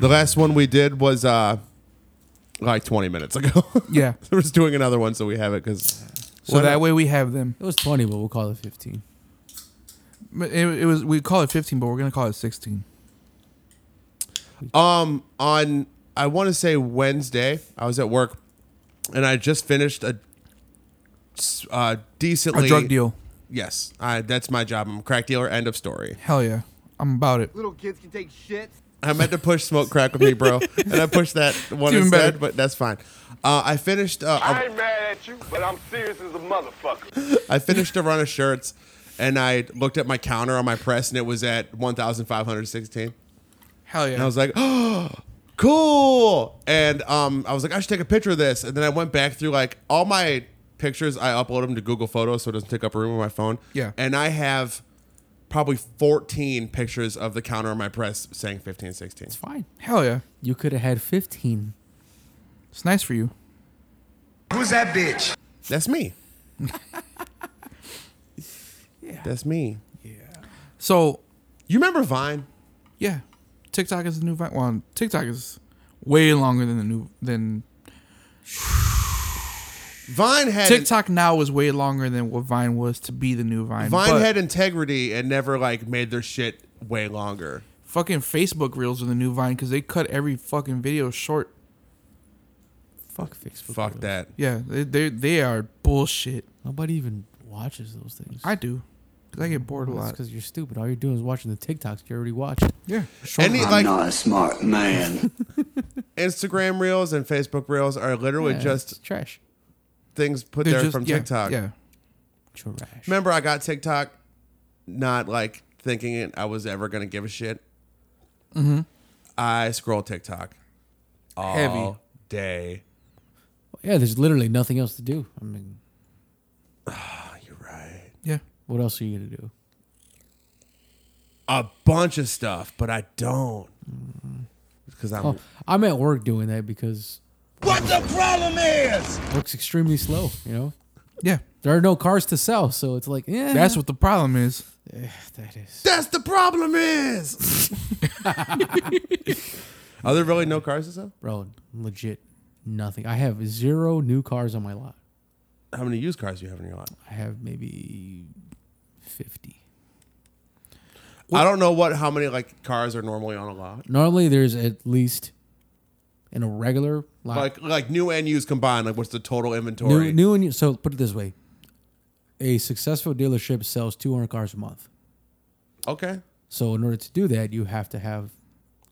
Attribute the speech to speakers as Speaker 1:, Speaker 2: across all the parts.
Speaker 1: The last one we did was uh, like 20 minutes ago.
Speaker 2: Yeah.
Speaker 1: We're just doing another one so we have it because
Speaker 2: So that way we have them.
Speaker 3: It was 20, but we'll call it 15.
Speaker 2: It, it was we call it 15, but we're gonna call it 16.
Speaker 1: Um, on I want to say Wednesday, I was at work, and I just finished a s- uh, decently
Speaker 2: A drug deal.
Speaker 1: Yes, I, that's my job. I'm a crack dealer. End of story.
Speaker 2: Hell yeah, I'm about it.
Speaker 4: Little kids can take shit.
Speaker 1: I meant to push smoke crack with me, bro, and I pushed that one
Speaker 2: Even
Speaker 1: instead,
Speaker 2: better.
Speaker 1: but that's fine. Uh, I finished. Uh, a-
Speaker 5: I ain't mad at you, but I'm serious as a motherfucker.
Speaker 1: I finished a run of shirts, and I looked at my counter on my press, and it was at one thousand five hundred sixteen.
Speaker 2: Hell
Speaker 1: And I
Speaker 2: yeah.
Speaker 1: was like, oh, cool. And um, I was like, I should take a picture of this. And then I went back through like all my pictures. I upload them to Google Photos so it doesn't take up room on my phone.
Speaker 2: Yeah.
Speaker 1: And I have probably 14 pictures of the counter on my press saying 15, 16.
Speaker 3: Fine.
Speaker 2: Hell yeah.
Speaker 3: You could have had 15.
Speaker 2: It's nice for you.
Speaker 4: Who's that bitch?
Speaker 1: That's me. yeah. That's me.
Speaker 2: So
Speaker 1: You remember Vine?
Speaker 2: yeah, TikTok is the new Vine. Well, TikTok is way longer than the new than
Speaker 1: Vine had
Speaker 2: TikTok now is way longer than what Vine was to be the new Vine.
Speaker 1: Vine
Speaker 2: but
Speaker 1: had integrity and never like made their shit way longer.
Speaker 2: fucking Facebook Reels are the new Vine because they cut every fucking video short.
Speaker 3: Fuck Facebook.
Speaker 1: Fuck
Speaker 3: Reels.
Speaker 1: that.
Speaker 2: Yeah, they they, they are bullshit.
Speaker 3: Nobody even watches those things.
Speaker 2: I do. 'Cause I get bored a lot.
Speaker 3: because you're stupid. All you're doing is watching the TikToks you already watched.
Speaker 2: Yeah.
Speaker 1: Any like
Speaker 6: not a smart man.
Speaker 1: Instagram reels and Facebook reels are literally
Speaker 3: Yeah, it's
Speaker 1: just
Speaker 3: trash.
Speaker 1: things put
Speaker 2: They're
Speaker 1: there
Speaker 2: just-
Speaker 1: from
Speaker 2: yeah,
Speaker 1: TikTok.
Speaker 2: Yeah.
Speaker 3: Trash.
Speaker 1: Remember, I got TikTok, not like thinking it, I was ever gonna give a shit. Mm-hmm. I scroll TikTok all
Speaker 2: Heavy.
Speaker 1: day.
Speaker 3: Yeah, there's literally nothing else to do. I mean,
Speaker 1: Oh, You're right.
Speaker 2: Yeah.
Speaker 3: what else are you gonna do?
Speaker 1: A bunch of stuff, but I don't
Speaker 2: Mm-hmm.
Speaker 1: because I'm.
Speaker 3: Oh, I'm at work doing that because
Speaker 4: What the problem is?
Speaker 3: work's extremely slow. You know,
Speaker 2: Yeah.
Speaker 3: there are no cars to sell, so it's like, yeah,
Speaker 2: That's what the problem is.
Speaker 3: that is.
Speaker 1: That's the problem is. Are there really no cars to sell?
Speaker 3: Bro, legit, nothing. I have zero new cars on my lot.
Speaker 1: How many used cars do you have in your lot?
Speaker 3: I have maybe fifty.
Speaker 1: I don't know what how many like cars are normally on a lot.
Speaker 3: Normally, there's at least in a regular lot.
Speaker 1: like like new and used combined like what's the total
Speaker 3: new,
Speaker 1: inventory
Speaker 3: new and so put it this way: a successful dealership sells 200 cars a month.
Speaker 1: okay
Speaker 3: So in order to do that, you have to have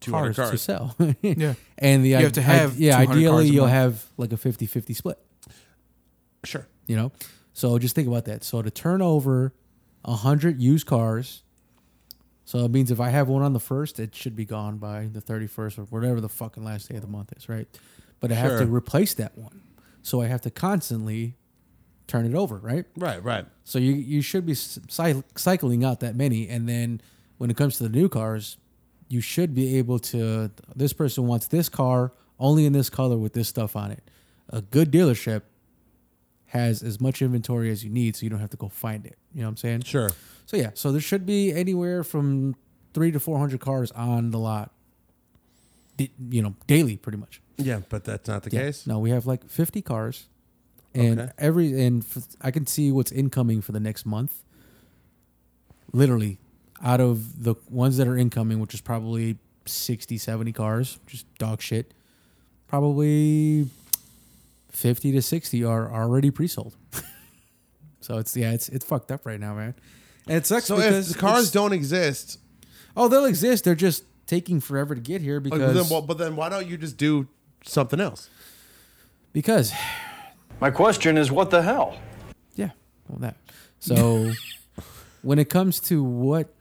Speaker 1: 200
Speaker 3: cars, to
Speaker 1: cars.
Speaker 3: sell.
Speaker 2: Yeah.
Speaker 3: and the you
Speaker 2: have to have
Speaker 3: yeah,
Speaker 2: 200
Speaker 3: ideally
Speaker 2: cars a
Speaker 3: you'll
Speaker 2: month.
Speaker 3: have like a 50-50 split.
Speaker 1: sure
Speaker 3: You know, so just think about that. So to turn over hundred used cars, so it means if I have one on the first, it should be gone by the thirty first or whatever the fucking last day of the month is, right? But I have to
Speaker 1: Sure.
Speaker 3: replace that one, so I have to constantly turn it over, right?
Speaker 1: right right
Speaker 3: So you you should be s- cy- cycling out that many, and then when it comes to the new cars, you should be able to. This person wants this car only in this color with this stuff on it. A good dealership has as much inventory as you need, so you don't have to go find it. You know what I'm saying?
Speaker 1: sure
Speaker 3: So yeah, so there should be anywhere from three to four hundred cars on the lot. Di- You know, daily, pretty much.
Speaker 1: yeah but that's not the
Speaker 3: Yeah.
Speaker 1: case
Speaker 3: No, we have like 50 cars, and
Speaker 1: Okay.
Speaker 3: every and f- I can see what's incoming for the next month. Literally, out of the ones that are incoming, which is probably 60, 70 cars, just dog shit. Probably 50 to 60 are already pre-sold. so it's yeah, it's it's fucked up right now, man. And it sucks
Speaker 1: so if
Speaker 3: because
Speaker 1: the cars
Speaker 3: it's-
Speaker 1: don't exist
Speaker 3: oh they'll exist, they're just taking forever to get here
Speaker 1: like,
Speaker 3: because
Speaker 1: then, wha- Oh, but then why don't you just do something else
Speaker 3: because
Speaker 7: My question is, what the hell?
Speaker 3: Yeah, well that. So when it comes to what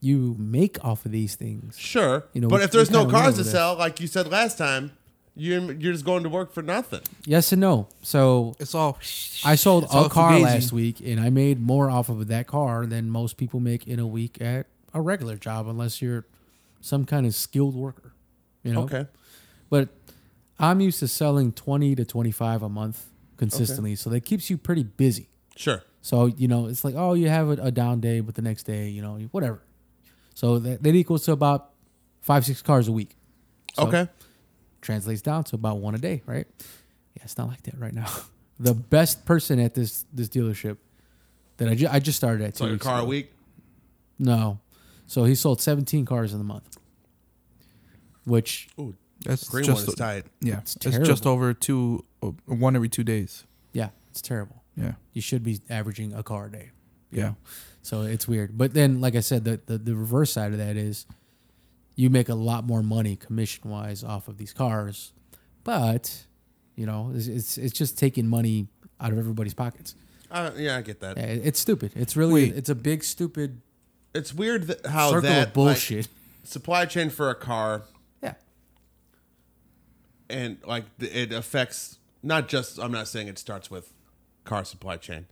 Speaker 3: you make off of these things,
Speaker 1: sure
Speaker 3: You know,
Speaker 1: but
Speaker 3: we-
Speaker 1: if there's
Speaker 3: we
Speaker 1: no
Speaker 3: kinda went
Speaker 1: cars
Speaker 3: over
Speaker 1: to
Speaker 3: this.
Speaker 1: sell like you said last time You're, you're just going to work for nothing.
Speaker 3: Yes and no. So
Speaker 2: It's all.
Speaker 3: I sold
Speaker 2: it's all
Speaker 3: a car
Speaker 2: fugazi.
Speaker 3: last week, and I made more off of that car than most people make in a week at a regular job, unless you're some kind of skilled worker. You know.
Speaker 1: Okay.
Speaker 3: But I'm used to selling 20 to 25 a month consistently, so that keeps you pretty busy.
Speaker 1: Sure.
Speaker 3: So you know, it's like oh, you have a, a down day, but the next day, you know, whatever. So that, that equals to about five six cars a week.
Speaker 1: okay.
Speaker 3: translates down to about one a day, right? Yeah, it's not like that right now. The best person at this this dealership that I, ju- I just started at
Speaker 1: So
Speaker 3: two
Speaker 1: a
Speaker 3: weeks
Speaker 1: car a
Speaker 3: ago.
Speaker 1: week.
Speaker 3: No, so he sold seventeen cars in the month, which
Speaker 1: Ooh,
Speaker 2: That's
Speaker 1: green
Speaker 2: just
Speaker 1: one is tight.
Speaker 2: Yeah,
Speaker 3: It's
Speaker 2: it's, just
Speaker 3: terrible.
Speaker 2: over two, uh, one every two days.
Speaker 3: yeah, it's terrible.
Speaker 2: Yeah,
Speaker 3: You should be averaging a car a day.
Speaker 2: yeah.
Speaker 3: So it's weird. But then, like I said, the, the, the reverse side of that is you make a lot more money commission wise off of these cars. But, you know, it's, it's, it's just taking money out of everybody's pockets.
Speaker 1: Uh, yeah, I get that.
Speaker 3: Yeah, it- It's stupid. It's really,
Speaker 2: Wait.
Speaker 3: it's a big, stupid
Speaker 1: It's weird that how
Speaker 3: circle
Speaker 1: that
Speaker 3: of
Speaker 1: like,
Speaker 3: bullshit.
Speaker 1: supply chain for a car
Speaker 3: yeah.
Speaker 1: and like th- it affects not just. I'm not saying it starts with car supply chain.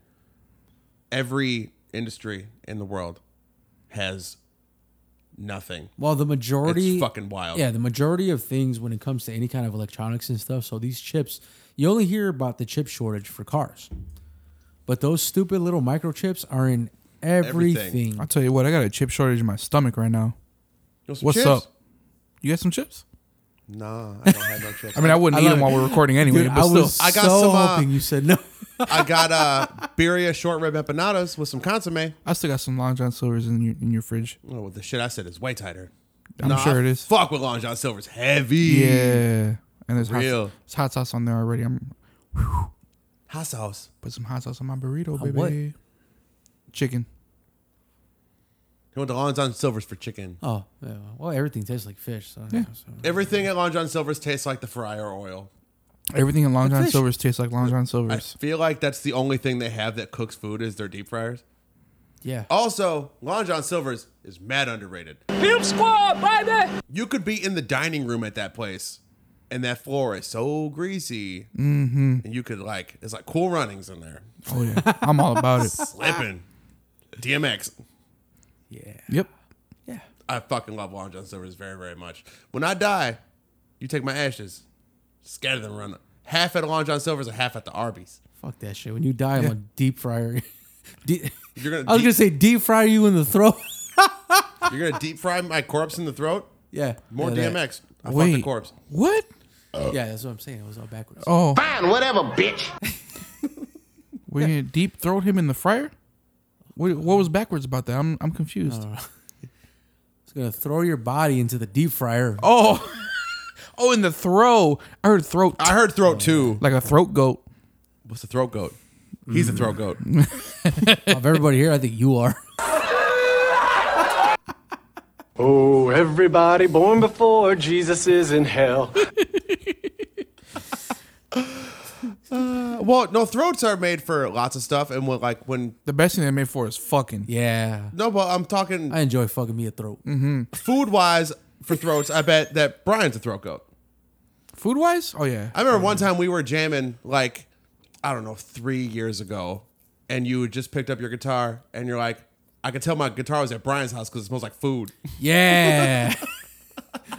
Speaker 1: Every industry in the world has nothing.
Speaker 3: Well, the majority.
Speaker 1: It's fucking wild.
Speaker 3: Yeah, the majority of things when it comes to any kind of electronics and stuff. So these chips, you only hear about the chip shortage for cars. But those stupid little microchips are in
Speaker 1: Everything.
Speaker 3: everything.
Speaker 2: I'll tell you what, I got a chip shortage in my stomach right now.
Speaker 1: You want some
Speaker 2: What's
Speaker 1: chips?
Speaker 2: up? You got some chips?
Speaker 1: Nah, I don't have no chips.
Speaker 2: I mean, I wouldn't eat
Speaker 3: love
Speaker 2: them while we're recording anyway,
Speaker 3: Dude,
Speaker 2: but
Speaker 3: I
Speaker 2: still.
Speaker 3: was
Speaker 1: I got
Speaker 3: so
Speaker 1: some, uh,
Speaker 3: hoping you said no.
Speaker 1: I got uh, birria short rib empanadas with some consomme.
Speaker 2: I still got some Long John Silver's in your in your fridge.
Speaker 1: Oh, well, the shit I said is way tighter.
Speaker 2: I'm sure it is.
Speaker 1: Fuck with Long John Silver's heavy.
Speaker 2: Yeah, and there's
Speaker 1: Real.
Speaker 2: hot, there's hot sauce on there already. I'm
Speaker 1: Hot sauce.
Speaker 2: put some hot sauce on my burrito, baby.
Speaker 3: what?
Speaker 2: Chicken.
Speaker 1: He went to Long John Silver's for chicken.
Speaker 3: oh, yeah. well, everything tastes like fish. So,
Speaker 2: Yeah.
Speaker 3: so-
Speaker 1: Everything at Long John Silver's tastes like the fryer oil.
Speaker 2: Everything in Long John
Speaker 3: fish-
Speaker 2: Silver's tastes like Long John
Speaker 1: I
Speaker 2: Silver's.
Speaker 1: feel like that's the only thing they have that cooks food is their deep fryers.
Speaker 3: yeah.
Speaker 1: Also, Long John Silver's is mad underrated.
Speaker 8: Pimp Squad, baby!
Speaker 1: You could be in the dining room at that place, and that floor is so greasy, mm-hmm. and you could like it's like cool runnings in there,
Speaker 2: Oh yeah, I'm all about it.
Speaker 1: slipping. DMX.
Speaker 2: Yep.
Speaker 1: I fucking love Long John Silver's very, very much. When I die, you take my ashes, scatter them around. Half at Long John Silver's and half at the Arby's.
Speaker 3: Fuck that shit. When you die, I'm
Speaker 2: Yeah.
Speaker 3: a deep fryer. De-
Speaker 1: You're gonna
Speaker 3: I was
Speaker 1: deep-
Speaker 3: gonna say deep fryer you in the throat.
Speaker 1: You're gonna deep fry my corpse in the throat.
Speaker 3: yeah.
Speaker 1: More
Speaker 3: yeah, that-
Speaker 1: DMX. Oh. I fucked the
Speaker 2: Wait.
Speaker 1: corpse.
Speaker 2: What?
Speaker 3: Yeah, that's what I'm saying. It was all backwards.
Speaker 2: Oh,
Speaker 4: Fine, whatever, bitch.
Speaker 2: we're gonna deep throat him in the fryer. What, what was backwards about that? I'm I'm confused.
Speaker 1: Uh.
Speaker 3: It's gonna throw your body into the deep fryer.
Speaker 2: Oh, oh, in the throw. I heard throat
Speaker 1: I heard throat too.
Speaker 2: like a throat goat.
Speaker 1: What's the throat goat? He's a throat goat.
Speaker 2: Mm.
Speaker 3: Of everybody here, I think you are.
Speaker 7: Oh, everybody born before Jesus is in hell.
Speaker 1: well, no, throats are made for lots of stuff, and when, like when
Speaker 2: The best thing they made for is fucking.
Speaker 3: Yeah.
Speaker 1: no, but I'm talking
Speaker 3: I enjoy fucking me a throat.
Speaker 1: food wise for throats. I bet that Brian's a throat goat.
Speaker 2: Food wise, oh yeah,
Speaker 1: I remember one time we were jamming, like, I don't know, three years ago, and you had just picked up your guitar, and you're like, I could tell my guitar was at Brian's house because it smells like food.
Speaker 3: Yeah.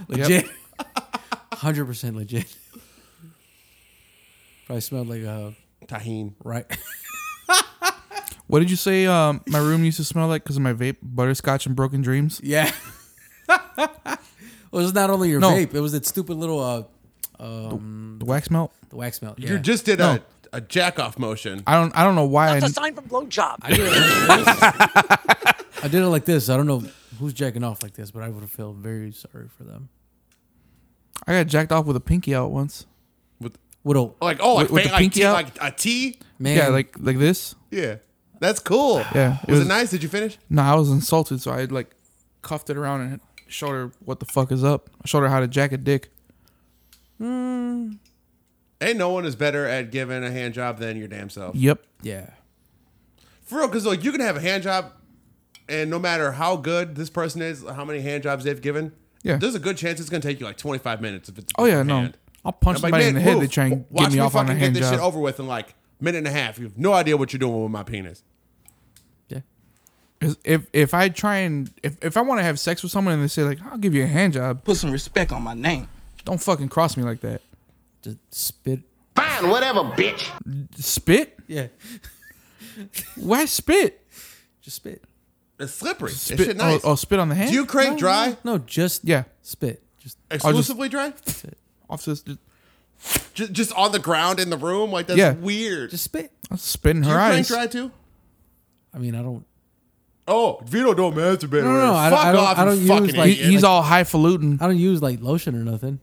Speaker 3: legit. Hundred percent legit. Probably smelled like a
Speaker 1: Tahine.
Speaker 3: right.
Speaker 2: What did you say? Um, my room used to smell like because of my vape, butterscotch, and broken dreams.
Speaker 3: Yeah. well, it was not only your
Speaker 2: No.
Speaker 3: vape; it was that stupid little uh,
Speaker 2: The wax melt.
Speaker 3: the wax melt.
Speaker 1: You
Speaker 3: Yeah.
Speaker 1: just did
Speaker 2: No.
Speaker 1: a, a jack off motion.
Speaker 2: I don't. I don't know why. I,
Speaker 8: sign for blowjob.
Speaker 3: I did it like this. I don't know who's jacking off like this, but I would have felt very sorry for them.
Speaker 2: I got jacked off with a pinky out once.
Speaker 3: What a
Speaker 1: like, oh, like,
Speaker 2: With- with
Speaker 1: fa-
Speaker 2: the
Speaker 1: like,
Speaker 2: pinky
Speaker 1: tea,
Speaker 2: out?
Speaker 1: like a T?
Speaker 3: man!
Speaker 2: Yeah, like like this.
Speaker 1: Yeah. That's cool.
Speaker 2: Yeah, it
Speaker 1: Was,
Speaker 2: was-
Speaker 1: it nice? Did you finish?
Speaker 2: No, I was insulted, so I like cuffed it around and showed her what the fuck is up. I showed her how to jack a dick.
Speaker 1: Ain't no one is better at giving a hand job than your damn self.
Speaker 2: Yep.
Speaker 3: yeah,
Speaker 1: For real, because like you can have a hand job, and no matter how good this person is, how many hand jobs they've given,
Speaker 2: Yeah.
Speaker 1: there's a good chance it's gonna take you like 25 minutes if it's.
Speaker 2: Oh yeah, no.
Speaker 1: hand.
Speaker 2: I'll punch
Speaker 1: I'm like,
Speaker 2: somebody in the
Speaker 1: "Man,
Speaker 2: head
Speaker 1: move.
Speaker 2: to try and
Speaker 1: Watch
Speaker 2: get me off on a
Speaker 1: fucking
Speaker 2: hand
Speaker 1: get this shit
Speaker 2: job.
Speaker 1: over with in like minute and a half. You have no idea what you're doing with my penis.
Speaker 3: Yeah.
Speaker 2: 'Cause If if I try and if, if I want to have sex with someone and they say like I'll give you a hand job,
Speaker 9: Put some respect on my name.
Speaker 2: don't fucking cross me like that.
Speaker 3: Just spit.
Speaker 10: Fine, whatever, bitch.
Speaker 2: Spit?
Speaker 3: Yeah.
Speaker 2: Why spit?
Speaker 3: Just spit.
Speaker 1: It's slippery. It's
Speaker 2: Spit?
Speaker 1: shit nice.
Speaker 2: oh, oh, spit on the hand.
Speaker 1: Do you crank
Speaker 3: No,
Speaker 1: dry?
Speaker 3: No, just
Speaker 2: Yeah.
Speaker 3: spit. Just
Speaker 1: Exclusively dry?
Speaker 2: Off this, just,
Speaker 1: Just, just on the ground in the room? Like that's
Speaker 2: Yeah.
Speaker 1: weird.
Speaker 3: just spit.
Speaker 2: I'll spit in
Speaker 1: Do
Speaker 2: her
Speaker 1: you crank
Speaker 2: eyes.
Speaker 1: dry too?
Speaker 3: I mean, I don't.
Speaker 1: Oh, Vito don't masturbate.
Speaker 3: no,
Speaker 1: around.
Speaker 3: no, I don't-
Speaker 1: Fuck
Speaker 3: I don't-
Speaker 1: off,
Speaker 3: I don't
Speaker 1: you
Speaker 3: use,
Speaker 1: fucking
Speaker 3: like-
Speaker 2: He-
Speaker 1: idiot.
Speaker 2: he's all highfalutin.
Speaker 3: I don't use like lotion or nothing.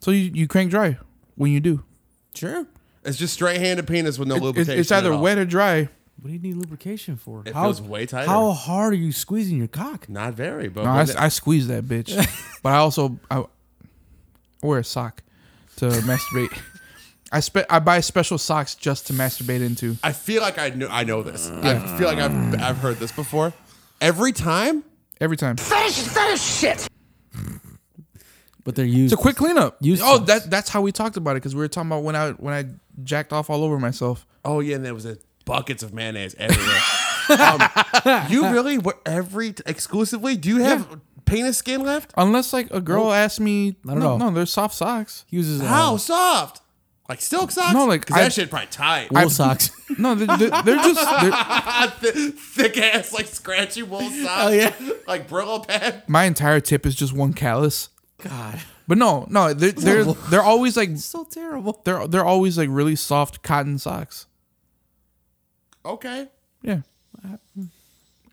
Speaker 2: So you, you crank dry when you do.
Speaker 3: Sure.
Speaker 1: It's just straight handed penis with no
Speaker 2: It- it's,
Speaker 1: lubrication.
Speaker 2: it's either
Speaker 1: at all.
Speaker 2: wet or dry.
Speaker 3: What do you need lubrication for?
Speaker 1: It feels way tighter.
Speaker 3: How hard are you squeezing your cock?
Speaker 1: Not very, but
Speaker 2: No, I,
Speaker 1: when
Speaker 2: s-
Speaker 1: the-
Speaker 2: I squeeze that bitch, but I also I, I wear a sock to masturbate. I spe- I buy special socks just to masturbate into.
Speaker 1: I feel like I know I know this. I feel like I've I've heard this before. Every time
Speaker 2: Every time.
Speaker 10: Finish that shit.
Speaker 3: But they're used.
Speaker 2: It's a quick cleanup.
Speaker 3: Use
Speaker 2: oh,
Speaker 3: socks.
Speaker 2: that that's how we talked about it because we were talking about when I when I jacked off all over myself.
Speaker 1: Oh yeah, and there was a buckets of mayonnaise everywhere. um, you really were every exclusively? Do you have penis skin left?
Speaker 2: Unless like a girl asked me,
Speaker 3: Not at
Speaker 2: no,
Speaker 3: all.
Speaker 2: no, there's soft socks.
Speaker 3: uses uh,
Speaker 1: How soft? Like silk socks?
Speaker 2: No, like,
Speaker 1: 'Cause
Speaker 2: I-
Speaker 1: that shit probably tight.
Speaker 3: wool socks.
Speaker 2: No, they're, they're, they're just they're,
Speaker 1: Th- thick ass like scratchy wool socks. Oh
Speaker 3: yeah.
Speaker 1: like Brillo pad.
Speaker 2: my entire tip is just one callus.
Speaker 3: God,
Speaker 2: But no, no, they're they're, they're always like
Speaker 3: so terrible.
Speaker 2: they're they're always like really soft cotton socks.
Speaker 1: Okay.
Speaker 2: Yeah. Mm.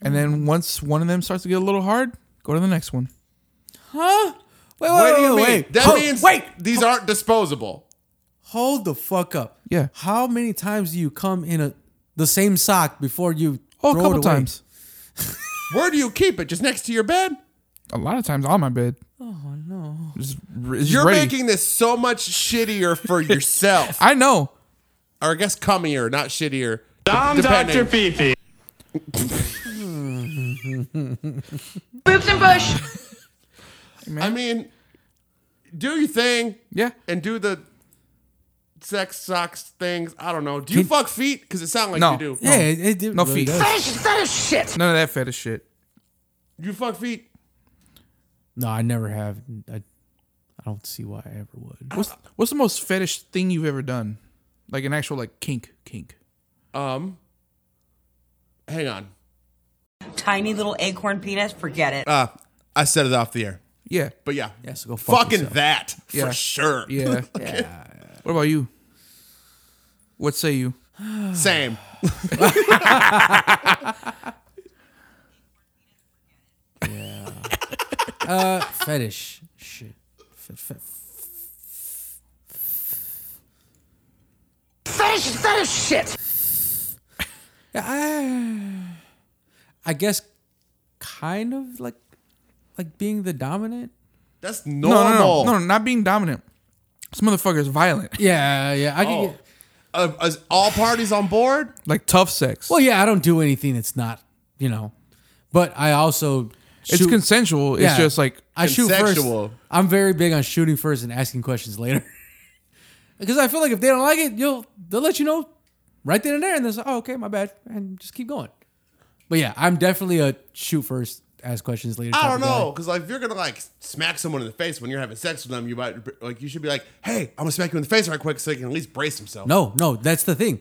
Speaker 2: And then once one of them starts to get a little hard, go to the next one.
Speaker 3: Wait, wait,
Speaker 1: What do you
Speaker 3: wait,
Speaker 1: mean?
Speaker 3: wait.
Speaker 1: That
Speaker 3: Hold-
Speaker 1: means
Speaker 3: wait.
Speaker 1: these aren't disposable.
Speaker 3: Hold the fuck up.
Speaker 2: Yeah.
Speaker 3: How many times do you come in a the same sock before you?
Speaker 2: Oh,
Speaker 3: throw
Speaker 2: a
Speaker 3: it
Speaker 2: couple
Speaker 3: away?
Speaker 2: times.
Speaker 1: Where do you keep it? Just next to your bed?
Speaker 2: A lot of times on my bed. Oh no. Just, it's
Speaker 1: You're
Speaker 2: ready.
Speaker 1: making this so much shittier for yourself.
Speaker 2: I know.
Speaker 1: or I guess cummier, not shittier.
Speaker 7: I'm
Speaker 1: Depending.
Speaker 7: Dr. Pee
Speaker 8: Boobs and bush.
Speaker 1: I mean, do your thing.
Speaker 2: Yeah.
Speaker 1: and do the sex socks things. I don't know. Do you fuck feet? Because it sounds like
Speaker 2: No.
Speaker 1: you do.
Speaker 3: Yeah, it, it, it
Speaker 2: No
Speaker 3: really
Speaker 2: feet.
Speaker 3: does.
Speaker 10: Finish that shit.
Speaker 2: None of that fetish shit.
Speaker 1: You fuck feet.
Speaker 3: No, I never have. I, I don't see why I ever would.
Speaker 2: What's what's the most fetish thing you've ever done? Like an actual like kink kink.
Speaker 1: Um, hang on.
Speaker 11: Tiny little acorn penis, forget it.
Speaker 1: Uh, I said it off the air,
Speaker 2: Yeah.
Speaker 1: but yeah,
Speaker 3: Yes, go fuck
Speaker 1: fucking
Speaker 3: yourself.
Speaker 1: that for
Speaker 2: Yeah.
Speaker 1: sure.
Speaker 2: Yeah. What about you? What say you?
Speaker 1: Same.
Speaker 3: fetish shit. Fe- fe-
Speaker 10: Finish that shit.
Speaker 3: I guess kind of like like being the dominant.
Speaker 1: That's
Speaker 2: No,
Speaker 1: normal.
Speaker 2: no, no, no, no, not being dominant. This motherfucker's violent.
Speaker 3: Yeah, yeah. I can
Speaker 1: Oh.
Speaker 3: get,
Speaker 1: Uh, is all parties on board?
Speaker 2: Like tough sex.
Speaker 3: well, yeah. I don't do anything that's not you know, but I also
Speaker 2: it's
Speaker 3: shoot-
Speaker 2: consensual.
Speaker 3: yeah,
Speaker 2: It's just like
Speaker 3: I shoot first.
Speaker 1: Consensual.
Speaker 3: I'm very big on shooting first and asking questions later. Because I feel like if they don't like it, you'll they'll let you know right then and there, and they'll say, "Oh, okay, my bad," and just keep going. But yeah, I'm definitely a shoot first, ask questions later.
Speaker 1: I
Speaker 3: type
Speaker 1: don't
Speaker 3: of guy.
Speaker 1: know, because like if you're gonna like smack someone in the face when you're having sex with them, you might like you should be like, "Hey, I'm gonna smack you in the face right quick, so you can at least brace himself."
Speaker 3: No, no, that's the thing.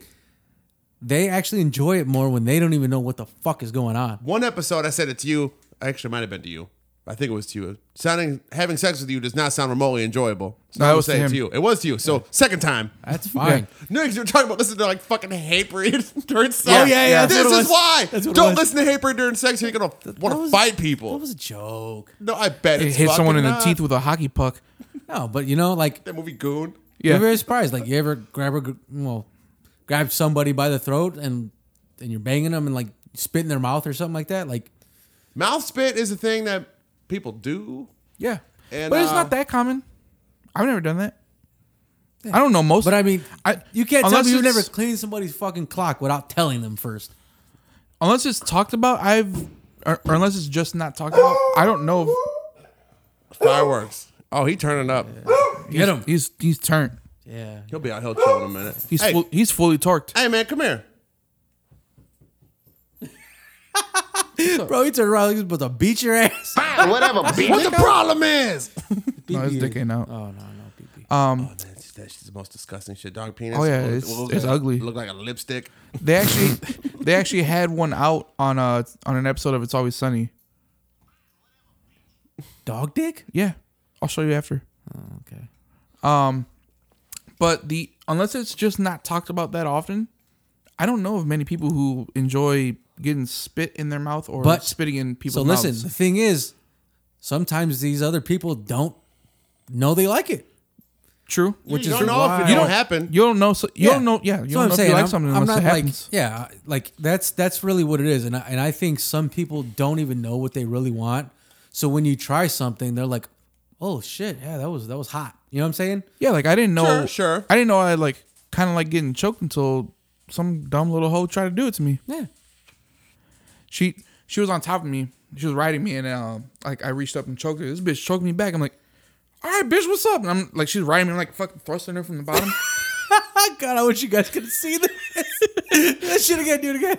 Speaker 3: They actually enjoy it more when they don't even know what the fuck is going on.
Speaker 1: one episode I said it to you. Actually, it might have been to you. I think it was to you. Sounding having sex with you does not sound remotely enjoyable. So
Speaker 2: No,
Speaker 1: I
Speaker 2: it
Speaker 1: will
Speaker 2: was to
Speaker 1: say it
Speaker 2: him.
Speaker 1: to you. It was to you. So second time.
Speaker 3: That's fine.
Speaker 1: No, because you're talking about listening to like fucking hate period during sex.
Speaker 3: yeah, Oh, yeah, that's
Speaker 1: This
Speaker 3: what
Speaker 1: is
Speaker 3: it was.
Speaker 1: why.
Speaker 3: That's what it
Speaker 1: Don't
Speaker 3: was.
Speaker 1: listen to hate period during sex. You're gonna want
Speaker 3: That
Speaker 1: to
Speaker 3: was-
Speaker 1: fight people.
Speaker 3: That was a joke.
Speaker 1: no, I bet
Speaker 2: it
Speaker 1: it's
Speaker 2: hit someone in
Speaker 1: fucking
Speaker 2: the
Speaker 1: not.
Speaker 2: teeth with a hockey puck.
Speaker 3: No, but you know, like
Speaker 1: That movie Goon.
Speaker 2: Yeah.
Speaker 3: you're very surprised. Like you ever grab a gr- well, grab somebody by the throat and and you're banging them and like spit in their mouth or something like that. Like
Speaker 1: Mouth spit is a thing that people do.
Speaker 2: Yeah.
Speaker 1: And,
Speaker 2: but it's
Speaker 1: uh,
Speaker 2: not that common. I've never done that. I don't know most.
Speaker 3: But I mean,
Speaker 2: I-
Speaker 3: you can't tell
Speaker 2: unless
Speaker 3: me you've
Speaker 2: it's-
Speaker 3: never cleaned somebody's fucking clock without telling them first.
Speaker 2: unless it's talked about, I've or, or unless it's just not talked about. I don't know. If,
Speaker 1: Fireworks. Oh, he turning up.
Speaker 2: He's-
Speaker 3: him.
Speaker 2: He's he's turned.
Speaker 3: Yeah.
Speaker 1: He'll be out. He'll chill in a minute.
Speaker 2: He's
Speaker 1: hey,
Speaker 2: full, he's fully torqued.
Speaker 1: hey, man, come here.
Speaker 3: Bro, he turned around. He's about to beat your ass.
Speaker 10: Fine, whatever, bitch.
Speaker 1: What the problem is?
Speaker 2: No, his dick ain't out.
Speaker 3: Oh, no, no. PP.
Speaker 2: Um,
Speaker 1: That's, that's the most disgusting shit. Dog penis.
Speaker 2: Oh, yeah,
Speaker 1: What-
Speaker 2: it's-
Speaker 1: what was
Speaker 2: it's
Speaker 1: that?
Speaker 2: ugly.
Speaker 1: Look like a lipstick.
Speaker 2: they actually they actually had one out on a on an episode of It's Always Sunny.
Speaker 3: Dog dick?
Speaker 2: Yeah, I'll show you after.
Speaker 3: Okay.
Speaker 2: But the unless it's just not talked about that often, I don't know of many people who enjoy getting spit in their mouth or
Speaker 3: But-
Speaker 2: spitting in people's
Speaker 3: So
Speaker 2: mouths.
Speaker 3: listen, the thing is, sometimes these other people don't know they like it,
Speaker 2: true.
Speaker 3: which
Speaker 1: you
Speaker 3: is
Speaker 1: don't know
Speaker 3: why
Speaker 1: if it don't happen.
Speaker 2: You don't know. So, you don't know. Yeah, you
Speaker 3: That's
Speaker 2: don't
Speaker 3: what
Speaker 2: know if you like something unless it
Speaker 3: like
Speaker 2: happens.
Speaker 3: yeah, like that's that's really what it is, and I, and I think some people don't even know what they really want. So when you try something, they're like, "Oh shit, yeah, that was that was hot." You know what I'm saying?
Speaker 2: yeah, like I didn't know.
Speaker 1: Sure, sure.
Speaker 2: I didn't know I like kind of like getting choked until some dumb little hoe tried to do it to me.
Speaker 3: Yeah.
Speaker 2: She she was on top of me. She was riding me, and uh, like I reached up and choked her. This bitch choked me back. I'm like, all right, bitch, what's up? And I'm like, she's riding me. I'm like, fucking thrusting her from the bottom.
Speaker 3: Oh God, I wish you guys could see this. that shit again, dude, again.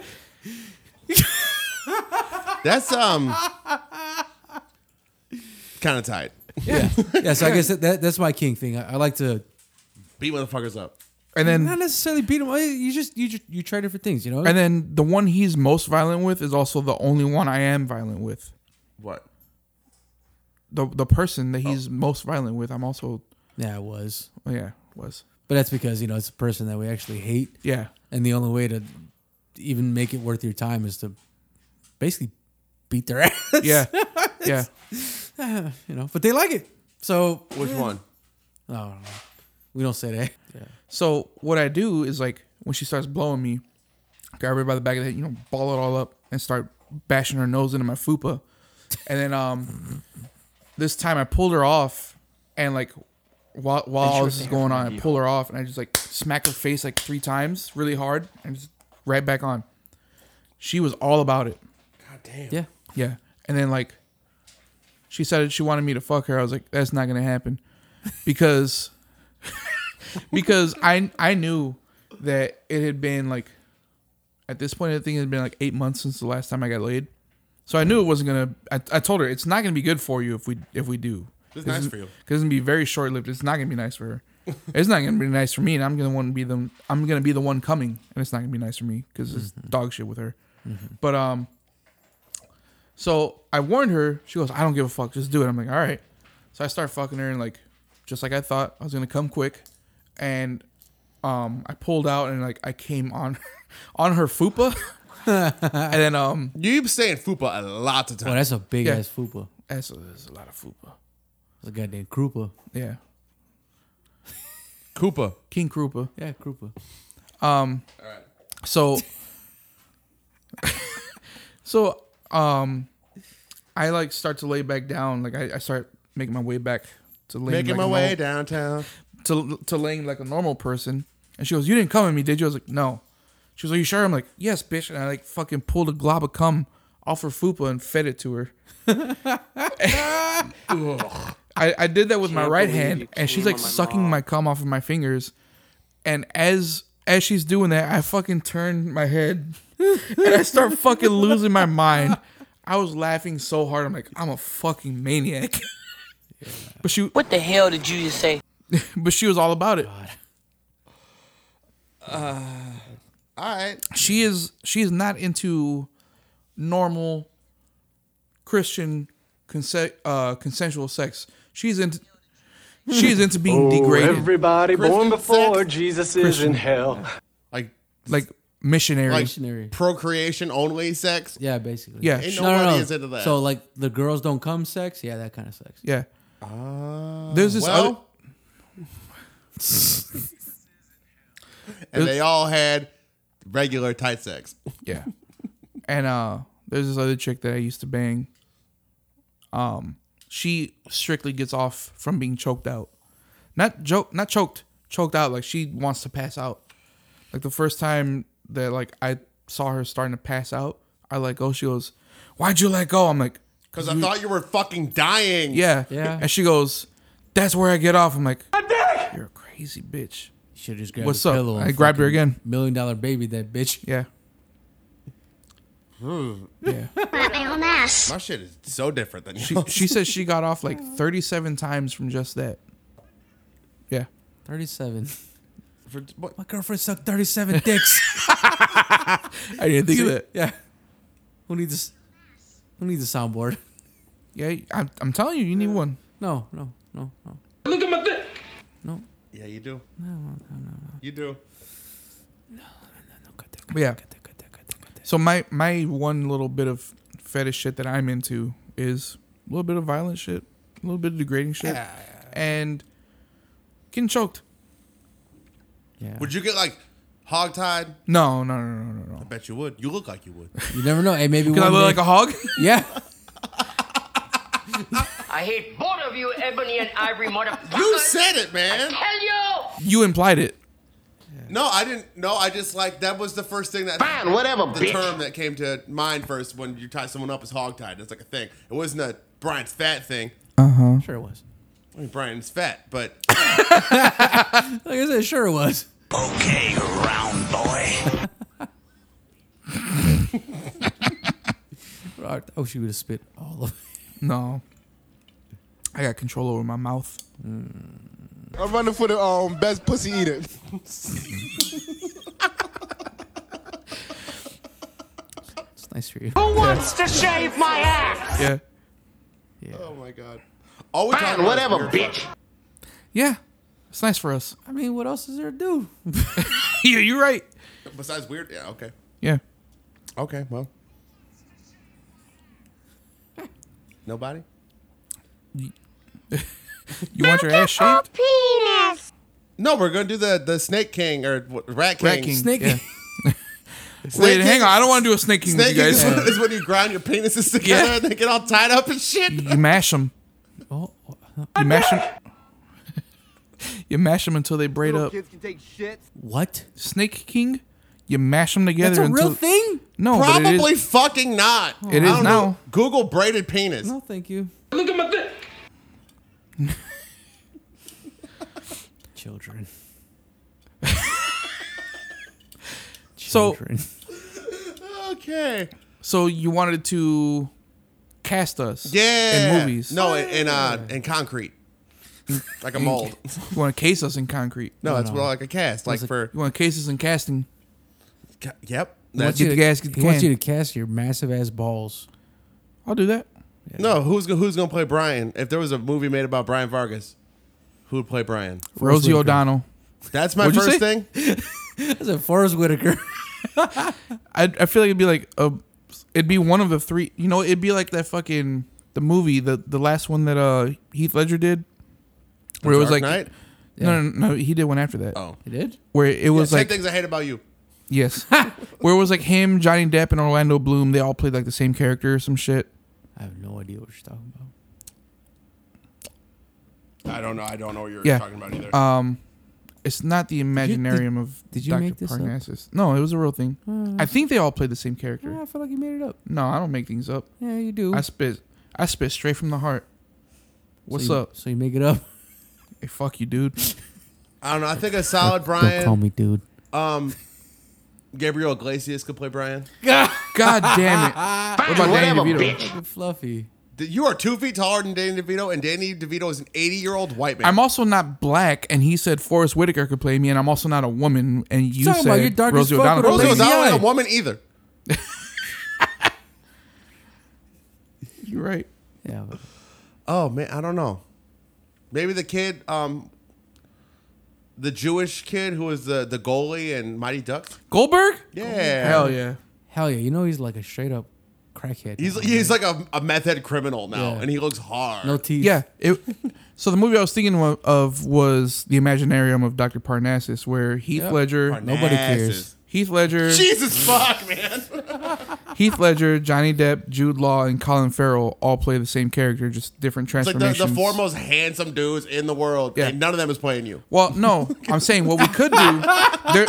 Speaker 1: That's um kind of tight.
Speaker 3: Yeah, yeah. So I guess that, that that's my king thing. I, I like to
Speaker 1: Beat motherfuckers up.
Speaker 2: and then
Speaker 3: not necessarily beat them. You just you just you try different things, you know.
Speaker 2: and then the one he's most violent with is also the only one I am violent with.
Speaker 1: What?
Speaker 2: The the person that he's most violent with, I'm also
Speaker 3: yeah, it was.
Speaker 2: oh, yeah was
Speaker 3: But that's because you know it's a person that we actually hate,
Speaker 2: yeah
Speaker 3: and the only way to even make it worth your time is to basically beat their ass.
Speaker 2: yeah yeah.
Speaker 3: you know. But they like it, so
Speaker 1: Which one?
Speaker 3: I don't know. we don't say that.
Speaker 2: So what I do is like when she starts blowing me, grab her by the back of the head, you know, ball it all up and start bashing her nose into my fupa. And then um this time I pulled her off and like while while all this is going on, I pull her off and I just like smack her face like three times really hard and just right back on. She was all about it.
Speaker 3: Yeah,
Speaker 2: Yeah. And then like she said she wanted me to fuck her. I was like, that's not gonna happen. Because because I I knew that it had been like at this point I think it had been like eight months since the last time I got laid. So I knew it wasn't gonna I, I told her it's not gonna be good for you if we if we do.
Speaker 1: It's nice for you.
Speaker 2: Because it's gonna be very short lived. It's not gonna be nice for her. It's not gonna be nice for me, and I'm gonna want to be the I'm gonna be the one coming, and it's not gonna be nice for me because it's
Speaker 1: Mm-hmm.
Speaker 2: dog shit with her. But um, so I warned her. She goes, "I don't give a fuck. Just do it." I'm like, "All right." So I start fucking her, and like, just like I thought, I was gonna come quick, and um, I pulled out and like I came on, on her fupa, and then um,
Speaker 1: You've been saying fupa a lot of
Speaker 3: well,
Speaker 1: times.
Speaker 3: that's a big
Speaker 2: Yeah.
Speaker 3: ass fupa.
Speaker 2: that's that's a lot of fupa.
Speaker 3: That's a goddamn krupa.
Speaker 2: Yeah,
Speaker 1: Koopa.
Speaker 2: King Krupa.
Speaker 3: Yeah, krupa.
Speaker 2: So, so um, I like start to lay back down. Like I, I start making my way back to laying
Speaker 1: Making
Speaker 2: like
Speaker 1: my
Speaker 2: a
Speaker 1: way
Speaker 2: normal-
Speaker 1: downtown.
Speaker 2: to to laying like a normal person. And she goes, "You didn't come at me, did you?" I was like, "No." She was, "Are you sure?" I'm like, "Yes, bitch." And I like fucking pulled a glob of cum off her fupa and fed it to her. I, I did that with my right hand, and she's like sucking my cum off of my fingers. And as as she's doing that, I fucking turned my head and I start fucking losing my mind. I was laughing so hard. I'm like, I'm a fucking maniac. But she,
Speaker 8: What the hell did you just say?
Speaker 2: but she was all about it.
Speaker 1: Uh, All right.
Speaker 2: she is she is not into normal Christian consen- uh, consensual sex. She's into she's into being
Speaker 7: Oh,
Speaker 2: degraded,
Speaker 7: everybody born
Speaker 1: Christian
Speaker 7: before
Speaker 1: sex.
Speaker 7: Jesus is in hell.
Speaker 1: Like
Speaker 2: like missionary.
Speaker 1: like
Speaker 3: Missionary.
Speaker 1: procreation only sex.
Speaker 3: Yeah, basically.
Speaker 2: yeah,
Speaker 1: Ain't
Speaker 2: sh-
Speaker 1: nobody is into that.
Speaker 3: So like the girls don't come sex. Yeah, that kind of sex.
Speaker 2: yeah. There's this
Speaker 1: Uh, well,
Speaker 2: other.
Speaker 1: and they all had regular tight sex.
Speaker 2: Yeah. And uh there's this other chick that I used to bang. Um she strictly gets off from being choked out. Not joke not choked, choked out like she wants to pass out. Like the first time that like I saw her starting to pass out, I let go. She goes, "Why'd you let go?" I'm like,
Speaker 1: Because I thought you were fucking dying.
Speaker 2: "Yeah."
Speaker 3: Yeah.
Speaker 2: And she goes, That's where I get off. I'm like, you're a crazy bitch.
Speaker 3: Should have just grabbed
Speaker 2: What's
Speaker 3: a
Speaker 2: up?
Speaker 3: pillow. and
Speaker 2: I grabbed her
Speaker 3: fucking
Speaker 2: again.
Speaker 3: Million dollar baby, that bitch.
Speaker 2: Yeah. yeah.
Speaker 1: My shit is so different than
Speaker 2: She,
Speaker 3: Oh.
Speaker 1: you.
Speaker 2: she says she got off like 37 times from just that. Yeah.
Speaker 3: Thirty-seven.
Speaker 1: For, what,
Speaker 3: My girlfriend sucked thirty-seven dicks.
Speaker 2: I didn't think of that.
Speaker 3: yeah. Who needs this? Who needs a soundboard?
Speaker 2: Yeah, I'm, I'm telling you, you need one.
Speaker 3: No, no, no, no.
Speaker 8: Look at my dick.
Speaker 3: No,
Speaker 1: yeah, you do. No, no, no, no. You do.
Speaker 2: But yeah. So my my one little bit of fetish shit that I'm into is a little bit of violent shit, a little bit of degrading shit, and getting choked.
Speaker 3: Yeah.
Speaker 1: Would you get like hogtied?
Speaker 2: No, no, no, no, no, no.
Speaker 1: Bet you would. You look like you would.
Speaker 3: You never know. Hey, maybe
Speaker 2: Can I
Speaker 3: one
Speaker 2: look like
Speaker 3: day-
Speaker 2: a hog?
Speaker 3: yeah.
Speaker 10: I hate both of you, ebony and ivory motherfuckers.
Speaker 1: you said it, man.
Speaker 10: Tell you.
Speaker 2: you implied it.
Speaker 1: No, I didn't. No, I just like that was the first thing that
Speaker 10: Fine, whatever,
Speaker 1: the
Speaker 10: bitch.
Speaker 1: term that came to mind first when you tie someone up is hogtied. That's like a thing. It wasn't a Brian's fat thing.
Speaker 2: Uh-huh.
Speaker 3: Sure it was.
Speaker 1: I mean, Brian's fat, but
Speaker 3: Like I said, sure it was.
Speaker 6: Okay, round boy.
Speaker 3: Oh, she would have spit all of it.
Speaker 2: No. I got control over my mouth.
Speaker 9: I'm running for the um, best pussy eater.
Speaker 3: It's nice for you.
Speaker 11: Who wants to shave my ass?
Speaker 2: Yeah.
Speaker 1: oh my god. All we
Speaker 10: Fine, whatever, bitch.
Speaker 2: Yeah. It's nice for us.
Speaker 3: I mean, what else is there to do?
Speaker 2: yeah, you're right.
Speaker 1: Besides weird, yeah, okay,
Speaker 2: Yeah.
Speaker 1: okay, well, nobody.
Speaker 2: You want your ass shaved?
Speaker 1: No, we're gonna do the the Snake King or what, Rat King.
Speaker 2: Rat King.
Speaker 3: Snake.
Speaker 2: Yeah.
Speaker 1: Snake
Speaker 2: Wait,
Speaker 1: King-
Speaker 2: hang on. I don't want to do a snake king
Speaker 1: Snake
Speaker 2: with you
Speaker 1: King
Speaker 2: guys.
Speaker 1: is, when, is when you grind your penises together
Speaker 2: Yeah.
Speaker 1: and they get all tied up and shit.
Speaker 2: You mash them.
Speaker 3: Oh, oh,
Speaker 2: You mash them. you mash them until they braid
Speaker 4: Little
Speaker 2: up.
Speaker 4: kids can take shit.
Speaker 3: what?
Speaker 2: Snake king. You mash them together.
Speaker 3: That's a
Speaker 2: until,
Speaker 3: real thing?
Speaker 2: No, but it
Speaker 1: Probably
Speaker 2: is,
Speaker 1: fucking not.
Speaker 2: It
Speaker 1: I
Speaker 2: is
Speaker 1: don't
Speaker 2: now.
Speaker 1: know. Google braided penis.
Speaker 3: No, thank you.
Speaker 8: Look at my dick.
Speaker 3: Children.
Speaker 2: So-
Speaker 3: Children.
Speaker 1: Okay.
Speaker 2: so you wanted to cast us.
Speaker 1: Yeah.
Speaker 2: In movies.
Speaker 1: No, in, in uh in concrete. like a mold.
Speaker 2: You want to case us in concrete.
Speaker 1: No, that's more like a cast. Like
Speaker 3: like-
Speaker 1: for
Speaker 2: You want to case us in casting.
Speaker 1: ca- Yep.
Speaker 2: What's
Speaker 1: That's
Speaker 2: your-
Speaker 3: He
Speaker 2: the gas, get the
Speaker 3: wants
Speaker 2: can.
Speaker 3: you to cast your massive ass balls.
Speaker 2: I'll do that.
Speaker 1: No, who's go- who's gonna play Brian? If there was a movie made about Brian Vargas, who would play Brian?
Speaker 2: Rosie
Speaker 3: Whitaker.
Speaker 2: O'Donnell.
Speaker 1: That's my
Speaker 2: What'd you
Speaker 1: first
Speaker 2: say?
Speaker 1: thing.
Speaker 3: That's a Forrest Whitaker.
Speaker 2: I I feel like it'd be like a, it'd be one of the three. You know, it'd be like that fucking the movie the the last one that uh Heath Ledger did, where it was
Speaker 1: Dark
Speaker 2: like
Speaker 1: Knight?
Speaker 2: no, no no he did one after that.
Speaker 1: Oh.
Speaker 3: He did?
Speaker 2: where it was
Speaker 1: Ten
Speaker 2: like
Speaker 1: things I hate about you.
Speaker 2: yes, where it was like him, Johnny Depp, and Orlando Bloom. They all played like the same character or some shit.
Speaker 3: I have no idea what you're talking about.
Speaker 1: I don't know. I don't know what you're
Speaker 2: Yeah. Um,
Speaker 1: talking about either.
Speaker 2: It's not the
Speaker 3: you-
Speaker 2: Imaginarium
Speaker 3: did-
Speaker 2: of
Speaker 3: did you
Speaker 2: Dr.
Speaker 3: make this up? Uh.
Speaker 2: Parnassus. No, it was a real thing. I think they all played the same character.
Speaker 3: Yeah, I feel like you made it up.
Speaker 2: No, I don't make things up.
Speaker 3: Yeah, you do.
Speaker 2: I spit. I spit straight from the heart. What's
Speaker 3: so you,
Speaker 2: up?
Speaker 3: So you make it up?
Speaker 2: Hey, fuck you, dude.
Speaker 1: I don't know. I think a solid
Speaker 3: Don't call
Speaker 1: Brian.
Speaker 3: me dude.
Speaker 1: Um, Gabriel Iglesias could play Brian.
Speaker 2: God damn it.
Speaker 10: Fine,
Speaker 2: about Danny
Speaker 10: whatever,
Speaker 2: DeVito?
Speaker 10: bitch.
Speaker 3: Fucking fluffy.
Speaker 1: D- You are two feet taller than Danny DeVito, and Danny DeVito is an 80 year old white man.
Speaker 2: I'm also not black, and he said Forrest Whitaker could play me, and I'm also not a woman, and you
Speaker 3: Talking
Speaker 2: said
Speaker 3: about you're dark as
Speaker 2: Rosie
Speaker 3: fuck
Speaker 2: O'Donnell.
Speaker 3: with a
Speaker 1: Rosie
Speaker 3: lazy
Speaker 1: O'Donnell ain't
Speaker 3: eye.
Speaker 1: a woman either.
Speaker 2: You're right.
Speaker 3: Yeah, but
Speaker 1: Oh man, I don't know. Maybe the kid, um, the Jewish kid who was the the goalie in Mighty Ducks.
Speaker 2: Goldberg?
Speaker 1: Yeah,
Speaker 2: Hell yeah.
Speaker 3: hell yeah. You know he's like a straight up crackhead.
Speaker 2: Oh,
Speaker 1: He's he's like a, a meth head criminal now,
Speaker 3: Yeah.
Speaker 1: and he looks hard.
Speaker 3: no teeth.
Speaker 2: Yeah. It, so the movie I was thinking of, of was The Imaginarium of Dr. Parnassus, where Heath Ledger,
Speaker 3: Nobody cares.
Speaker 2: Heath Ledger,
Speaker 1: Jesus fuck, man.
Speaker 2: Heath Ledger, Johnny Depp, Jude Law, and Colin Farrell all play the same character, just different
Speaker 1: It's like the,
Speaker 2: transformations.
Speaker 1: the four most handsome dudes in the world,
Speaker 2: Yeah.
Speaker 1: and none of them is playing you.
Speaker 2: Well, no, I'm saying what we could do. There,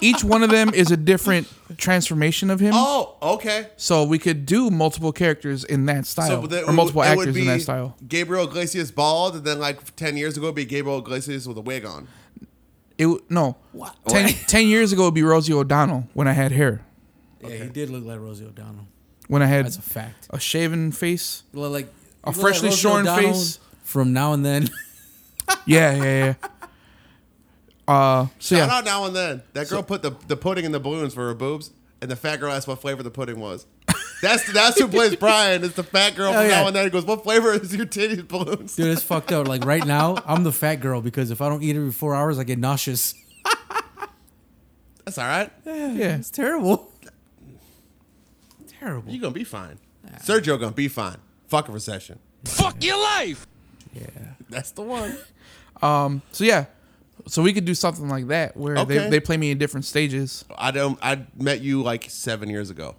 Speaker 2: each one of them is a different transformation of him.
Speaker 1: Oh, okay.
Speaker 2: So we could do multiple characters in that style,
Speaker 1: but then
Speaker 2: Oh, or multiple
Speaker 1: it would
Speaker 2: actors in
Speaker 1: be
Speaker 2: that style.
Speaker 1: Gabriel Iglesias bald, and then like ten years ago, it'd be Gabriel Iglesias with a wig on.
Speaker 2: It w- no, ten, ten years ago it'd be Rosie O'Donnell when I had hair,
Speaker 3: Yeah, he did look like Rosie O'Donnell.
Speaker 2: when I had
Speaker 3: That's a fact.
Speaker 2: a shaven face.
Speaker 3: Look like
Speaker 2: A
Speaker 3: look like
Speaker 2: freshly
Speaker 3: Rosie
Speaker 2: shorn
Speaker 3: O'Donnell
Speaker 2: face.
Speaker 3: From now and then,
Speaker 2: Yeah, yeah, yeah. Uh, so
Speaker 1: Shout
Speaker 2: yeah,
Speaker 1: out now and then. That girl put the, the pudding in the balloons for her boobs, and the fat girl asked what flavor the pudding was. That's that's who plays Brian. It's the fat girl
Speaker 3: Oh,
Speaker 1: from
Speaker 3: yeah.
Speaker 1: now and then. He goes, "What flavor is your titties balloons?"
Speaker 3: dude, it's fucked up. Like right now, I'm the fat girl because if I don't eat every four hours, I get nauseous.
Speaker 1: That's all right.
Speaker 2: yeah.
Speaker 3: It's terrible. terrible.
Speaker 1: You gonna be fine. Sergio gonna be fine. Fuck a recession.
Speaker 3: Yeah.
Speaker 1: That's the one.
Speaker 2: So yeah, so we could do something like that where
Speaker 1: Okay.
Speaker 2: they, they play me in different stages.
Speaker 1: I don't. I met you like seven years ago.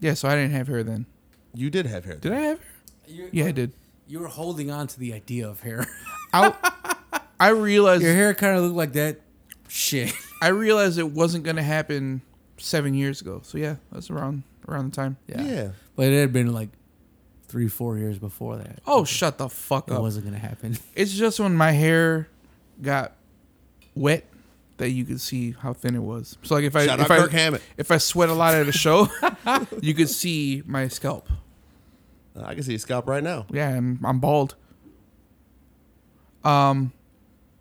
Speaker 2: Yeah, so I didn't have hair then.
Speaker 1: You did have hair.
Speaker 2: Did I have hair? Yeah, I did.
Speaker 3: You were holding on to the idea of hair.
Speaker 2: I realized
Speaker 3: Your hair kind of looked like that. Shit.
Speaker 2: I realized it wasn't gonna happen seven years ago. So yeah, that's around around the time.
Speaker 1: Yeah.
Speaker 3: But it had been like three, four years before that.
Speaker 2: Oh, shut the fuck
Speaker 3: It
Speaker 2: up.
Speaker 3: wasn't gonna happen.
Speaker 2: It's just when my hair got wet that you could see how thin it was. So like if I
Speaker 1: Shout
Speaker 2: if
Speaker 1: out
Speaker 2: I
Speaker 1: Kirk Hammett.
Speaker 2: if I sweat a lot at a show, you could see my scalp.
Speaker 1: I can see your scalp right now.
Speaker 2: Yeah, I'm, I'm bald. Um,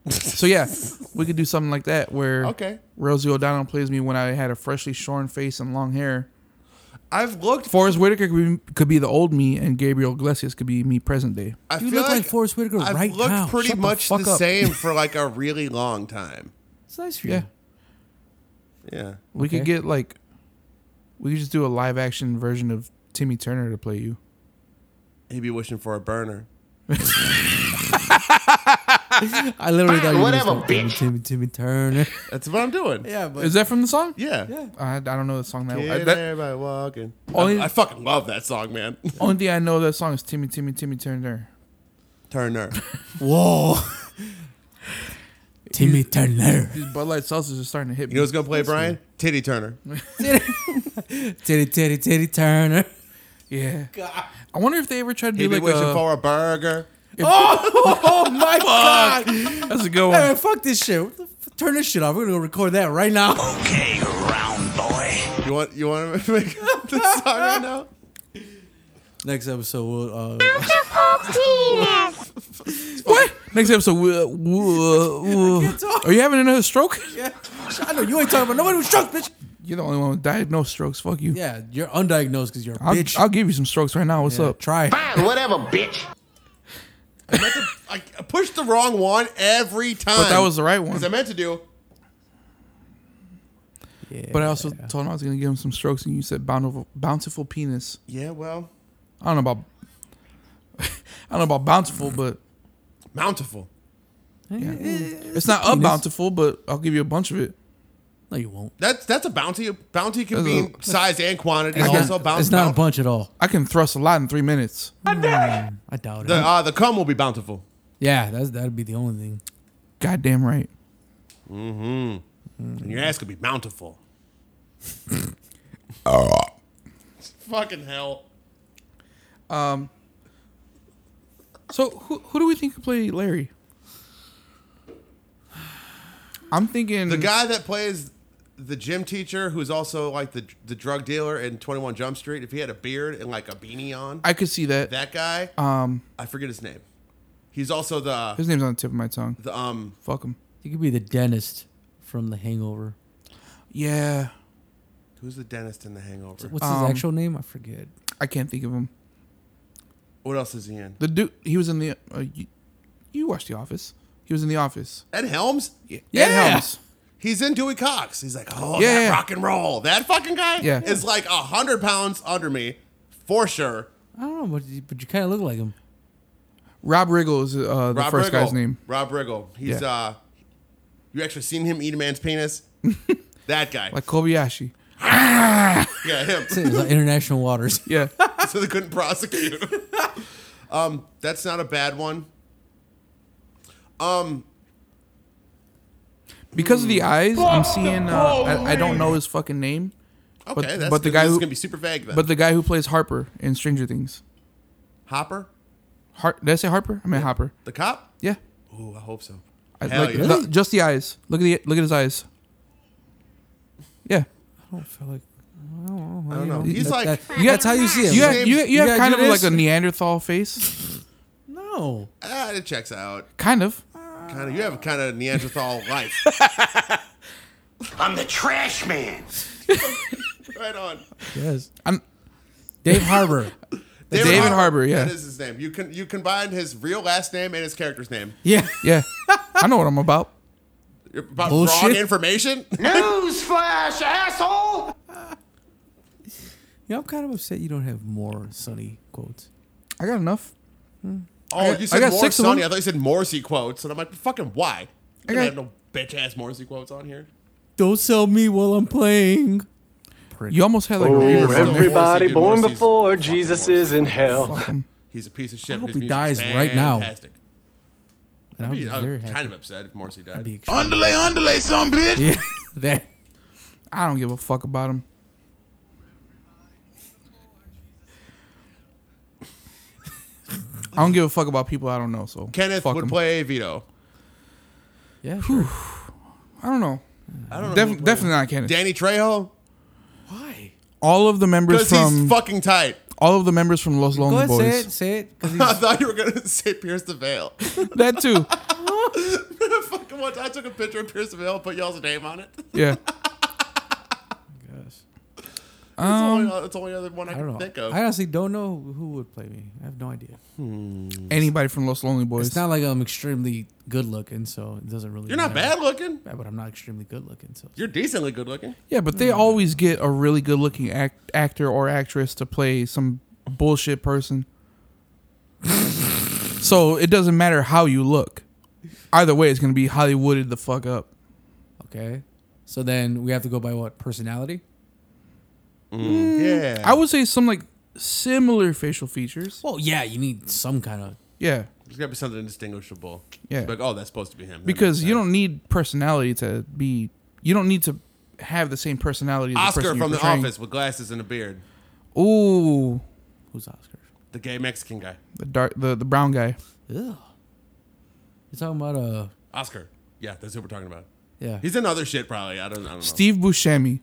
Speaker 2: so yeah, we could do something like that where
Speaker 1: Okay.
Speaker 2: Rosie O'Donnell plays me when I had a freshly shorn face and long hair.
Speaker 1: I've looked. For,
Speaker 2: Forrest Whitaker could be, could be the old me, and Gabriel Iglesias could be me present day.
Speaker 1: I
Speaker 3: You
Speaker 1: feel
Speaker 3: look like Forrest Whitaker
Speaker 1: I've
Speaker 3: right
Speaker 1: looked
Speaker 3: now.
Speaker 1: pretty
Speaker 3: Shut the
Speaker 1: much the,
Speaker 3: fuck up.
Speaker 1: same for like a really long time.
Speaker 3: It's nice for you.
Speaker 2: Yeah,
Speaker 1: Yeah.
Speaker 2: we could
Speaker 3: Okay.
Speaker 2: get like, we could just do a live action version of Timmy Turner to play you.
Speaker 1: He'd be wishing for a burner.
Speaker 3: I literally thought you were
Speaker 6: whatever,
Speaker 3: gonna start doing Timmy, Timmy Turner.
Speaker 1: That's what I'm doing.
Speaker 3: yeah, but
Speaker 2: Is that from the song?
Speaker 1: Yeah.
Speaker 2: I, I don't know the song that.
Speaker 1: Get
Speaker 2: I, that
Speaker 1: everybody walking.
Speaker 3: Oh,
Speaker 2: Only-
Speaker 1: I, I fucking love that song, man.
Speaker 2: only thing I know that song is Timmy Timmy Timmy Turner.
Speaker 1: Turner.
Speaker 3: whoa, Timmy Turner,
Speaker 2: These Bud Light seltzers are starting to hit me.
Speaker 1: You know who's gonna play Brian? Titty Turner.
Speaker 3: Titty Titty Titty Turner.
Speaker 2: yeah. I wonder if they ever tried to
Speaker 1: He'd
Speaker 2: do
Speaker 1: be
Speaker 2: like uh,
Speaker 1: wishing
Speaker 3: uh,
Speaker 2: a,
Speaker 1: for a burger.
Speaker 3: Oh my god!
Speaker 2: That's a good one.
Speaker 3: Hey, fuck this shit. What the f- Turn this shit off. We're gonna go record that right now.
Speaker 6: Okay, round boy.
Speaker 1: You want you want to make up this song right now?
Speaker 3: Next episode, we'll. Uh,
Speaker 2: What? Next episode. woo-
Speaker 3: uh,
Speaker 2: woo- woo.
Speaker 3: talk.
Speaker 2: Are you having another stroke?
Speaker 3: I know you ain't talking about nobody with strokes, bitch.
Speaker 2: You're the only one with diagnosed strokes. Fuck you.
Speaker 3: Yeah, you're undiagnosed because you're a
Speaker 2: I'll,
Speaker 3: bitch.
Speaker 2: I'll give you some strokes right now. What's
Speaker 3: Yeah,
Speaker 2: up?
Speaker 3: Try.
Speaker 6: Fine, whatever, bitch.
Speaker 1: I I pushed the wrong one every time.
Speaker 2: But that was the right one.
Speaker 1: Because I meant to do.
Speaker 2: But I also told him I was gonna give him some strokes, and you said bountiful, bountiful penis.
Speaker 1: Yeah, well,
Speaker 2: I don't know about. I don't know about bountiful, but
Speaker 1: bountiful.
Speaker 2: it's not a bountiful. But I'll give you a bunch of it.
Speaker 3: No, you won't.
Speaker 1: That's that's a bounty. Bounty can be
Speaker 2: That's
Speaker 1: size and quantity.
Speaker 3: It's
Speaker 1: also,
Speaker 3: not,
Speaker 1: bounty.
Speaker 3: it's not a bunch at all.
Speaker 2: I can thrust a lot in three minutes.
Speaker 3: I doubt it.
Speaker 1: The uh, the cum will be bountiful.
Speaker 3: yeah, that's, that'd be the only thing.
Speaker 2: Goddamn right.
Speaker 1: And your ass could be bountiful. Fucking hell.
Speaker 2: So who who do we think could play Larry? I'm thinking
Speaker 1: The guy that plays the gym teacher, who's also like the the drug dealer in Twenty One Jump Street, if he had a beard and like a beanie on,
Speaker 2: I could see that.
Speaker 1: that guy. Um, I forget his name. He's also the
Speaker 2: His name's on the tip of my tongue.
Speaker 1: the um.
Speaker 2: Fuck him.
Speaker 3: You could be the dentist from The Hangover.
Speaker 2: Yeah,
Speaker 1: Who's the dentist in The Hangover?
Speaker 3: What's his actual name? I forget.
Speaker 2: I can't think of him.
Speaker 1: What else is he in?
Speaker 2: The dude, he was in the. Uh, you, you watched The Office. He was in The Office.
Speaker 1: Ed Helms.
Speaker 2: Yeah, Ed Helms.
Speaker 1: He's in Dewey Cox. He's like, oh,
Speaker 2: Yeah,
Speaker 1: that
Speaker 2: yeah.
Speaker 1: rock and roll. That fucking guy
Speaker 2: Yeah.
Speaker 1: is like a hundred pounds under me, for sure.
Speaker 3: I don't know, but you, but you kind of look like him.
Speaker 2: Rob Riggle is uh, the
Speaker 1: Rob
Speaker 2: first
Speaker 1: Riggle.
Speaker 2: guy's name.
Speaker 1: Rob Riggle. He's
Speaker 2: Yeah.
Speaker 1: uh, you actually seen him eat a man's penis? that guy.
Speaker 2: Like Kobayashi.
Speaker 1: yeah, him.
Speaker 3: It's like international waters.
Speaker 2: Yeah.
Speaker 1: so they couldn't prosecute him. um, that's not a bad one. Hmm. Oh,
Speaker 2: because of the eyes, I'm seeing. Uh, I, I don't know his fucking name.
Speaker 1: Okay,
Speaker 2: but,
Speaker 1: that's
Speaker 2: but the
Speaker 1: good.
Speaker 2: guy
Speaker 1: This is
Speaker 2: who,
Speaker 1: gonna be super vague then.
Speaker 2: But the guy who plays Harper in Stranger Things,
Speaker 1: Hopper,
Speaker 2: Har- did I say Harper? I meant Hopper.
Speaker 1: the cop.
Speaker 2: Yeah,
Speaker 1: Ooh, I hope so.
Speaker 2: I-
Speaker 1: Hell
Speaker 2: like,
Speaker 1: yeah.
Speaker 2: the- just the eyes. Look at the look at his eyes. Yeah,
Speaker 3: I don't feel like.
Speaker 1: I don't know. He's like
Speaker 2: Yeah.
Speaker 3: that's how you see it.
Speaker 2: you have,
Speaker 1: His
Speaker 2: you,
Speaker 1: name's-
Speaker 2: you have
Speaker 3: Yeah,
Speaker 2: kind of
Speaker 3: it
Speaker 2: like
Speaker 3: is.
Speaker 2: a Neanderthal face,
Speaker 3: no.
Speaker 1: ah, it checks out.
Speaker 2: kind of.
Speaker 1: Kind of. You have a kind of Neanderthal life.
Speaker 6: I'm the trash man.
Speaker 1: Right on.
Speaker 3: Yes.
Speaker 2: I'm-
Speaker 3: Dave Harbor.
Speaker 2: David Harbour, yeah.
Speaker 1: that is his name. You can you combine his real last name and his character's name.
Speaker 3: yeah.
Speaker 2: Yeah, I know what I'm about.
Speaker 1: You're about wrong
Speaker 3: Bullshit.
Speaker 1: information.
Speaker 6: Newsflash, asshole!
Speaker 3: You know, I'm kind of upset you don't have more Sunny quotes.
Speaker 2: I got enough.
Speaker 1: Oh, you said
Speaker 2: got
Speaker 1: more
Speaker 2: six of
Speaker 1: Sonny.
Speaker 2: them.
Speaker 1: I thought you said Morrissey quotes, and I'm like, fucking why? I
Speaker 2: got-
Speaker 1: have no bitch ass Morrissey quotes on here.
Speaker 3: Don't sell me while I'm playing.
Speaker 2: You almost had like a
Speaker 7: Oh,
Speaker 2: beaver
Speaker 1: Morrissey,
Speaker 2: from
Speaker 1: dude,
Speaker 2: there.
Speaker 7: everybody
Speaker 1: Morrissey,
Speaker 7: born
Speaker 1: dude,
Speaker 7: before
Speaker 1: Morrissey's-
Speaker 7: Jesus
Speaker 1: fucking
Speaker 7: is in hell.
Speaker 2: Fucking-
Speaker 1: He's a piece of shit.
Speaker 3: hope
Speaker 1: His
Speaker 3: he
Speaker 1: music's
Speaker 3: dies right now.
Speaker 1: Fantastic.
Speaker 3: And I'll
Speaker 1: I'd be-
Speaker 3: be
Speaker 1: I'd be
Speaker 3: very happy.
Speaker 1: kind of upset if Morrissey died.
Speaker 3: Be extreme.
Speaker 9: Underlay, underlay, some bitch.
Speaker 3: yeah. That.
Speaker 2: I don't give a fuck about him. I don't give a fuck about people I don't know. So
Speaker 1: Kenneth
Speaker 2: fuck
Speaker 1: would
Speaker 2: 'em.
Speaker 1: play Vito.
Speaker 3: Yeah. Sure.
Speaker 2: I don't know.
Speaker 1: I don't know.
Speaker 2: Def-
Speaker 1: who would play
Speaker 2: definitely not Kenneth.
Speaker 1: Danny Trejo
Speaker 3: Why?
Speaker 2: all of the members
Speaker 1: because
Speaker 2: from
Speaker 1: he's fucking tight.
Speaker 2: all of the members from Los
Speaker 3: Go
Speaker 2: Lonely
Speaker 3: ahead, say it.
Speaker 2: Boys.
Speaker 3: Say it. 'cause
Speaker 1: I
Speaker 3: he's-
Speaker 1: thought you were gonna say Pierce the Veil.
Speaker 2: That too.
Speaker 1: fucking once I took a picture of Pierce the Veil, put y'all's name on it.
Speaker 2: Yeah.
Speaker 1: That's
Speaker 2: Um,
Speaker 1: the only, that's the only other one I,
Speaker 3: I
Speaker 1: can
Speaker 3: don't know.
Speaker 1: think of.
Speaker 3: I honestly don't know who would play me. I have no idea.
Speaker 2: Anybody from Los Lonely
Speaker 3: It's
Speaker 2: Boys.
Speaker 3: not like I'm extremely good looking, so it doesn't really.
Speaker 1: You're not
Speaker 3: matter.
Speaker 1: bad looking.
Speaker 3: Yeah, but I'm not extremely good looking. So
Speaker 1: You're decently good looking.
Speaker 2: yeah, but
Speaker 1: Mm.
Speaker 2: they always get a really good looking act- actor or actress to play some bullshit person. so it doesn't matter how you look. Either way, it's going to be Hollywooded the fuck up.
Speaker 3: okay. So then we have to go by what personality?
Speaker 1: Yeah.
Speaker 2: Mm, I would say some like similar facial features.
Speaker 3: Well, yeah, you need some kind of.
Speaker 2: Yeah.
Speaker 1: There's gotta be something indistinguishable.
Speaker 2: Yeah.
Speaker 1: Like, oh, that's supposed to be him. That
Speaker 2: Because
Speaker 1: makes
Speaker 2: you
Speaker 1: sense.
Speaker 2: don't need personality to be, you don't need to have the same personality as the
Speaker 1: Oscar
Speaker 2: person you're
Speaker 1: from The
Speaker 2: portraying.
Speaker 1: Office with glasses and a beard.
Speaker 2: Ooh.
Speaker 3: Who's Oscar?
Speaker 1: The gay Mexican guy.
Speaker 2: The dark, the, the brown guy.
Speaker 1: Oh.
Speaker 3: Ugh. You're talking about uh
Speaker 1: Oscar. Yeah, that's who we're talking about.
Speaker 3: yeah.
Speaker 1: He's in other shit probably. I don't, I don't know.
Speaker 2: Steve Buscemi.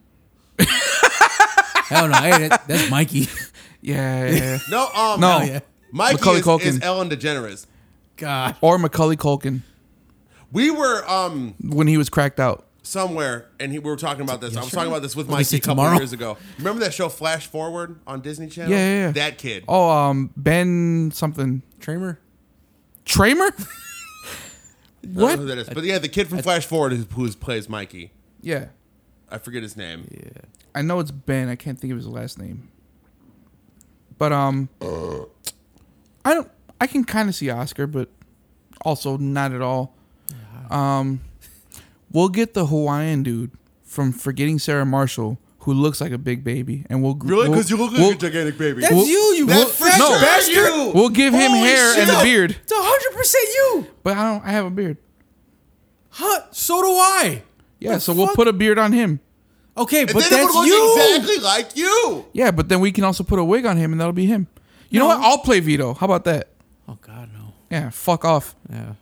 Speaker 3: Hell no, hey, that, that's Mikey.
Speaker 2: Yeah.
Speaker 1: No, um,
Speaker 2: No.
Speaker 3: yeah.
Speaker 1: Mikey
Speaker 2: Macaulay
Speaker 1: is,
Speaker 2: Culkin.
Speaker 1: is Ellen DeGeneres.
Speaker 3: God.
Speaker 2: or Macaulay Culkin
Speaker 1: We were um
Speaker 2: when he was cracked out.
Speaker 1: somewhere and he, we were talking about this. I was talking about this with
Speaker 3: What, we
Speaker 1: Mikey
Speaker 3: see
Speaker 1: a couple
Speaker 3: tomorrow?
Speaker 1: years ago. Remember that show Flash Forward on Disney Channel?
Speaker 2: Yeah, yeah, yeah.
Speaker 1: That kid.
Speaker 2: Oh, um, Ben something
Speaker 3: Tramer.
Speaker 2: Tramer.
Speaker 1: I don't know
Speaker 2: what?
Speaker 1: who that is. But yeah, the kid from Flash Forward who, who plays Mikey.
Speaker 2: Yeah,
Speaker 1: I forget his name.
Speaker 2: I know it's Ben. I can't think of his last name. But um,
Speaker 1: Uh.
Speaker 2: I don't. I can kind of see Oscar, but also not at all. Um, we'll get the Hawaiian dude from Forgetting Sarah Marshall who looks like a big baby, and we'll
Speaker 1: Really?
Speaker 2: we'll-
Speaker 1: Because you look like
Speaker 2: we'll,
Speaker 1: a gigantic baby.
Speaker 3: That's
Speaker 2: Well,
Speaker 3: you, you
Speaker 1: that
Speaker 3: wo-
Speaker 1: fresh
Speaker 2: No.
Speaker 3: bastard.
Speaker 1: you!
Speaker 2: We'll give him
Speaker 3: Holy
Speaker 2: hair and a
Speaker 3: shit.
Speaker 2: beard,
Speaker 3: It's hundred percent you.
Speaker 2: but I don't. I have a beard.
Speaker 3: Huh? So do I.
Speaker 2: Yeah,
Speaker 3: The
Speaker 2: so we'll
Speaker 3: fuck?
Speaker 2: put a beard on him.
Speaker 3: Okay,
Speaker 1: And
Speaker 3: but
Speaker 1: then it
Speaker 3: that's
Speaker 1: would look
Speaker 3: you.
Speaker 1: exactly like you.
Speaker 2: Yeah, but then we can also put a wig on him, and that'll be him. You know what? I'll play Vito. How about that?
Speaker 3: Oh God, no.
Speaker 2: Yeah, fuck off.
Speaker 3: Yeah,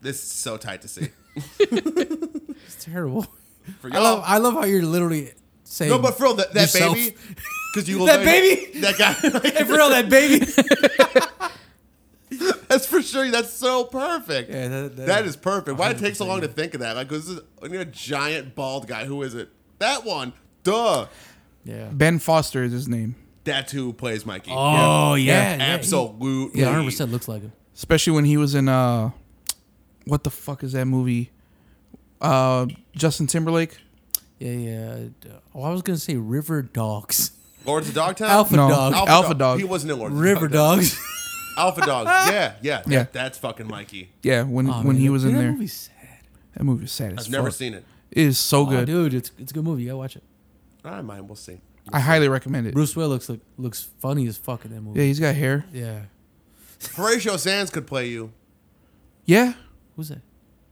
Speaker 1: This is so tight to see.
Speaker 3: it's terrible.
Speaker 1: For
Speaker 3: I
Speaker 1: y'all.
Speaker 3: love, I love how you're literally saying.
Speaker 1: no, but for real, that, that
Speaker 3: yourself.
Speaker 1: baby. Because you look
Speaker 3: That
Speaker 1: like
Speaker 3: baby?
Speaker 1: That guy.
Speaker 3: Hey, for real, that baby.
Speaker 1: That's for sure. That's so perfect.
Speaker 3: Yeah, that- that-
Speaker 1: that is perfect. Why it take so long to think of that? Like, 'cause this is I need a giant bald guy. Who is it? That one. Duh.
Speaker 3: yeah.
Speaker 2: Ben Foster is his name.
Speaker 1: That's who plays Mikey.
Speaker 3: Oh yeah, yeah,
Speaker 1: Absolutely.
Speaker 3: Yeah, hundred percent looks like him.
Speaker 2: Especially when he was in uh, what the fuck is that movie? Uh, Justin Timberlake.
Speaker 3: Yeah, yeah. Oh, I was gonna say River Dogs.
Speaker 1: Lords of Dogtown?
Speaker 3: Alpha
Speaker 2: No.
Speaker 3: Dog.
Speaker 2: Alpha Dog.
Speaker 1: He wasn't in Lords
Speaker 3: River
Speaker 1: of Dogtown.
Speaker 3: Dogs.
Speaker 1: Alpha Dog. Yeah, yeah. that-
Speaker 2: Yeah.
Speaker 1: That's fucking Mikey.
Speaker 2: Yeah, when
Speaker 3: Oh,
Speaker 2: when
Speaker 3: man,
Speaker 2: he
Speaker 3: that-
Speaker 2: was
Speaker 3: dude,
Speaker 2: in
Speaker 3: that
Speaker 2: there.
Speaker 3: movie's sad.
Speaker 2: That movie is sad as
Speaker 1: I've never
Speaker 2: fuck.
Speaker 1: seen it.
Speaker 2: It is so
Speaker 3: Oh,
Speaker 2: good.
Speaker 3: dude, it's it's a good movie. I watch it.
Speaker 1: I might. We'll see.
Speaker 2: I highly recommend it.
Speaker 3: Bruce Will looks like, looks funny as fuck in that movie.
Speaker 2: Yeah, he's got hair.
Speaker 3: Yeah.
Speaker 1: Horatio Sands could play you.
Speaker 2: Yeah,
Speaker 3: Who's that?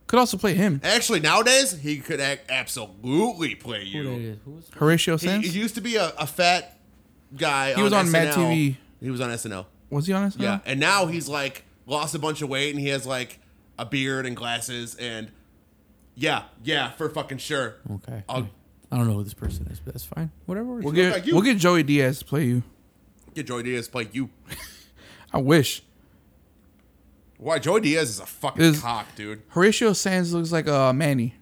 Speaker 2: Could also play him.
Speaker 1: Actually, nowadays he could ac absolutely play you.
Speaker 2: Horatio
Speaker 1: He,
Speaker 2: Sands?
Speaker 1: he used to be a, a fat guy.
Speaker 2: He was on Mad
Speaker 1: SNL.
Speaker 2: TV.
Speaker 1: He was on SNL.
Speaker 2: Was he on SNL?
Speaker 1: Yeah, and now he's like lost a bunch of weight and he has like a beard and glasses and yeah, yeah, for fucking sure.
Speaker 3: Okay.
Speaker 1: I'll
Speaker 3: I don't know who this person is, but that's fine. Whatever. works.
Speaker 2: We'll
Speaker 1: He looked
Speaker 2: get
Speaker 1: like you.
Speaker 2: we'll get Joey Diaz to play you.
Speaker 1: get Joy Diaz to play you.
Speaker 2: I wish.
Speaker 1: Why Joy Diaz is a fucking
Speaker 2: Is-
Speaker 1: cock, dude.
Speaker 2: Horatio Sands looks like uh, Manny.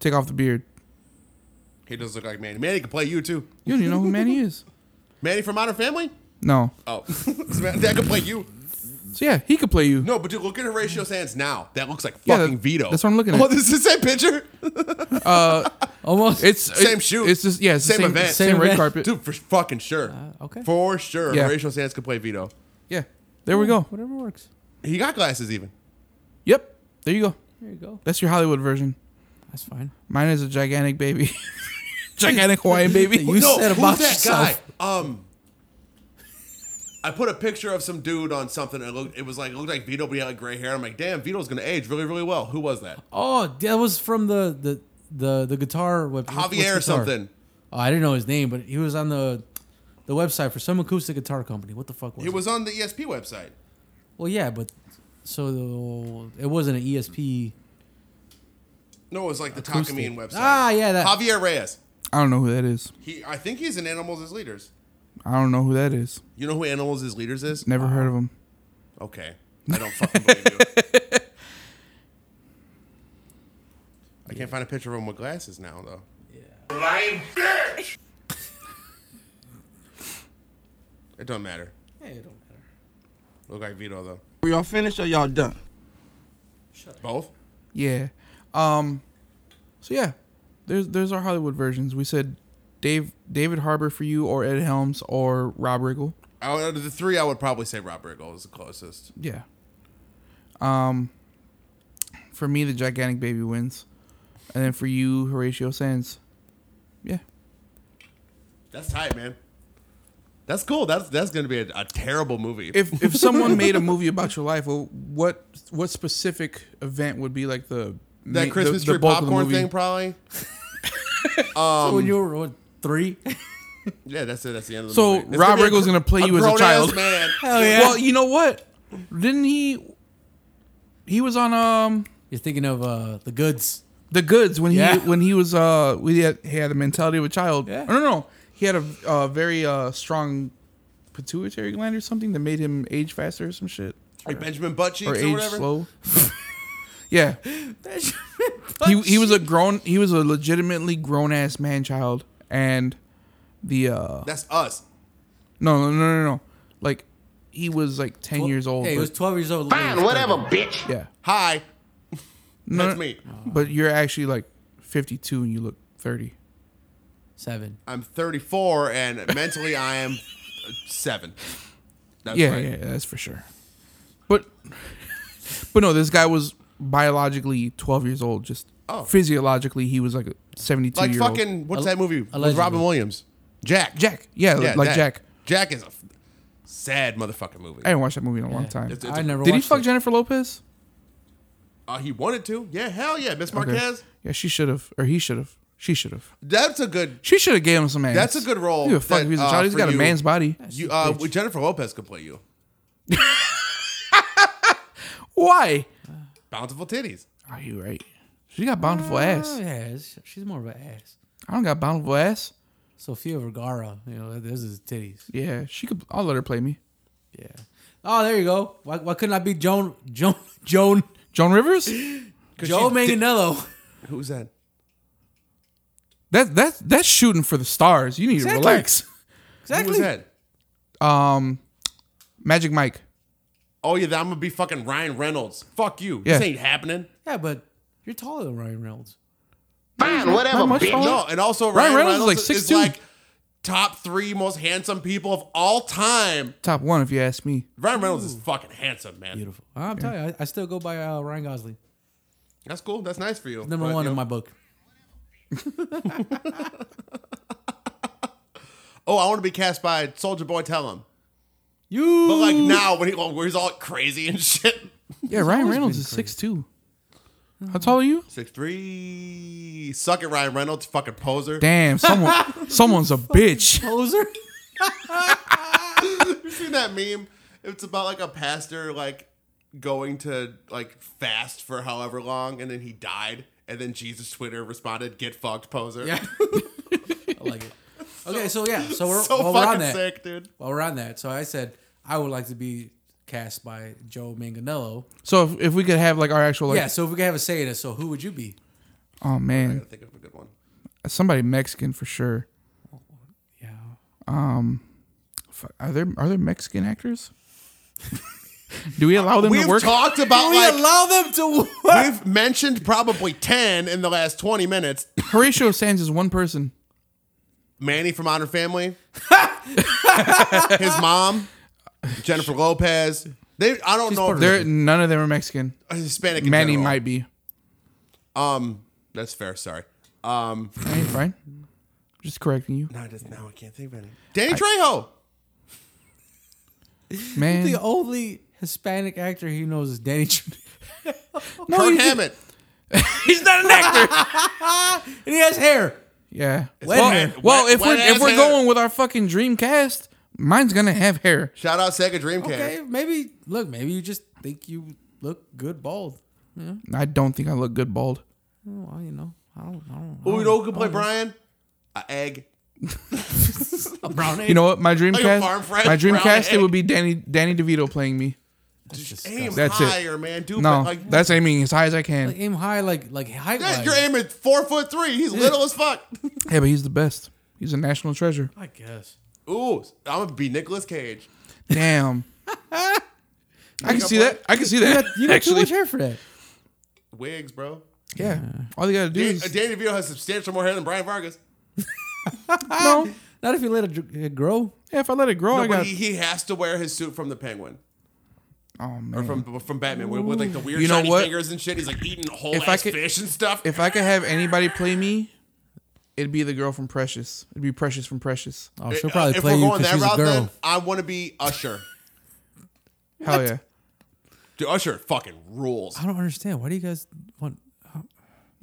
Speaker 2: Take off the beard.
Speaker 1: He does look like Manny. Manny can play you too.
Speaker 2: You don't even know who Manny is.
Speaker 1: Manny from Modern Family?
Speaker 2: No.
Speaker 1: Oh, that could play you.
Speaker 2: So yeah, he could play you.
Speaker 1: No, but dude, look at Horatio Sands now. That looks like
Speaker 2: Yeah,
Speaker 1: fucking
Speaker 2: that-
Speaker 1: Vito.
Speaker 2: that's what I'm looking at.
Speaker 1: Oh, this is the same picture?
Speaker 2: Uh,
Speaker 3: Almost.
Speaker 2: it's
Speaker 1: Same
Speaker 2: it-
Speaker 1: shoot.
Speaker 2: It's just yeah, it's the
Speaker 1: same,
Speaker 2: same
Speaker 1: event.
Speaker 2: same, red
Speaker 3: event.
Speaker 2: carpet.
Speaker 1: Dude, for fucking sure.
Speaker 3: okay.
Speaker 1: For sure.
Speaker 2: Uh, Yeah.
Speaker 1: Horatio Sands could play Vito.
Speaker 2: Yeah, there we go.
Speaker 3: Whatever works.
Speaker 1: He got glasses even.
Speaker 2: Yep, there you go.
Speaker 3: There you go.
Speaker 2: That's your Hollywood version.
Speaker 3: That's fine.
Speaker 2: Mine is a gigantic baby, gigantic Hawaiian baby.
Speaker 3: You said
Speaker 1: who's
Speaker 3: about
Speaker 1: that
Speaker 3: yourself.
Speaker 1: guy? Um, I put a picture of some dude on something. And it looked, it was like it looked like Vito, but he had like gray hair. I'm like, damn, Vito's gonna age really, really well. Who was that?
Speaker 3: Oh, that was from the the the, the guitar. What, what's
Speaker 1: Javier
Speaker 3: guitar?
Speaker 1: or something.
Speaker 3: Oh, I didn't know his name, but he was on the the website for some acoustic guitar company. What the fuck was
Speaker 1: It was on the ESP website.
Speaker 3: Well, yeah, but so the, it wasn't an E ESP.
Speaker 1: No, it was like the
Speaker 3: Acoustic.
Speaker 1: Takamine website.
Speaker 3: Ah, yeah, that-
Speaker 1: Javier Reyes.
Speaker 2: I don't know who that is.
Speaker 1: He, I think he's in Animals as Leaders.
Speaker 2: I don't know who that is.
Speaker 1: You know who Animals as Leaders is?
Speaker 2: Never heard of him.
Speaker 1: Okay, I don't fucking believe you. I can't find a picture of him with glasses now though.
Speaker 6: Lying bitch!
Speaker 1: It don't matter. Look like Vito though.
Speaker 12: Were y'all finished or y'all done?
Speaker 1: Both.
Speaker 2: Yeah. Um. So yeah, there's there's our Hollywood versions. We said Dave David Harbor for you, or Ed Helms, or Rob Riggle.
Speaker 1: Out of the three, I would probably say Rob Riggle is the closest.
Speaker 2: Yeah. Um. For me, the gigantic baby wins, and then for you, Horatio Sands. Yeah.
Speaker 1: That's tight, man. That's cool. That's that's gonna be a, a terrible movie.
Speaker 2: If if someone made a movie about your life, well, what what specific event would be like the ma-
Speaker 1: that
Speaker 2: the-
Speaker 1: Christmas
Speaker 2: the
Speaker 1: tree
Speaker 2: bulk of the
Speaker 1: popcorn
Speaker 2: movie?
Speaker 1: thing, probably.
Speaker 3: So when
Speaker 1: um,
Speaker 3: you were what, three?
Speaker 1: yeah, that's it. That's the end of the
Speaker 2: So
Speaker 1: movie. It's
Speaker 2: Rob
Speaker 1: be a
Speaker 2: Riggle's
Speaker 1: gr-
Speaker 2: gonna play you as a
Speaker 1: grown-ass
Speaker 2: child.
Speaker 1: man.
Speaker 3: Hell yeah!
Speaker 2: Well, you know what? Didn't he? He was on um
Speaker 3: You're thinking of uh, the goods.
Speaker 2: the goods when he
Speaker 3: Yeah.
Speaker 2: when he was uh we had he had the mentality of a child. Oh,
Speaker 3: Yeah.
Speaker 2: No, no, no. He had a uh, very uh strong pituitary gland or something that made him age faster or some shit
Speaker 1: Like Benjamin Butt Cheeks
Speaker 2: or
Speaker 1: or,
Speaker 2: age
Speaker 1: whatever.
Speaker 2: slow. yeah. he he was a grown he was a legitimately grown ass man child and the uh
Speaker 1: That's us.
Speaker 2: no no no no no like he was like 10 years old
Speaker 3: Yeah, he
Speaker 2: but-
Speaker 3: was 12 years old.
Speaker 6: Fine, whatever, bitch.
Speaker 2: yeah
Speaker 1: Hi,
Speaker 2: No,
Speaker 1: that's
Speaker 2: no,
Speaker 1: me.
Speaker 2: but you're actually like 52 and you look 30
Speaker 3: Seven.
Speaker 1: I'm 34, and mentally I am uh, seven. That's
Speaker 2: yeah,
Speaker 1: right.
Speaker 2: yeah, yeah, that's for sure. But but no, this guy was biologically 12 years old. Just
Speaker 1: Oh.
Speaker 2: physiologically, he was like a 72
Speaker 1: Like
Speaker 2: year old.
Speaker 1: fucking what's that movie with
Speaker 3: allegedly.
Speaker 1: Robin Williams? Jack.
Speaker 2: Jack. Yeah, like Jack.
Speaker 1: Jack is a f- sad motherfucking movie.
Speaker 2: I haven't watched that movie in a long time.
Speaker 1: It's- it's
Speaker 3: I
Speaker 1: a-
Speaker 3: never
Speaker 2: Did he
Speaker 3: watched
Speaker 2: fuck
Speaker 3: it.
Speaker 2: Jennifer Lopez?
Speaker 1: Uh, he wanted to. Yeah, hell yeah, Miss
Speaker 2: Okay.
Speaker 1: Marquez.
Speaker 2: Yeah, she should have, or he should have. She should have.
Speaker 1: That's a good.
Speaker 2: She should have gave him some ass.
Speaker 1: That's a good role
Speaker 2: He a fuck
Speaker 1: that,
Speaker 2: if he's a
Speaker 1: uh,
Speaker 2: child. he's
Speaker 1: for
Speaker 2: got a
Speaker 1: you-
Speaker 2: man's body.
Speaker 1: You uh, Jennifer Lopez could play you.
Speaker 2: Why?
Speaker 1: Bountiful titties.
Speaker 2: Are you right? She got bountiful ass.
Speaker 3: Oh, yeah, it's- she's more of an ass.
Speaker 2: I don't got bountiful ass.
Speaker 3: Sofia Vergara, you know, this is titties.
Speaker 2: Yeah, she could. I'll let her play me.
Speaker 3: Yeah. Oh, there you go. Why, why couldn't I be Joan Joan Joan
Speaker 2: Joan Rivers.
Speaker 3: Joe Manganiello?
Speaker 1: Who's that?
Speaker 2: That that that's shooting for the stars. You need to relax.
Speaker 3: Exactly.
Speaker 1: Who was that?
Speaker 2: Um, Magic Mike.
Speaker 1: Oh yeah, that- I'm gonna be fucking Ryan Reynolds. Fuck you.
Speaker 2: Yeah.
Speaker 1: This ain't happening.
Speaker 3: Yeah, but you're taller than Ryan Reynolds.
Speaker 6: Fine, whatever,
Speaker 2: much
Speaker 6: bitch.
Speaker 2: taller.
Speaker 1: No, and also
Speaker 2: Ryan
Speaker 1: Ryan,
Speaker 2: Reynolds
Speaker 1: Reynolds,
Speaker 2: is like
Speaker 1: is
Speaker 2: 6'2".
Speaker 1: like top three most handsome people of all time.
Speaker 2: Top one, if you ask me.
Speaker 1: Ryan Reynolds is fucking handsome, man.
Speaker 3: Beautiful. I'm telling you, I, I still go by uh, Ryan Gosling.
Speaker 1: That's cool. That's nice for you.
Speaker 3: Number
Speaker 1: But,
Speaker 3: one
Speaker 1: you know-
Speaker 3: in my book.
Speaker 1: Oh, I want to be cast by Soldier Boy. Tell him.
Speaker 3: You
Speaker 1: But like now, when he, where he's all crazy and shit.
Speaker 2: Yeah, Ryan Reynolds is six two. How tall are you?
Speaker 1: Six three. Suck it, Ryan Reynolds, fucking poser.
Speaker 2: Damn, someone, someone's a bitch.
Speaker 3: Poser.
Speaker 1: you seen that meme? It's about like a pastor like going to like fast for however long, and then he died, and then Jesus Twitter responded, "Get fucked, poser."
Speaker 3: Yeah. I like it. Okay, so yeah, so we're,
Speaker 1: so
Speaker 3: while we're on
Speaker 1: fucking
Speaker 3: that,
Speaker 1: sick, dude.
Speaker 3: while we're on that, so I said I would like to be cast by Joe Manganello.
Speaker 2: So if, if we could have like our actual like,
Speaker 3: yeah, so if we could have a say in it, so who would you be?
Speaker 2: oh
Speaker 1: I
Speaker 2: man,
Speaker 1: gotta think of a good one.
Speaker 2: somebody Mexican for sure.
Speaker 3: Yeah,
Speaker 2: Fuck, Are there are there Mexican actors? Do we allow them
Speaker 1: We've
Speaker 2: to work?
Speaker 1: talked about
Speaker 3: we
Speaker 1: like
Speaker 3: allow them to. Work?
Speaker 1: we've mentioned probably ten in the last twenty minutes.
Speaker 2: Horatio Sands is one person.
Speaker 1: Manny from Modern Family, his mom, Jennifer Lopez. They, I don't know. if
Speaker 2: There, none of them are Mexican.
Speaker 1: they're Hispanic. in
Speaker 2: Manny
Speaker 1: general.
Speaker 2: might be.
Speaker 1: Um, that's fair. Sorry. Um,
Speaker 2: Right, right? Just correcting you,
Speaker 1: now I just now I can't think of any. Danny Trejo.
Speaker 2: man.
Speaker 3: The only Hispanic actor he knows is Danny. Tr-
Speaker 2: No,
Speaker 1: Kirk
Speaker 2: he's-
Speaker 1: Hammett.
Speaker 3: He's not an actor, and he has hair.
Speaker 2: Yeah.
Speaker 3: wet
Speaker 2: Well,
Speaker 3: hair.
Speaker 2: well,
Speaker 1: Wet-
Speaker 2: if we're
Speaker 1: wet-ass
Speaker 2: if we're
Speaker 1: hair.
Speaker 2: going with our fucking dream cast, mine's gonna have hair.
Speaker 1: Shout out Sega Dreamcast.
Speaker 3: Okay, maybe look, maybe you just think you look good bald.
Speaker 2: I don't think I look good bald.
Speaker 3: Well, you know, I don't, I don't.
Speaker 1: Who you know who could play Brian? A egg.
Speaker 3: A brown egg.
Speaker 2: You know what? My dream
Speaker 1: Like a
Speaker 2: cast,
Speaker 1: farm fresh
Speaker 2: my dream
Speaker 1: brown
Speaker 2: cast, it
Speaker 1: egg.
Speaker 2: would be Danny Danny DeVito playing me.
Speaker 1: Aim
Speaker 2: That's it.
Speaker 1: higher, man. Dude,
Speaker 2: No,
Speaker 1: like
Speaker 2: that's aiming as high as I
Speaker 3: like
Speaker 2: can.
Speaker 3: aim high, like like height.
Speaker 1: yeah,
Speaker 3: wise.
Speaker 1: you're aiming four foot three. He's little as fuck.
Speaker 2: Yeah, but he's the best. He's a national treasure.
Speaker 3: I guess.
Speaker 1: Ooh, I'm gonna be Nicolas Cage.
Speaker 2: Damn. I can
Speaker 1: got
Speaker 2: see that. I can see that.
Speaker 3: You got too
Speaker 2: Actually,
Speaker 3: much hair for that.
Speaker 1: Wigs, bro.
Speaker 2: yeah. All you gotta do
Speaker 1: Dan-
Speaker 2: is
Speaker 1: Danny DeVito has substantial more hair than Brian Vargas.
Speaker 2: no.
Speaker 3: Not if you let it dr- it grow.
Speaker 2: Yeah, if I let it grow,
Speaker 1: No,
Speaker 2: I
Speaker 1: but
Speaker 2: got.
Speaker 1: he, he has to wear his suit from the Penguin
Speaker 2: Oh
Speaker 1: or
Speaker 2: man.
Speaker 1: from from Batman with, with like the weird
Speaker 2: You know
Speaker 1: shiny
Speaker 2: what?
Speaker 1: fingers and shit. He's like eating whole
Speaker 2: If I
Speaker 1: ass
Speaker 2: could-
Speaker 1: fish and stuff.
Speaker 2: if I could have anybody play me, it'd be the girl from Precious. It'd be Precious from Precious.
Speaker 3: Oh, she'll probably
Speaker 1: Uh, if
Speaker 3: play
Speaker 1: we're
Speaker 3: you
Speaker 1: going
Speaker 3: because
Speaker 1: that
Speaker 3: she's a
Speaker 1: route, then
Speaker 3: girl.
Speaker 1: I want to be Usher.
Speaker 2: Hell yeah.
Speaker 1: Dude, Usher fucking rules.
Speaker 3: I don't understand. Why do you guys want?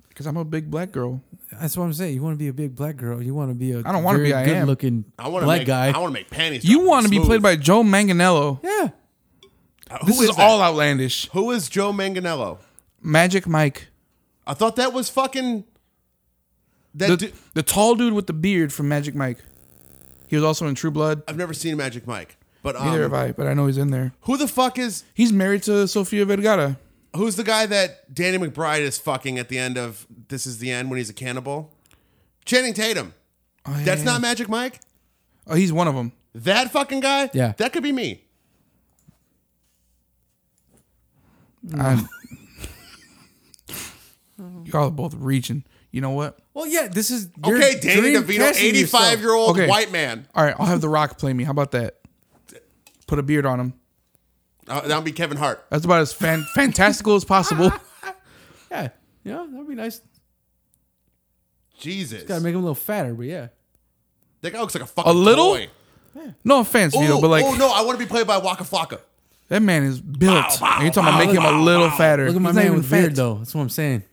Speaker 2: Because I'm a big black girl.
Speaker 3: That's what I'm saying. You want to be a big black girl. You want to be a.
Speaker 2: I don't wanna
Speaker 3: very
Speaker 2: be, I am.
Speaker 3: good-looking
Speaker 1: I want to
Speaker 3: black
Speaker 1: make.
Speaker 3: guy.
Speaker 1: I want to make panties.
Speaker 2: You
Speaker 1: drop
Speaker 2: want to be
Speaker 1: smooth. Uh,
Speaker 2: played by Joe Manganello.
Speaker 3: yeah.
Speaker 1: Who
Speaker 2: This is,
Speaker 1: that?
Speaker 2: all outlandish.
Speaker 1: Who is Joe Manganello?
Speaker 2: Magic Mike.
Speaker 1: I thought that was fucking. That
Speaker 2: The,
Speaker 1: du-
Speaker 2: the tall dude with the beard from Magic Mike. He was also in True Blood.
Speaker 1: I've never seen Magic Mike, but
Speaker 2: Neither
Speaker 1: um,
Speaker 2: have I, but I know he's in there.
Speaker 1: who the fuck is
Speaker 2: He's married to Sofia Vergara.
Speaker 1: who's the guy that Danny McBride is fucking at the end of This Is the End when he's a cannibal? Channing Tatum.
Speaker 2: Oh, yeah,
Speaker 1: That's
Speaker 2: yeah.
Speaker 1: not Magic Mike.
Speaker 2: Oh, he's one of them.
Speaker 1: That fucking guy.
Speaker 3: Yeah.
Speaker 1: that could be me.
Speaker 2: Y'all are both reaching. You know what?
Speaker 3: Well, yeah. This is you're
Speaker 1: Okay, Danny
Speaker 3: dream
Speaker 1: DeVito,
Speaker 3: casting yourself.
Speaker 1: eighty-five year old
Speaker 2: Okay.
Speaker 1: white man.
Speaker 2: All right, I'll have The Rock play me. How about that? Put a beard on him.
Speaker 1: Uh, that'll be Kevin Hart.
Speaker 2: That's about as fan- fantastical as possible.
Speaker 3: Yeah. Yeah, that'd be nice.
Speaker 1: Jesus,
Speaker 3: Gotta make him a little fatter, but yeah.
Speaker 1: that guy looks like a fucking
Speaker 2: A little?
Speaker 1: Toy.
Speaker 2: No offense, Vito,
Speaker 1: Ooh,
Speaker 2: but like
Speaker 1: oh no, I want to be played by Waka Flocka.
Speaker 2: that man is built. and you're talking about making him a little fatter.
Speaker 3: Look at my
Speaker 2: He's not
Speaker 3: man
Speaker 2: even
Speaker 3: with beard,
Speaker 2: fat.
Speaker 3: though. That's what I'm saying.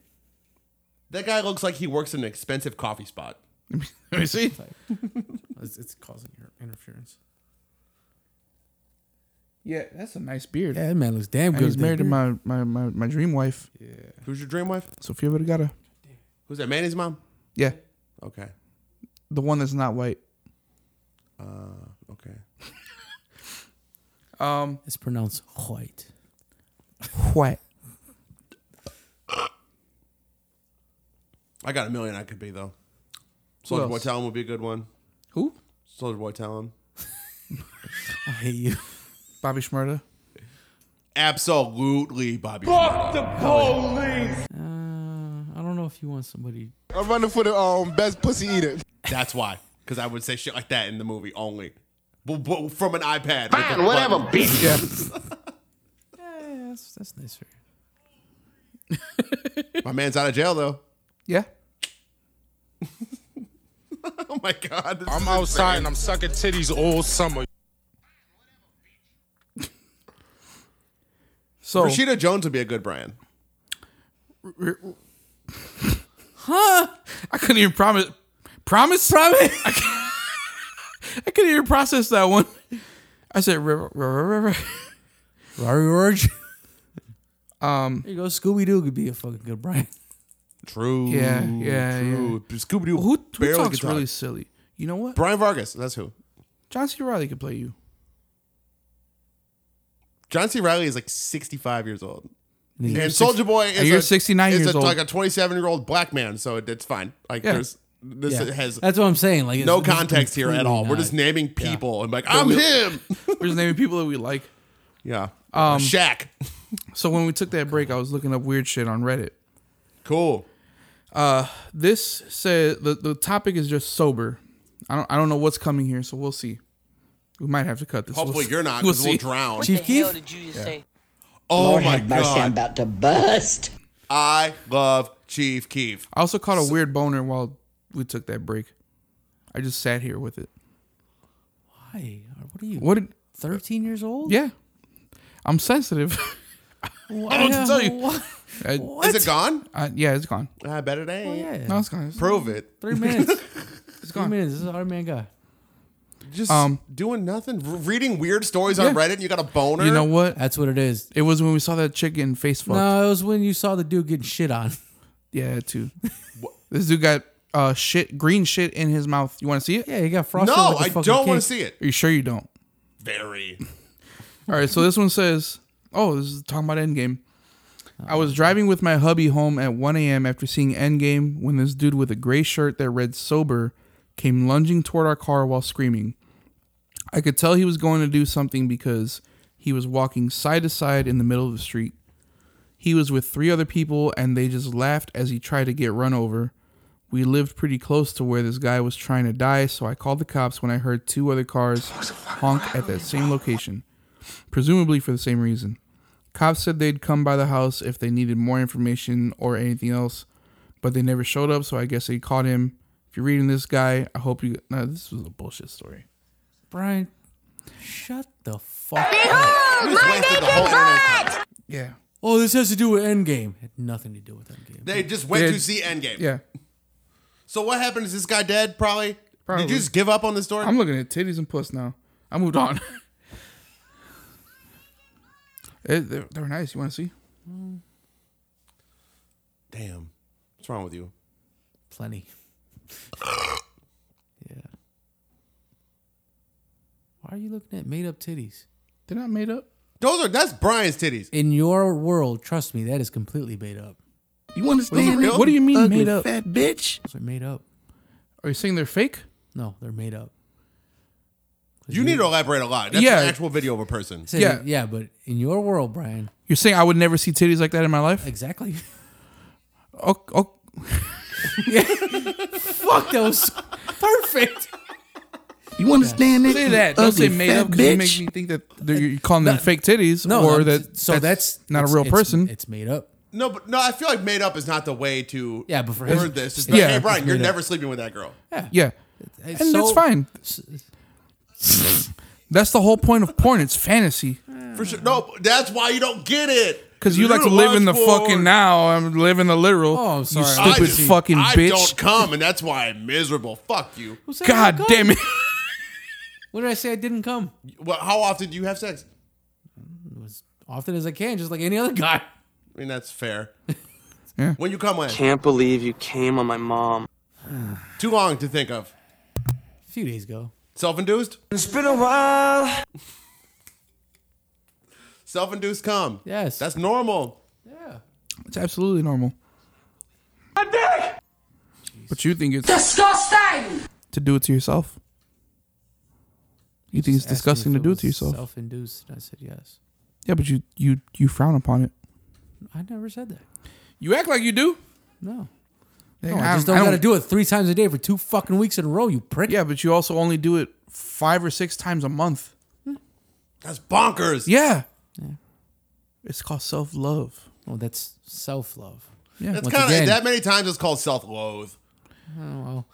Speaker 1: That guy looks like he works in an expensive coffee spot.
Speaker 2: Let me see.
Speaker 3: It's, it's causing your interference.
Speaker 2: Yeah, that's a nice beard.
Speaker 3: Yeah, that man looks damn
Speaker 2: And
Speaker 3: good.
Speaker 2: he's
Speaker 3: with
Speaker 2: married
Speaker 3: that
Speaker 2: to
Speaker 3: beard.
Speaker 2: my, my, my, my dream wife,
Speaker 1: Who's your dream wife?
Speaker 2: Sofia Vergara.
Speaker 1: Who's that? Manny's mom.
Speaker 2: Yeah,
Speaker 1: Okay.
Speaker 2: the one that's not white.
Speaker 1: Okay.
Speaker 2: Um,
Speaker 3: It's pronounced white.
Speaker 2: white.
Speaker 1: I got a million I could be though.
Speaker 2: Who
Speaker 1: Soldier Boy
Speaker 2: else?
Speaker 1: Talon would be a good one.
Speaker 2: Who?
Speaker 1: Soldier Boy Talon.
Speaker 3: I hate you.
Speaker 2: Bobby Shmurda.
Speaker 1: Absolutely, Bobby. Schmurda.
Speaker 3: Uh, I don't know if you want somebody.
Speaker 9: I'm running for the um, best pussy eater.
Speaker 1: That's why, because I would say shit like that in the movie only, but, but from an iPad. with
Speaker 6: Fine,
Speaker 1: a
Speaker 6: whatever,
Speaker 1: button.
Speaker 6: bitch.
Speaker 3: Yeah, that's that's nicer.
Speaker 1: My man's out of jail though.
Speaker 2: Yeah.
Speaker 1: Oh my god. this is
Speaker 9: I'm outside and I'm sucking titties all summer.
Speaker 2: So-
Speaker 1: Rashida Jones would be a good brand.
Speaker 2: Huh? I couldn't even promise. Promise? Promise? I, can't- I couldn't even process that one. I said, river, river, river.
Speaker 3: Rory George.
Speaker 2: Um,
Speaker 3: There you go. Scooby Doo could be a fucking good Brian.
Speaker 1: True.
Speaker 2: Yeah, yeah,
Speaker 1: true. yeah. Scooby Doo.
Speaker 2: who, who talks really silly? You know what?
Speaker 1: Brian Vargas. That's who.
Speaker 2: John C. Riley could play you.
Speaker 1: John C. Riley is like 65 years old.
Speaker 3: And
Speaker 1: and Soldier Boy is
Speaker 2: and you're
Speaker 1: a-
Speaker 2: 69
Speaker 1: is
Speaker 2: years
Speaker 1: a,
Speaker 2: old.
Speaker 1: like a 27 year old black man, so it, it's fine. Like
Speaker 2: Yeah.
Speaker 1: there's this
Speaker 3: Yeah.
Speaker 1: has
Speaker 3: That's what I'm saying. Like it's-
Speaker 1: no
Speaker 3: it's just
Speaker 1: context here at
Speaker 3: completely
Speaker 1: all. We're
Speaker 3: not-
Speaker 1: just naming people and like I'm him.
Speaker 2: We're just naming people that we like.
Speaker 1: yeah. Um, Shaq.
Speaker 2: So when we took that break, I was looking up weird shit on Reddit.
Speaker 1: Cool.
Speaker 2: This said the, the topic is just sober. I don't I don't know what's coming here, so we'll see. We might have to cut this.
Speaker 1: Hopefully
Speaker 2: We'll-
Speaker 1: you're not
Speaker 2: We'll
Speaker 1: because we'll,
Speaker 2: see.
Speaker 1: drown.
Speaker 3: Chief Keef.
Speaker 10: did you just say?
Speaker 1: Oh
Speaker 6: Lord
Speaker 1: my
Speaker 6: have mercy, I'm
Speaker 1: god.
Speaker 6: about to bust.
Speaker 1: I love Chief Keef.
Speaker 2: I also caught a weird boner while we took that break. I just sat here with it.
Speaker 3: Hi. What are you?
Speaker 2: What? Did,
Speaker 3: Thirteen years old?
Speaker 2: yeah, I'm sensitive.
Speaker 3: I
Speaker 2: don't know what to tell you.
Speaker 3: What?
Speaker 2: I-
Speaker 1: Is it gone?
Speaker 2: I- yeah, it's gone.
Speaker 1: I bet it ain't.
Speaker 3: Yeah.
Speaker 2: No, it's gone. It's-
Speaker 1: Prove it.
Speaker 3: Three minutes. Three
Speaker 2: gone.
Speaker 3: minutes. This is our man guy.
Speaker 1: Just
Speaker 2: Um,
Speaker 1: doing nothing. Re- reading weird stories
Speaker 2: Yeah.
Speaker 1: on Reddit. And you got a boner.
Speaker 2: you know what?
Speaker 3: That's what it is.
Speaker 2: It was when we saw that chick getting face fucked.
Speaker 3: No, it was when you saw the dude getting shit on.
Speaker 2: Yeah, too. this dude got uh shit, green shit in his mouth. You want to see it?
Speaker 3: Yeah, he got frosted.
Speaker 1: No,
Speaker 3: like a
Speaker 1: I
Speaker 3: fucking
Speaker 1: don't want
Speaker 3: cake.
Speaker 1: to see it.
Speaker 2: Are you sure you don't?
Speaker 1: Very.
Speaker 2: All right, so this one says, "Oh, this is talking about Endgame." I was driving with my hubby home at 1 a.m. after seeing Endgame when this dude with a gray shirt that read "sober" came lunging toward our car while screaming. I could tell he was going to do something because he was walking side to side in the middle of the street. He was with three other people and they just laughed as he tried to get run over. We lived pretty close to where this guy was trying to die, so I called the cops when I heard two other cars honk at that same location presumably for the same reason. Cops said they'd come by the house if they needed more information or anything else, but they never showed up, so I guess they caught him. If you're reading this guy, I hope you. No, this was a bullshit story.
Speaker 3: Brian, shut the fuck up.
Speaker 1: You just wasted the whole internet. time.
Speaker 2: Yeah.
Speaker 3: Oh, this has to do with Endgame. Had nothing to do with Endgame.
Speaker 1: They just went
Speaker 2: Yeah.
Speaker 1: to see Endgame.
Speaker 2: Yeah.
Speaker 1: So what happened? Is this guy dead? Probably.
Speaker 2: Probably.
Speaker 1: Did you just give up on this story?
Speaker 2: I'm looking at titties and puss now. I moved on. Eh, they, they were nice. You want to see?
Speaker 1: Damn. What's wrong with you?
Speaker 3: Plenty. yeah. Why are you looking at made up titties?
Speaker 2: They're not made up.
Speaker 1: Those are that's Brian's titties.
Speaker 3: In your world, trust me, that is completely made up.
Speaker 2: You understand?
Speaker 1: real?
Speaker 2: What do you mean
Speaker 3: Ugly
Speaker 2: made up?
Speaker 3: fat
Speaker 2: bitch.
Speaker 3: Those are made up.
Speaker 2: Are you saying they're fake?
Speaker 3: No, they're made up.
Speaker 1: You need to elaborate a lot. That's
Speaker 2: Yeah.
Speaker 1: an actual video of a person.
Speaker 3: Say-
Speaker 2: Yeah.
Speaker 3: yeah, but in your world, Brian,
Speaker 2: You're saying I would never see titties like that in my life?
Speaker 3: exactly.
Speaker 2: Oh, oh,
Speaker 3: Fuck, that was perfect.
Speaker 2: You understand that? Say that. Don't say
Speaker 6: ugly
Speaker 2: made
Speaker 6: fat
Speaker 2: up because you
Speaker 6: bitch.
Speaker 2: make me think that they're, you're calling them fake titties
Speaker 3: No,
Speaker 2: or
Speaker 3: I'm-
Speaker 2: that
Speaker 3: so that's,
Speaker 2: not
Speaker 3: it's-
Speaker 2: a real
Speaker 3: it's-
Speaker 2: person.
Speaker 3: It's made up.
Speaker 1: No, but no, I feel like made up is not the way to
Speaker 3: Yeah, but for his-
Speaker 1: word this. It's like,
Speaker 2: Yeah.
Speaker 1: hey Brian, you're
Speaker 3: Made up.
Speaker 1: never sleeping with that girl.
Speaker 2: yeah.
Speaker 3: It's
Speaker 2: And that's
Speaker 3: so-
Speaker 2: fine. That's the whole point of porn. It's fantasy.
Speaker 1: For sure. No, that's why you don't get it.
Speaker 2: Because you like to
Speaker 1: don't
Speaker 2: live in the
Speaker 1: watch porn.
Speaker 2: fucking now. I'm living the literal.
Speaker 3: Oh, I'm sorry.
Speaker 2: You
Speaker 3: I
Speaker 1: I
Speaker 2: stupid
Speaker 1: just-
Speaker 2: fucking
Speaker 1: I don't
Speaker 2: bitch.
Speaker 1: come, and that's why I'm miserable. Fuck you.
Speaker 3: Who said I
Speaker 2: God
Speaker 3: didn't come?
Speaker 2: damn it.
Speaker 3: What did I say? I didn't come.
Speaker 1: Well, how often do you have sex?
Speaker 3: As often as I can, just like any other guy.
Speaker 1: I mean, that's fair.
Speaker 2: Yeah.
Speaker 1: When you come, when
Speaker 12: Can't believe you came on my mom.
Speaker 1: too long to think of.
Speaker 3: A few days ago.
Speaker 1: Self-induced.
Speaker 4: It's been a while.
Speaker 1: Self-induced cum.
Speaker 3: Yes.
Speaker 1: That's normal.
Speaker 3: yeah.
Speaker 2: It's absolutely normal. But you think it's
Speaker 10: Disgusting!
Speaker 2: to do it to yourself? You think it's
Speaker 3: Asked me
Speaker 2: disgusting
Speaker 3: if
Speaker 2: to do it
Speaker 3: was
Speaker 2: to yourself?
Speaker 3: Self-induced. and I said yes.
Speaker 2: Yeah, but you you you frown upon it.
Speaker 3: I never said that.
Speaker 2: You act like you do.
Speaker 3: No.
Speaker 2: Like,
Speaker 3: No, I just don't, gotta do it three times a day for two fucking weeks in a row. You prick.
Speaker 2: Yeah, but you also only do it five or six times a month.
Speaker 1: That's bonkers.
Speaker 2: Yeah. It's called self love.
Speaker 3: Oh, that's self-love.
Speaker 2: Yeah.
Speaker 1: That's
Speaker 3: Once
Speaker 1: kind
Speaker 3: again-
Speaker 1: of that many times. It's called self-loathe.
Speaker 3: Oh well.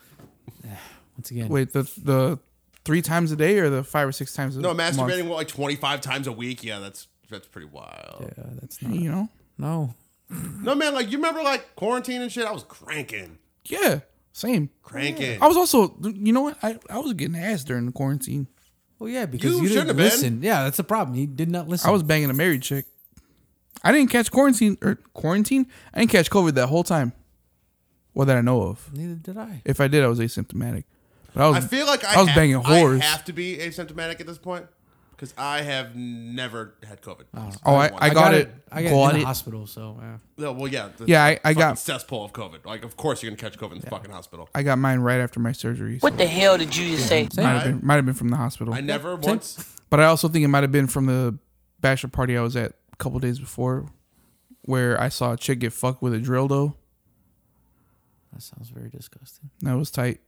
Speaker 3: Once again,
Speaker 2: Wait, the the three times a day or the five or six times a
Speaker 1: No,
Speaker 2: month?
Speaker 1: masturbating what, like 25 times a week. Yeah, that's That's pretty wild.
Speaker 3: Yeah, that's
Speaker 2: not. You know?
Speaker 3: No.
Speaker 1: No man, like you remember like quarantine and shit. I was cranking.
Speaker 2: Yeah, same.
Speaker 1: Cranking.
Speaker 2: I was also, you know what? I, I was getting ass during the quarantine.
Speaker 3: Well, yeah, because you, didn't listen. Yeah, that's the problem. You did not listen.
Speaker 2: I was banging a married chick. I didn't catch quarantine or quarantine. I didn't catch COVID that whole time, or that I know of.
Speaker 3: Neither did I.
Speaker 2: If I did, I was asymptomatic. But I was.
Speaker 1: I feel like I,
Speaker 2: was
Speaker 1: have-
Speaker 2: banging whores.
Speaker 1: I have to be asymptomatic at this point because I have never had COVID.
Speaker 2: Oh, I, I, got, it.
Speaker 3: I got
Speaker 2: Caught
Speaker 3: it in the hospital, so yeah.
Speaker 1: No, well, yeah. the
Speaker 2: Yeah, I- I
Speaker 1: fucking
Speaker 2: got-
Speaker 1: cesspool of COVID. Like, of course you're gonna catch COVID in the fucking hospital.
Speaker 2: I got mine right after my surgery.
Speaker 10: What the hell did you just say?
Speaker 2: Might have been might have been from the hospital.
Speaker 1: I never once.
Speaker 2: But I also think it might have been from the bachelor party I was at a couple days before, where I saw a chick get fucked with a drill though.
Speaker 3: That sounds very disgusting.
Speaker 2: That was tight.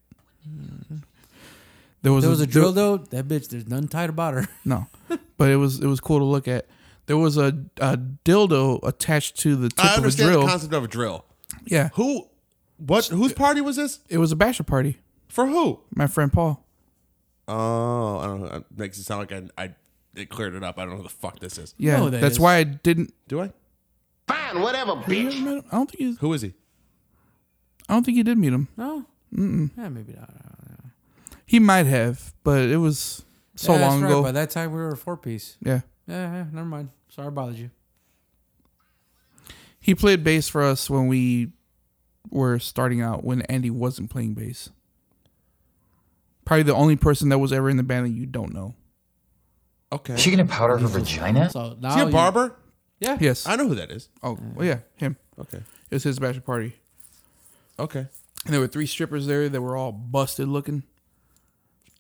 Speaker 2: There was
Speaker 3: there was a,
Speaker 2: there-
Speaker 3: drill though. That bitch, there's nothing tight about her.
Speaker 2: No, but it was it was cool to look at. There was a, a dildo attached to the tip
Speaker 1: I
Speaker 2: of a
Speaker 1: understand
Speaker 2: drill.
Speaker 1: the concept of a drill.
Speaker 2: yeah,
Speaker 1: Who? What? Whose party was this?
Speaker 2: it was a bachelor party.
Speaker 1: For who?
Speaker 2: My friend Paul.
Speaker 1: Oh, I don't know. It makes it sound like I, I it cleared it up. I don't know who the fuck this is.
Speaker 2: Yeah,
Speaker 3: know who that
Speaker 2: that's
Speaker 3: is.
Speaker 2: why I didn't.
Speaker 1: Do I?
Speaker 6: Fine, whatever, bitch.
Speaker 2: I don't think you.
Speaker 1: Who is he?
Speaker 2: I don't think you did meet him.
Speaker 3: No. Yeah, maybe not.
Speaker 2: He might have, but it was so
Speaker 3: Yeah, that's
Speaker 2: long
Speaker 3: right.
Speaker 2: ago.
Speaker 3: By that time, we were a four piece.
Speaker 2: yeah,
Speaker 3: Yeah, yeah, never mind. Sorry, I bothered you.
Speaker 2: he played bass for us when we were starting out. When Andy wasn't playing bass, probably the only person that was ever in the band that you don't know.
Speaker 1: Okay.
Speaker 13: She gonna powder her vagina?
Speaker 3: So
Speaker 1: Is he
Speaker 3: now
Speaker 1: a
Speaker 3: you-
Speaker 1: barber?
Speaker 3: Yeah.
Speaker 2: Yes.
Speaker 1: I know who that is.
Speaker 2: Oh, well, yeah, him.
Speaker 1: Okay.
Speaker 2: It was his bachelor party.
Speaker 1: Okay.
Speaker 2: And there were three strippers there that were all busted looking.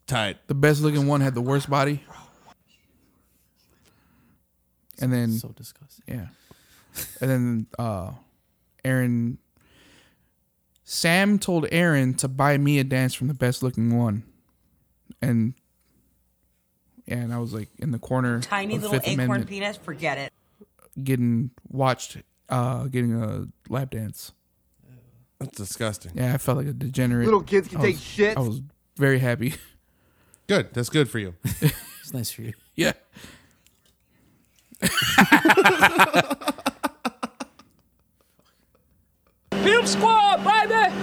Speaker 1: Tight.
Speaker 2: The best looking one had the worst body. And then
Speaker 3: So disgusting.
Speaker 2: yeah. And then uh Aaron Sam told Aaron to buy me a dance from the best looking one. And and I was like in the corner
Speaker 11: Tiny
Speaker 2: of
Speaker 11: little
Speaker 2: Fifth
Speaker 11: acorn
Speaker 2: Amendment
Speaker 11: penis, forget it.
Speaker 2: getting watched uh getting a lap dance.
Speaker 1: That's disgusting.
Speaker 2: Yeah, I felt like a degenerate.
Speaker 4: Little kids can
Speaker 2: I
Speaker 4: take
Speaker 2: was-
Speaker 4: shit.
Speaker 2: I was very happy.
Speaker 1: Good. That's good for you.
Speaker 3: It's nice for you.
Speaker 2: yeah.
Speaker 8: Pimp squad, baby!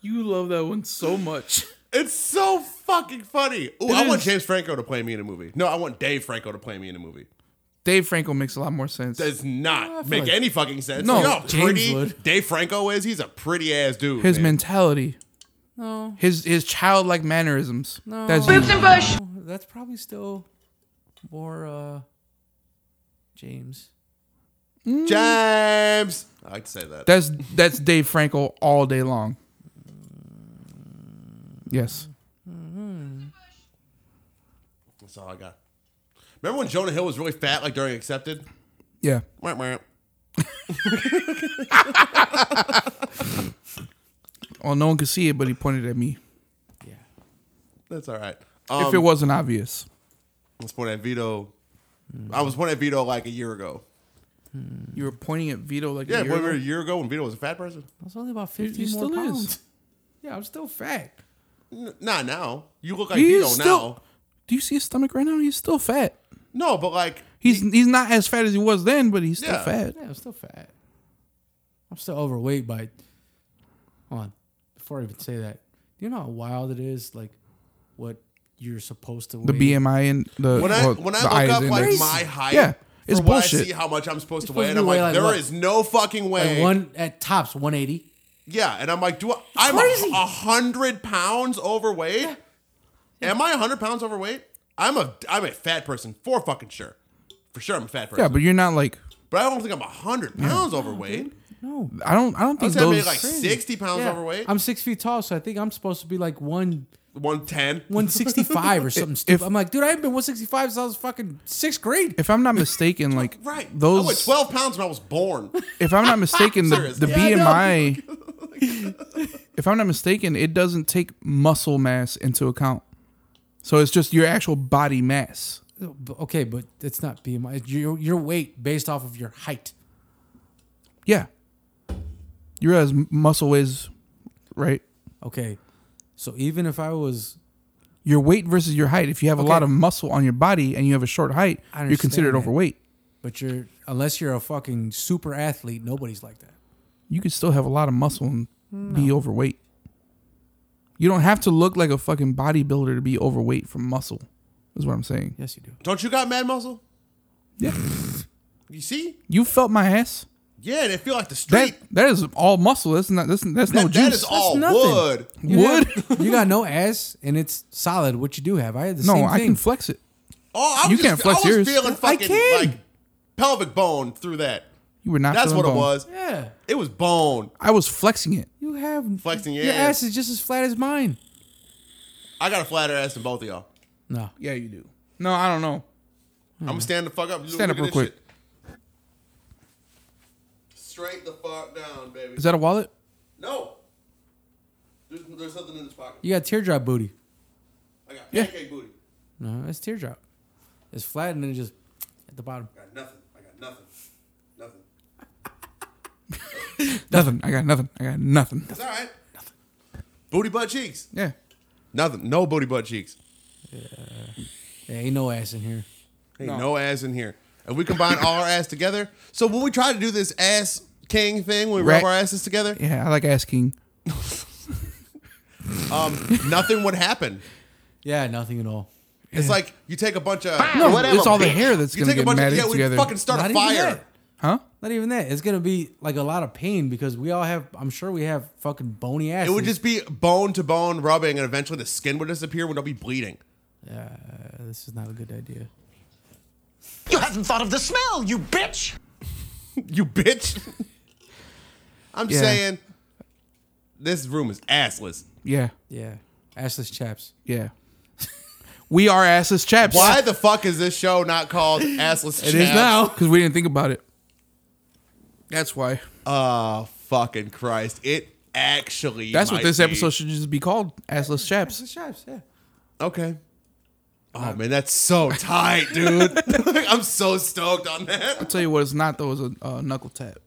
Speaker 2: You love that one so much.
Speaker 1: It's so fucking funny. Ooh,
Speaker 2: It
Speaker 1: I want
Speaker 2: is.
Speaker 1: James Franco to play me in a movie. No, I want Dave Franco to play me in a movie.
Speaker 2: Dave Franco makes a lot more sense.
Speaker 1: Does not make
Speaker 3: Oh, like-
Speaker 1: any fucking sense.
Speaker 2: No,
Speaker 1: you know how
Speaker 3: James
Speaker 1: pretty
Speaker 3: would.
Speaker 1: Dave Franco is. He's a pretty ass dude.
Speaker 2: his
Speaker 1: man.
Speaker 2: mentality,
Speaker 3: No,
Speaker 2: his his childlike mannerisms.
Speaker 3: no.
Speaker 2: That's
Speaker 8: Boobs and bush!
Speaker 3: That's probably still more uh James.
Speaker 1: James. I like to say that.
Speaker 2: that's that's Dave Franco all day long. Yes.
Speaker 1: That's all I got. Remember when Jonah Hill was really fat, like during Accepted?
Speaker 2: Yeah.
Speaker 1: Wah, wah.
Speaker 2: Well, no one could see it, but he pointed at me.
Speaker 1: That's all right. Um,
Speaker 2: if it wasn't obvious,
Speaker 1: I was pointing at Vito. I was pointing at Vito like a year ago.
Speaker 2: you were pointing at Vito like
Speaker 1: Yeah,
Speaker 2: a year
Speaker 1: remember a
Speaker 2: ago.
Speaker 1: year ago when Vito was a fat person?
Speaker 3: I was only about
Speaker 2: He-
Speaker 3: fifteen
Speaker 2: he
Speaker 3: more
Speaker 2: still
Speaker 3: pounds.
Speaker 2: is.
Speaker 3: Yeah, I'm still fat.
Speaker 1: N- not now. You look like
Speaker 2: He
Speaker 1: Vito
Speaker 2: is still.
Speaker 1: now.
Speaker 2: Do you see his stomach right now? He's still fat.
Speaker 1: No, but like
Speaker 2: He's he's not as fat as he was then, but he's still
Speaker 1: Yeah.
Speaker 2: fat.
Speaker 3: Yeah, I'm still fat. I'm still overweight by. Hold on, before I even say that, do you know how wild it is? Like, what you're supposed to
Speaker 2: The
Speaker 3: weigh?
Speaker 2: BMI and the
Speaker 1: when I
Speaker 2: well,
Speaker 1: when I
Speaker 2: the
Speaker 1: look
Speaker 2: eyes
Speaker 1: up like
Speaker 2: index.
Speaker 1: my height,
Speaker 2: Yeah, it's
Speaker 1: for what I
Speaker 2: bullshit.
Speaker 1: see how much I'm supposed to
Speaker 3: supposed
Speaker 1: weigh,
Speaker 3: to
Speaker 1: and I'm
Speaker 3: weigh
Speaker 1: like,
Speaker 3: like
Speaker 1: there is
Speaker 3: what?
Speaker 1: no fucking way.
Speaker 3: Like one at tops 180.
Speaker 1: yeah, and I'm like, do I, I'm
Speaker 3: crazy.
Speaker 1: a, a hundred pounds overweight? Am I a hundred pounds overweight? I'm a I'm a fat person for fucking sure. For sure, I'm a fat person.
Speaker 2: yeah, but you're not like
Speaker 1: But I don't think I'm a hundred pounds overweight.
Speaker 3: No,
Speaker 2: I don't I don't
Speaker 1: I
Speaker 2: think
Speaker 1: was gonna be
Speaker 2: those
Speaker 1: like sixty pounds
Speaker 3: Yeah,
Speaker 1: overweight.
Speaker 3: I'm six feet tall, so I think I'm supposed to be like one
Speaker 1: one ten.
Speaker 3: 165 or something stupid. I'm like, dude, I haven't been 165 since I was fucking sixth grade.
Speaker 2: if I'm not mistaken like
Speaker 1: Right. I weighed
Speaker 2: those
Speaker 1: twelve pounds when I was born.
Speaker 2: if I'm not mistaken the, the
Speaker 1: Seriously.
Speaker 3: Yeah, I
Speaker 2: BMI if I'm not mistaken it doesn't take muscle mass into account. So it's just your actual body mass.
Speaker 3: B- Okay, but it's not BMI. It's your, your weight based off of your height.
Speaker 2: Yeah. You realize m- muscle is right?
Speaker 3: Okay, so even if I was
Speaker 2: your weight versus your height. If you have a
Speaker 3: Okay.
Speaker 2: lot of muscle on your body and you have a short height,
Speaker 3: I
Speaker 2: you're
Speaker 3: understand
Speaker 2: considered
Speaker 3: that.
Speaker 2: overweight.
Speaker 3: But you're unless you're a fucking super athlete, nobody's like that.
Speaker 2: You could still have a lot of muscle and
Speaker 1: Hmm.
Speaker 2: be overweight. You don't have to look like a fucking bodybuilder to be overweight from muscle. Is what I'm saying.
Speaker 3: Yes, you do.
Speaker 1: Don't you got mad muscle?
Speaker 2: Yeah.
Speaker 1: You see?
Speaker 2: You felt my ass.
Speaker 1: Yeah, they feel like the street.
Speaker 2: That that is all muscle. That's not. That's, that's no
Speaker 1: That- that
Speaker 2: juice.
Speaker 1: is all
Speaker 3: That's nothing.
Speaker 1: wood.
Speaker 3: You
Speaker 2: Wood?
Speaker 3: got- you got no ass, and it's solid. What you do have, I had the
Speaker 2: no,
Speaker 3: same
Speaker 2: I
Speaker 3: thing.
Speaker 2: can flex it.
Speaker 1: Oh, I was
Speaker 2: You
Speaker 1: just,
Speaker 2: can't flex
Speaker 1: I was
Speaker 2: yours.
Speaker 1: feeling
Speaker 2: I
Speaker 1: fucking
Speaker 2: can.
Speaker 1: like pelvic bone through that.
Speaker 2: You were not.
Speaker 1: That's
Speaker 2: feeling
Speaker 1: what it
Speaker 2: bone.
Speaker 1: was.
Speaker 3: yeah,
Speaker 1: It was bone.
Speaker 2: I was flexing it.
Speaker 3: you have
Speaker 1: Flexing your
Speaker 3: Your
Speaker 1: ass.
Speaker 3: ass is just as flat as mine.
Speaker 1: I got a flatter ass than both of y'all.
Speaker 3: No,
Speaker 2: Yeah, you do. No, I don't know.
Speaker 1: I'm gonna stand the fuck up. Look
Speaker 2: Hmm. Stand
Speaker 1: at
Speaker 2: up real
Speaker 1: this
Speaker 2: quick.
Speaker 1: shit. Straight the fuck down, baby.
Speaker 2: Is that a wallet?
Speaker 1: no? There's, there's something in this pocket.
Speaker 3: you got teardrop booty.
Speaker 1: I got
Speaker 2: Yeah.
Speaker 1: pancake booty.
Speaker 3: No, that's teardrop. It's flat and then it just at the bottom.
Speaker 1: I got nothing. I got nothing. Nothing.
Speaker 2: Nothing. I got nothing. I got nothing.
Speaker 1: It's all right. Nothing. Booty butt cheeks.
Speaker 2: Yeah.
Speaker 1: Nothing. No booty butt cheeks.
Speaker 3: Yeah, ain't no ass in here.
Speaker 1: Ain't no. ass in here. And we combine all our ass together. So when we try to do this ass king thing, when we
Speaker 2: Right.
Speaker 1: rub our asses together,
Speaker 2: Yeah, I like asking.
Speaker 1: um, nothing would happen.
Speaker 3: Yeah, nothing at all.
Speaker 1: It's like you take a bunch of
Speaker 2: No,
Speaker 6: Whatever,
Speaker 2: it's all the
Speaker 6: bitch.
Speaker 2: hair that's
Speaker 1: you
Speaker 2: gonna
Speaker 1: take a
Speaker 2: get
Speaker 1: bunch of
Speaker 2: matted
Speaker 1: yeah,
Speaker 2: together.
Speaker 1: we fucking start
Speaker 3: Not
Speaker 1: a
Speaker 3: even
Speaker 1: fire.
Speaker 3: that.
Speaker 2: huh?
Speaker 3: Not even that. It's gonna be like a lot of pain because we all have. I'm sure we have fucking bony ass.
Speaker 1: It would just be bone to bone rubbing, and eventually the skin would disappear when they'll be bleeding.
Speaker 3: This is not a good idea.
Speaker 6: You haven't thought of the smell, you bitch!
Speaker 1: You bitch. I'm
Speaker 2: Yeah.
Speaker 1: saying this room is assless.
Speaker 2: Yeah.
Speaker 3: Yeah, assless chaps.
Speaker 2: Yeah. we are assless chaps.
Speaker 1: Why the fuck is this show not called Assless
Speaker 2: It is now because we didn't think about it. That's why.
Speaker 1: Oh, fucking Christ. It actually
Speaker 2: That's what
Speaker 1: might
Speaker 2: this
Speaker 1: be.
Speaker 2: episode should just be called: assless chaps.
Speaker 3: Assless chaps. Yeah.
Speaker 1: Okay.
Speaker 2: Uh,
Speaker 1: Oh man, that's so tight, dude. I'm so stoked on that.
Speaker 2: I'll tell you what, it's not though. It's a uh, knuckle tap.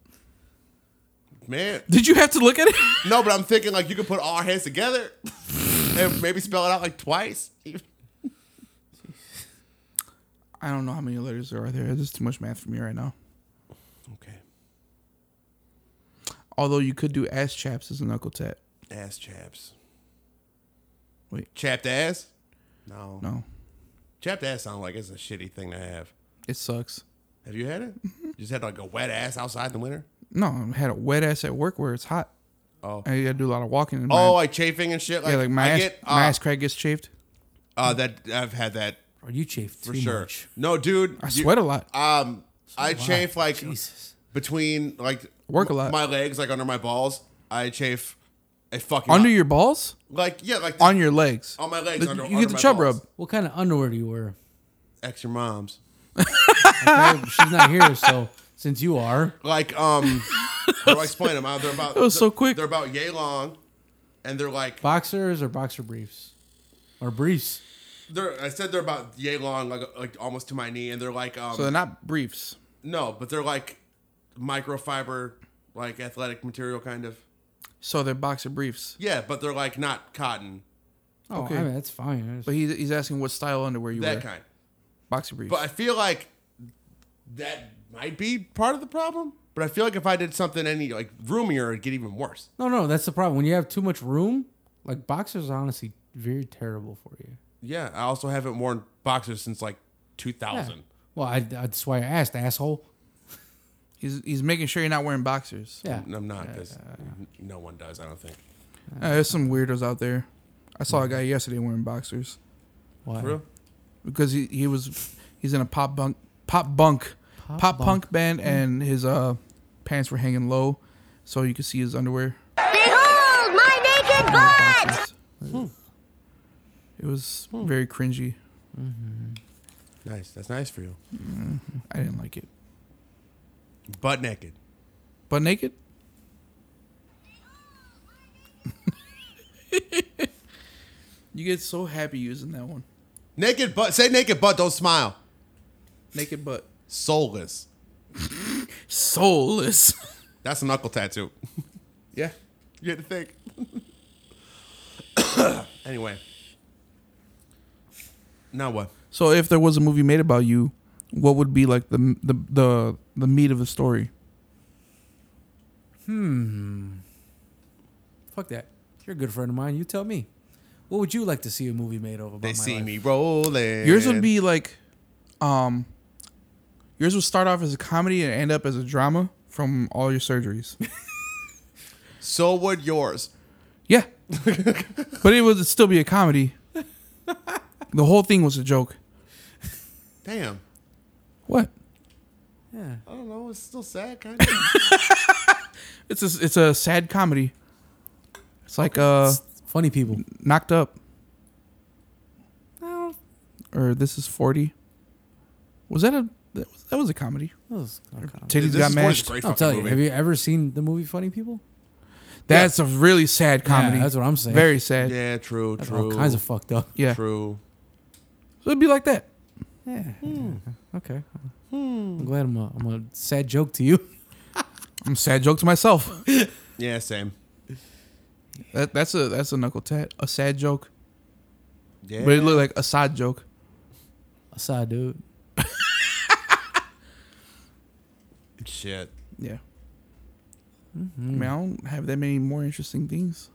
Speaker 1: Man.
Speaker 2: Did you have to look at it?
Speaker 1: No, but I'm thinking like you could put all our hands together and maybe spell it out like twice.
Speaker 2: I don't know how many letters there are there. This is too much math for me right now.
Speaker 1: Okay.
Speaker 2: Although you could do ass chaps as a knuckle tap.
Speaker 1: Ass chaps.
Speaker 2: Wait.
Speaker 1: Chapped ass? No.
Speaker 2: No,
Speaker 1: Chapped ass sounds like it's a shitty thing to have.
Speaker 2: it sucks.
Speaker 1: Have you had it?
Speaker 2: Mm-hmm.
Speaker 1: You just had like a wet ass outside in the winter?
Speaker 2: No, I had a wet ass at work where it's hot.
Speaker 1: Oh.
Speaker 2: I, I do a lot of walking. And
Speaker 1: Oh,
Speaker 2: my,
Speaker 1: like chafing and shit. Like,
Speaker 2: yeah, like my
Speaker 1: I
Speaker 2: ass,
Speaker 1: get, uh,
Speaker 2: my ass crack gets chafed.
Speaker 1: uh, that I've had that
Speaker 3: Are you chafed?
Speaker 1: for sure. No, dude,
Speaker 2: I sweat a lot.
Speaker 1: Um, I chafe like
Speaker 3: Jesus.
Speaker 1: between like
Speaker 2: Work a lot.
Speaker 1: My legs, like under my balls, I chafe. I fucking
Speaker 2: Under your balls?
Speaker 1: like yeah like
Speaker 2: On your legs?
Speaker 1: On my legs,
Speaker 2: The-
Speaker 1: under-
Speaker 2: you
Speaker 1: under
Speaker 2: get the
Speaker 1: my
Speaker 2: chub
Speaker 1: balls.
Speaker 2: rub.
Speaker 3: What kind of underwear do you wear?
Speaker 1: extra moms
Speaker 3: Okay, she's not here, so since you are,
Speaker 1: like um how do I explain them? Uh, They're about
Speaker 2: That was so
Speaker 1: they're-
Speaker 2: quick.
Speaker 1: They're about yay long, and they're like
Speaker 3: boxers or boxer briefs, or briefs.
Speaker 1: they're I said they're about yay long like like almost to my knee, and they're like um
Speaker 2: So they're not briefs.
Speaker 1: no, but they're like microfiber like athletic material kind of
Speaker 2: So they're boxer briefs.
Speaker 1: yeah, but they're like not cotton
Speaker 3: Oh,
Speaker 2: Okay.
Speaker 3: I mean that's fine.
Speaker 2: But he's, he's asking what style underwear you
Speaker 1: that
Speaker 2: wear.
Speaker 1: kind.
Speaker 2: Boxer briefs.
Speaker 1: But I feel like that might be part of the problem. But I feel like if I did something any like roomier, it'd get even worse.
Speaker 3: No, no, that's the problem. When you have too much room, like boxers are honestly very terrible for you.
Speaker 1: Yeah, I also haven't worn boxers since like 2000.
Speaker 3: Well, I, I, that's why I asked, asshole.
Speaker 2: he's, he's making sure you're not wearing boxers.
Speaker 3: Yeah.
Speaker 1: And I'm not because no one does. I don't think.
Speaker 2: Uh, there's some weirdos out there. I saw a guy yesterday wearing boxers
Speaker 3: Why?
Speaker 1: For real?
Speaker 2: because he, he was he's in a pop bunk pop bunk pop,
Speaker 3: bunk.
Speaker 2: punk band and his uh pants were hanging low, so you could see his underwear.
Speaker 10: Behold my naked butt!
Speaker 2: It was very cringy.
Speaker 1: Nice. That's nice for you.
Speaker 2: I didn't like it.
Speaker 1: Butt naked.
Speaker 2: But naked. you get so happy using that one.
Speaker 1: Naked butt. Say naked butt. Don't smile.
Speaker 2: Naked butt.
Speaker 1: Soulless.
Speaker 2: Soulless.
Speaker 1: That's a knuckle tattoo.
Speaker 2: Yeah.
Speaker 1: you had to think. anyway, Now what?
Speaker 2: So if there was a movie made about you, what would be like the the the, the meat of the story?
Speaker 3: Hmm. Fuck that. You're a good friend of mine. You tell me. What would you like to see a movie made of about
Speaker 1: They
Speaker 3: my
Speaker 1: see
Speaker 3: life?
Speaker 1: me rolling.
Speaker 2: Yours would be like, um, yours would start off as a comedy and end up as a drama from all your surgeries.
Speaker 1: So would yours.
Speaker 2: yeah, but it would still be a comedy. The whole thing was a joke.
Speaker 1: Damn.
Speaker 2: What?
Speaker 3: Yeah.
Speaker 1: I don't know. It's still sad, kind of.
Speaker 2: It's a it's a sad comedy. It's like uh,
Speaker 3: funny people
Speaker 2: knocked up. Or this is forty. Was that a that was, that was a comedy?
Speaker 3: That was a comedy.
Speaker 2: Titties
Speaker 1: This
Speaker 2: got
Speaker 1: is one of the
Speaker 2: mashed.
Speaker 1: great
Speaker 3: I'll
Speaker 1: fucking
Speaker 3: tell you.
Speaker 1: movie.
Speaker 3: Have you ever seen the movie Funny People?
Speaker 2: That's a really sad comedy.
Speaker 3: that's what I'm saying.
Speaker 2: Very sad. Yeah.
Speaker 1: Yeah, true,
Speaker 3: That's
Speaker 1: true.
Speaker 3: all kinds of fucked up.
Speaker 1: True.
Speaker 2: So it'd be like that.
Speaker 3: Yeah. Okay. I'm glad I'm a, I'm a sad joke to you.
Speaker 2: I'm a sad joke to myself.
Speaker 1: Yeah, same.
Speaker 2: That, that's a that's a knuckle tat. A sad joke.
Speaker 1: Yeah.
Speaker 2: But it looked like a sad joke.
Speaker 3: A sad dude.
Speaker 1: Shit.
Speaker 2: Yeah. I mean, I don't have that many more interesting things.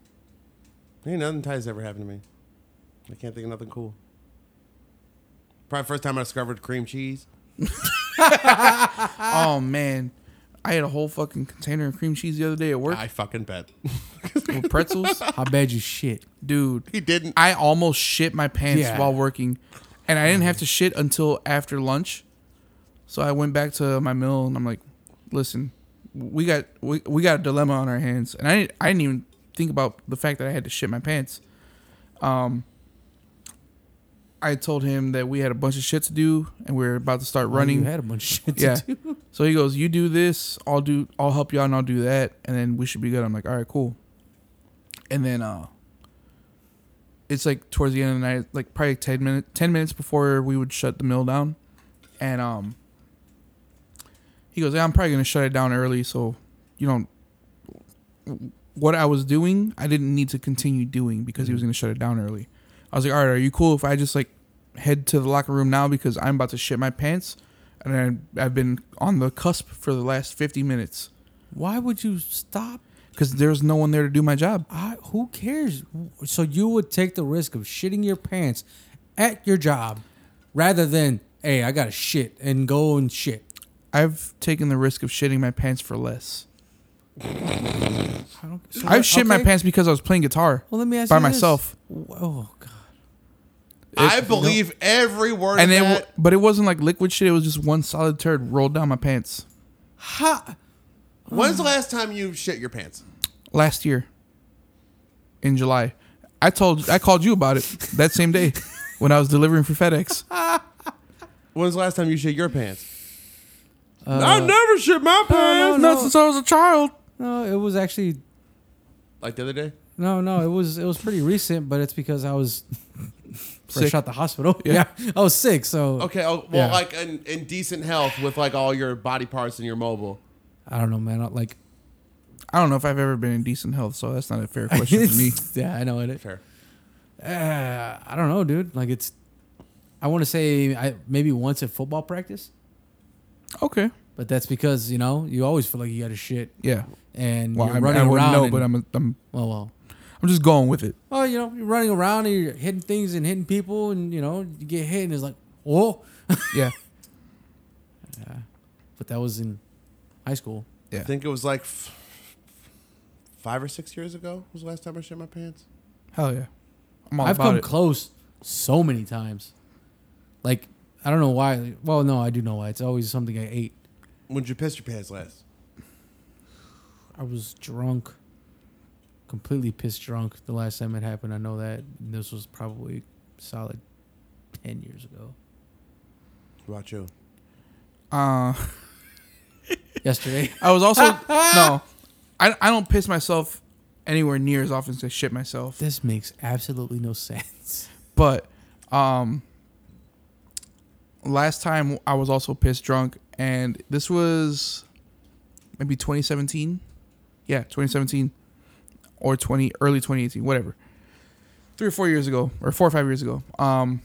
Speaker 1: Ain't nothing tight's ever happened to me. I can't think of nothing cool. Probably first time I discovered cream cheese.
Speaker 2: Oh man. I had a whole fucking container of cream cheese the other day at work
Speaker 1: I fucking bet.
Speaker 2: with pretzels.
Speaker 3: How bad you shit.
Speaker 2: Dude,
Speaker 1: he didn't.
Speaker 2: I almost shit my pants
Speaker 3: Yeah.
Speaker 2: while working, and I didn't have to shit until after lunch. So I went back to my mill and I'm like, "Listen, we got we, we got a dilemma on our hands." And I didn't, I didn't even think about the fact that I had to shit my pants. Um, I told him that we had a bunch of shit to do and we were about to start running.
Speaker 3: You had a bunch of shit to
Speaker 2: yeah.
Speaker 3: do.
Speaker 2: So he goes, "You do this, I'll do, I'll help you out, and I'll do that, and then we should be good." I'm like, "All right, cool." And then uh, it's like towards the end of the night, like probably ten minutes, ten minutes before we would shut the mill down, and um, he goes, "Yeah, I'm probably gonna shut it down early, so you don't." What I was doing, I didn't need to continue doing because
Speaker 3: Mm.
Speaker 2: he was gonna shut it down early. I was like, "All right, are you cool if I just like head to the locker room now because I'm about to shit my pants?" and I, I've been on the cusp for the last 50 minutes
Speaker 3: Why would you stop?
Speaker 2: because there's no one there to do my job.
Speaker 3: I, who cares? So you would take the risk of shitting your pants at your job rather than, hey, I got to shit and go and shit.
Speaker 2: I've taken the risk of shitting my pants for less.
Speaker 3: I don't, so
Speaker 2: I've shit my
Speaker 3: okay.
Speaker 2: pants because I was playing guitar
Speaker 3: Well, let me ask
Speaker 2: by
Speaker 3: you this.
Speaker 2: myself.
Speaker 3: Oh, God.
Speaker 1: I believe every word
Speaker 2: And
Speaker 1: of
Speaker 2: it,
Speaker 1: that.
Speaker 2: wa- but it wasn't like liquid shit. It was just one solid turd rolled down my pants
Speaker 1: When's the last time you shit your pants?
Speaker 2: last year in July. I told, I called you about it that same day when I was delivering for FedEx.
Speaker 1: When's the last time you shit your pants? I never shit my pants.
Speaker 2: Not since I was a child.
Speaker 3: No, it was actually
Speaker 1: Like the other day.
Speaker 3: No, no, it was it was pretty recent, but it's because I was
Speaker 2: Sick.
Speaker 3: fresh out the hospital. Yeah. I was sick, so
Speaker 1: Okay. Oh, well,
Speaker 3: Yeah.
Speaker 1: like in, in decent health with like all your body parts and your mobile.
Speaker 3: I don't know, man. I, like
Speaker 2: I don't know if I've ever been in decent health, so that's not a fair question for me.
Speaker 3: yeah, I know it.
Speaker 1: Fair.
Speaker 3: Uh, I don't know, dude. Like it's, I want to say I maybe once at football practice,
Speaker 2: Okay.
Speaker 3: but that's because you know you always feel like you got to shit
Speaker 2: Yeah.
Speaker 3: and
Speaker 2: Well,
Speaker 3: you're
Speaker 2: I,
Speaker 3: running
Speaker 2: I wouldn't
Speaker 3: around.
Speaker 2: know,
Speaker 3: and-
Speaker 2: but I'm, I'm
Speaker 3: well, well,
Speaker 2: I'm just going with it.
Speaker 3: oh, you know, you're running around and you're hitting things and hitting people, and you know you get hit and it's like oh, whoa,
Speaker 2: Yeah.
Speaker 3: but that was in high school.
Speaker 1: I think it was like f- five or six years ago was the last time I shit my pants.
Speaker 2: Hell yeah. I'm all
Speaker 3: I've
Speaker 2: about
Speaker 3: come
Speaker 2: it.
Speaker 3: close so many times. Like I don't know why. Well, no, I do know why. It's always something I ate.
Speaker 1: When'd you piss your pants last?
Speaker 3: I was drunk, completely pissed drunk the last time it happened. I know that and this was probably solid ten years ago.
Speaker 1: What about you?
Speaker 2: uh,
Speaker 3: Yesterday,
Speaker 2: I was also no. I I don't piss myself anywhere near as often as I shit myself.
Speaker 3: this makes absolutely no sense.
Speaker 2: But um last time I was also pissed drunk and this was maybe 2017. Yeah, 2017 or 20 early 2018, whatever. 3 or 4 years ago or 4 or 5 years ago. Um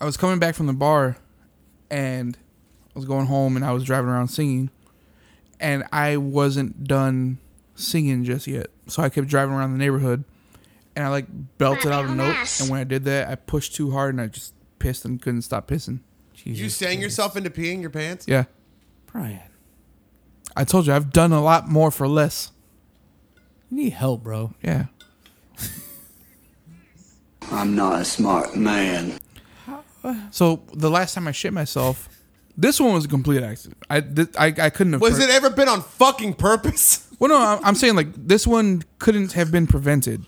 Speaker 2: I was coming back from the bar and I was going home and I was driving around singing and I wasn't done singing just yet. So I kept driving around the neighborhood and I like belted out a note and when I did that I pushed too hard and I just pissed and couldn't stop pissing.
Speaker 1: you sang yourself into peeing your pants?
Speaker 2: Yeah.
Speaker 3: Brian.
Speaker 2: I told you I've done a lot more for less.
Speaker 3: You need help, bro.
Speaker 2: Yeah.
Speaker 13: I'm not a smart man.
Speaker 2: So the last time I shit myself, this one was a complete accident. I thi- I, I couldn't have.
Speaker 1: Was it ever been on fucking purpose?
Speaker 2: Well, no, I'm- I'm saying like this one couldn't have been prevented.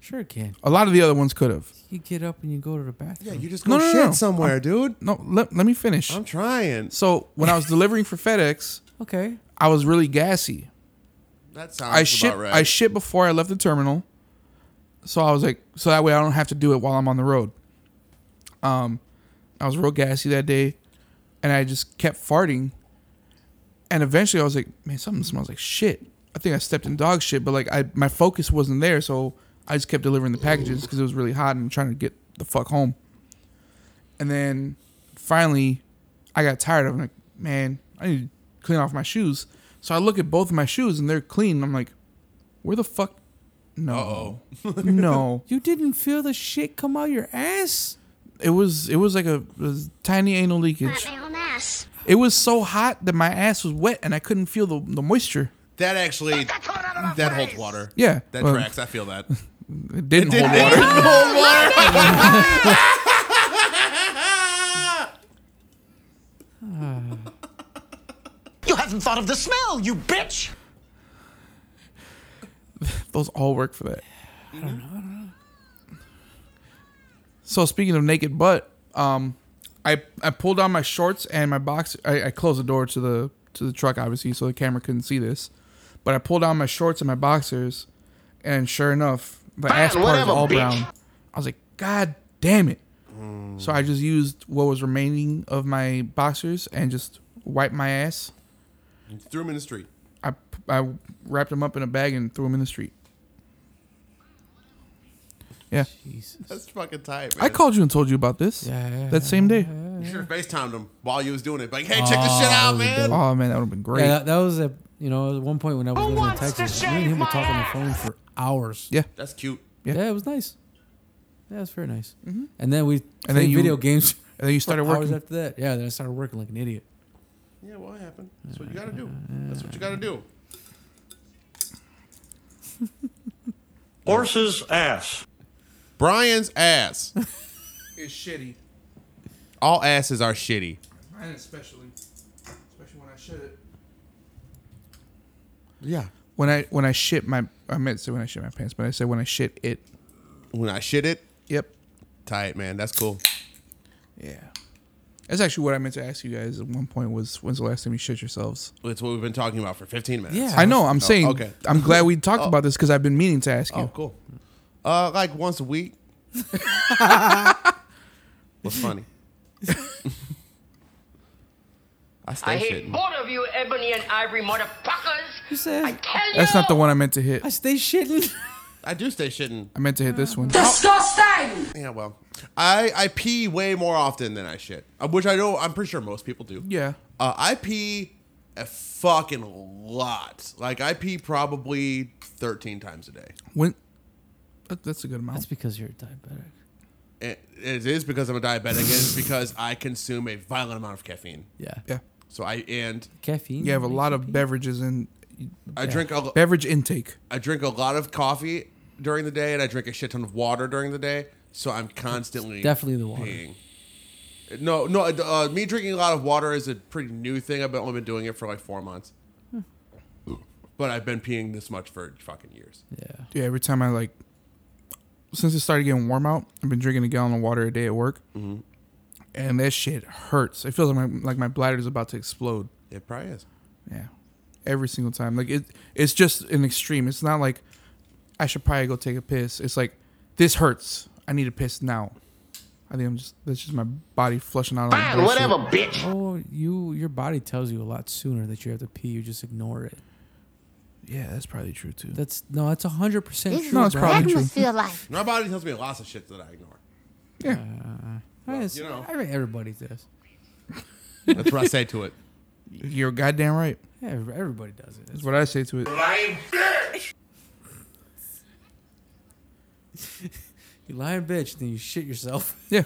Speaker 3: Sure it can.
Speaker 2: A lot of the other ones could have.
Speaker 3: You get up and you go to the bathroom.
Speaker 1: Yeah, you just go
Speaker 2: No, no, no,
Speaker 1: shit
Speaker 2: no.
Speaker 1: somewhere,
Speaker 2: I'm-
Speaker 1: dude.
Speaker 2: No, let, let me finish.
Speaker 1: I'm trying.
Speaker 2: So when I was delivering for FedEx,
Speaker 3: Okay.
Speaker 2: I was really gassy.
Speaker 1: That sounds
Speaker 2: I shit.
Speaker 1: about right.
Speaker 2: I shit before I left the terminal, so I was like, so that way I don't have to do it while I'm on the road. Um, I was real gassy that day, and I just kept farting. And eventually, I was like, man, something smells like shit. I think I stepped in dog shit, but like, I my focus wasn't there, so I just kept delivering the packages because it was really hot and I'm trying to get the fuck home. And then finally, I got tired of it. I'm like, man, I need to clean off my shoes. So I look at both of my shoes and they're clean. I'm like, where the fuck? No, no.
Speaker 3: You didn't feel the shit come out your ass?
Speaker 2: It was it was like a it was tiny anal leakage. It was so hot that my ass was wet and I couldn't feel the, the moisture.
Speaker 1: That actually, that holds water.
Speaker 2: Yeah,
Speaker 1: That
Speaker 2: well-
Speaker 1: tracks. I feel that.
Speaker 2: It didn't
Speaker 1: Didn't
Speaker 2: hold water.
Speaker 6: You haven't thought of the smell, you bitch!
Speaker 2: Those all work for that. So speaking of naked butt, um, I I pulled down my shorts and my box. I, I closed the door to the to the truck, obviously, so the camera couldn't see this. But I pulled down my shorts and my boxers, and sure enough, the ass part
Speaker 8: whatever,
Speaker 2: was all
Speaker 8: bitch.
Speaker 2: brown. I was like, God damn it! So I just used what was remaining of my boxers and just wiped my ass.
Speaker 1: Threw him in the street.
Speaker 2: I I wrapped them up in a bag and threw them in the street. Yeah.
Speaker 1: That's fucking tight, man.
Speaker 2: I called you and told you about this. that same day.
Speaker 1: You should have FaceTimed him while you was doing it. Like, hey, check this shit out, man.
Speaker 2: Oh man, that would have been great.
Speaker 3: Yeah, that, that was at you know at one point when I was living in Texas. Me and him were talking on the phone for hours.
Speaker 2: Yeah. Mm-hmm.
Speaker 1: That's cute.
Speaker 3: Yeah, it was nice. Yeah, it was very nice. And then we
Speaker 2: And then
Speaker 3: played
Speaker 2: you-
Speaker 3: video games.
Speaker 2: and then you
Speaker 3: for
Speaker 2: started
Speaker 3: hours
Speaker 2: working.
Speaker 3: after that. Yeah, then I started working like an idiot.
Speaker 1: Yeah, well, it happened. That's what you gotta do. That's what you gotta do.
Speaker 14: Horse's ass.
Speaker 1: Brian's ass.
Speaker 2: It's shitty.
Speaker 1: All asses are shitty.
Speaker 2: Mine especially, especially when I shit it.
Speaker 1: Yeah.
Speaker 2: When I when I shit my I meant to say when I shit my pants, but I said when I shit it.
Speaker 1: When I shit it.
Speaker 2: Yep.
Speaker 1: Tight, man. That's cool.
Speaker 2: Yeah. That's actually what I meant to ask you guys at one point was when's the last time you shit yourselves?
Speaker 1: It's what we've been talking about for 15 minutes.
Speaker 2: I know. I'm
Speaker 1: Oh,
Speaker 2: saying.
Speaker 1: Okay.
Speaker 2: I'm glad we talked
Speaker 1: Oh.
Speaker 2: about this because I've been meaning to ask you.
Speaker 1: Oh, cool. Uh, like once a week. What's funny? I
Speaker 10: I
Speaker 1: stay
Speaker 10: hate
Speaker 1: shitting.
Speaker 10: both of you, ebony and ivory motherfuckers. You
Speaker 3: said
Speaker 10: I tell you.
Speaker 2: That's not the one I meant to hit.
Speaker 3: I stay shitting.
Speaker 1: I do stay shitting.
Speaker 2: I meant to hit this one.
Speaker 10: Disgusting.
Speaker 1: Yeah, well, I I pee way more often than I shit, uh, which I know I'm pretty sure most people do.
Speaker 2: Yeah.
Speaker 1: Uh, I pee a fucking lot. Like I pee probably 13 times a day.
Speaker 2: When? That, that's a good amount.
Speaker 3: That's because you're diabetic.
Speaker 1: It, it is because I'm a diabetic. it's because I consume a violent amount of caffeine.
Speaker 3: Yeah.
Speaker 2: Yeah.
Speaker 1: So I and
Speaker 3: Caffeine.
Speaker 2: You have a
Speaker 3: makes
Speaker 2: lot
Speaker 3: you
Speaker 2: of
Speaker 3: pee?
Speaker 2: beverages and
Speaker 1: I drink a
Speaker 2: beverage intake.
Speaker 1: I drink a lot of coffee during the day, and I drink a shit ton of water during the day. So I'm constantly
Speaker 3: definitely the water.
Speaker 1: peeing. No, no. Uh, me drinking a lot of water is a pretty new thing. I've only been doing it for like four months, but I've been peeing this much for fucking years.
Speaker 3: Yeah.
Speaker 2: Yeah, every time I like, since it started getting warm out, I've been drinking a gallon of water a day at work, and that shit hurts. It feels like my like my bladder is about to explode.
Speaker 1: It probably is.
Speaker 2: Yeah, every single time. Like it, it's just an extreme. It's not like I should probably go take a piss. It's like this hurts. I need to piss now. I think I'm just that's just my body flushing out. all the bullshit.
Speaker 3: Oh, you your body tells you a lot sooner that you have to pee. You just ignore it.
Speaker 2: Yeah, that's probably true too.
Speaker 3: That's no, that's hundred percent
Speaker 2: This
Speaker 3: true.
Speaker 2: is No, it's
Speaker 3: bro.
Speaker 2: probably true.
Speaker 1: My body tells me lots of shit that I ignore.
Speaker 2: Yeah.
Speaker 3: I, just-
Speaker 1: you know.
Speaker 3: I rate everybody's ass.
Speaker 1: That's what I say to it.
Speaker 2: You're goddamn right.
Speaker 3: Yeah, every- everybody does it.
Speaker 2: That's what I say to it.
Speaker 3: You lying bitch, then you shit yourself.
Speaker 2: Yeah.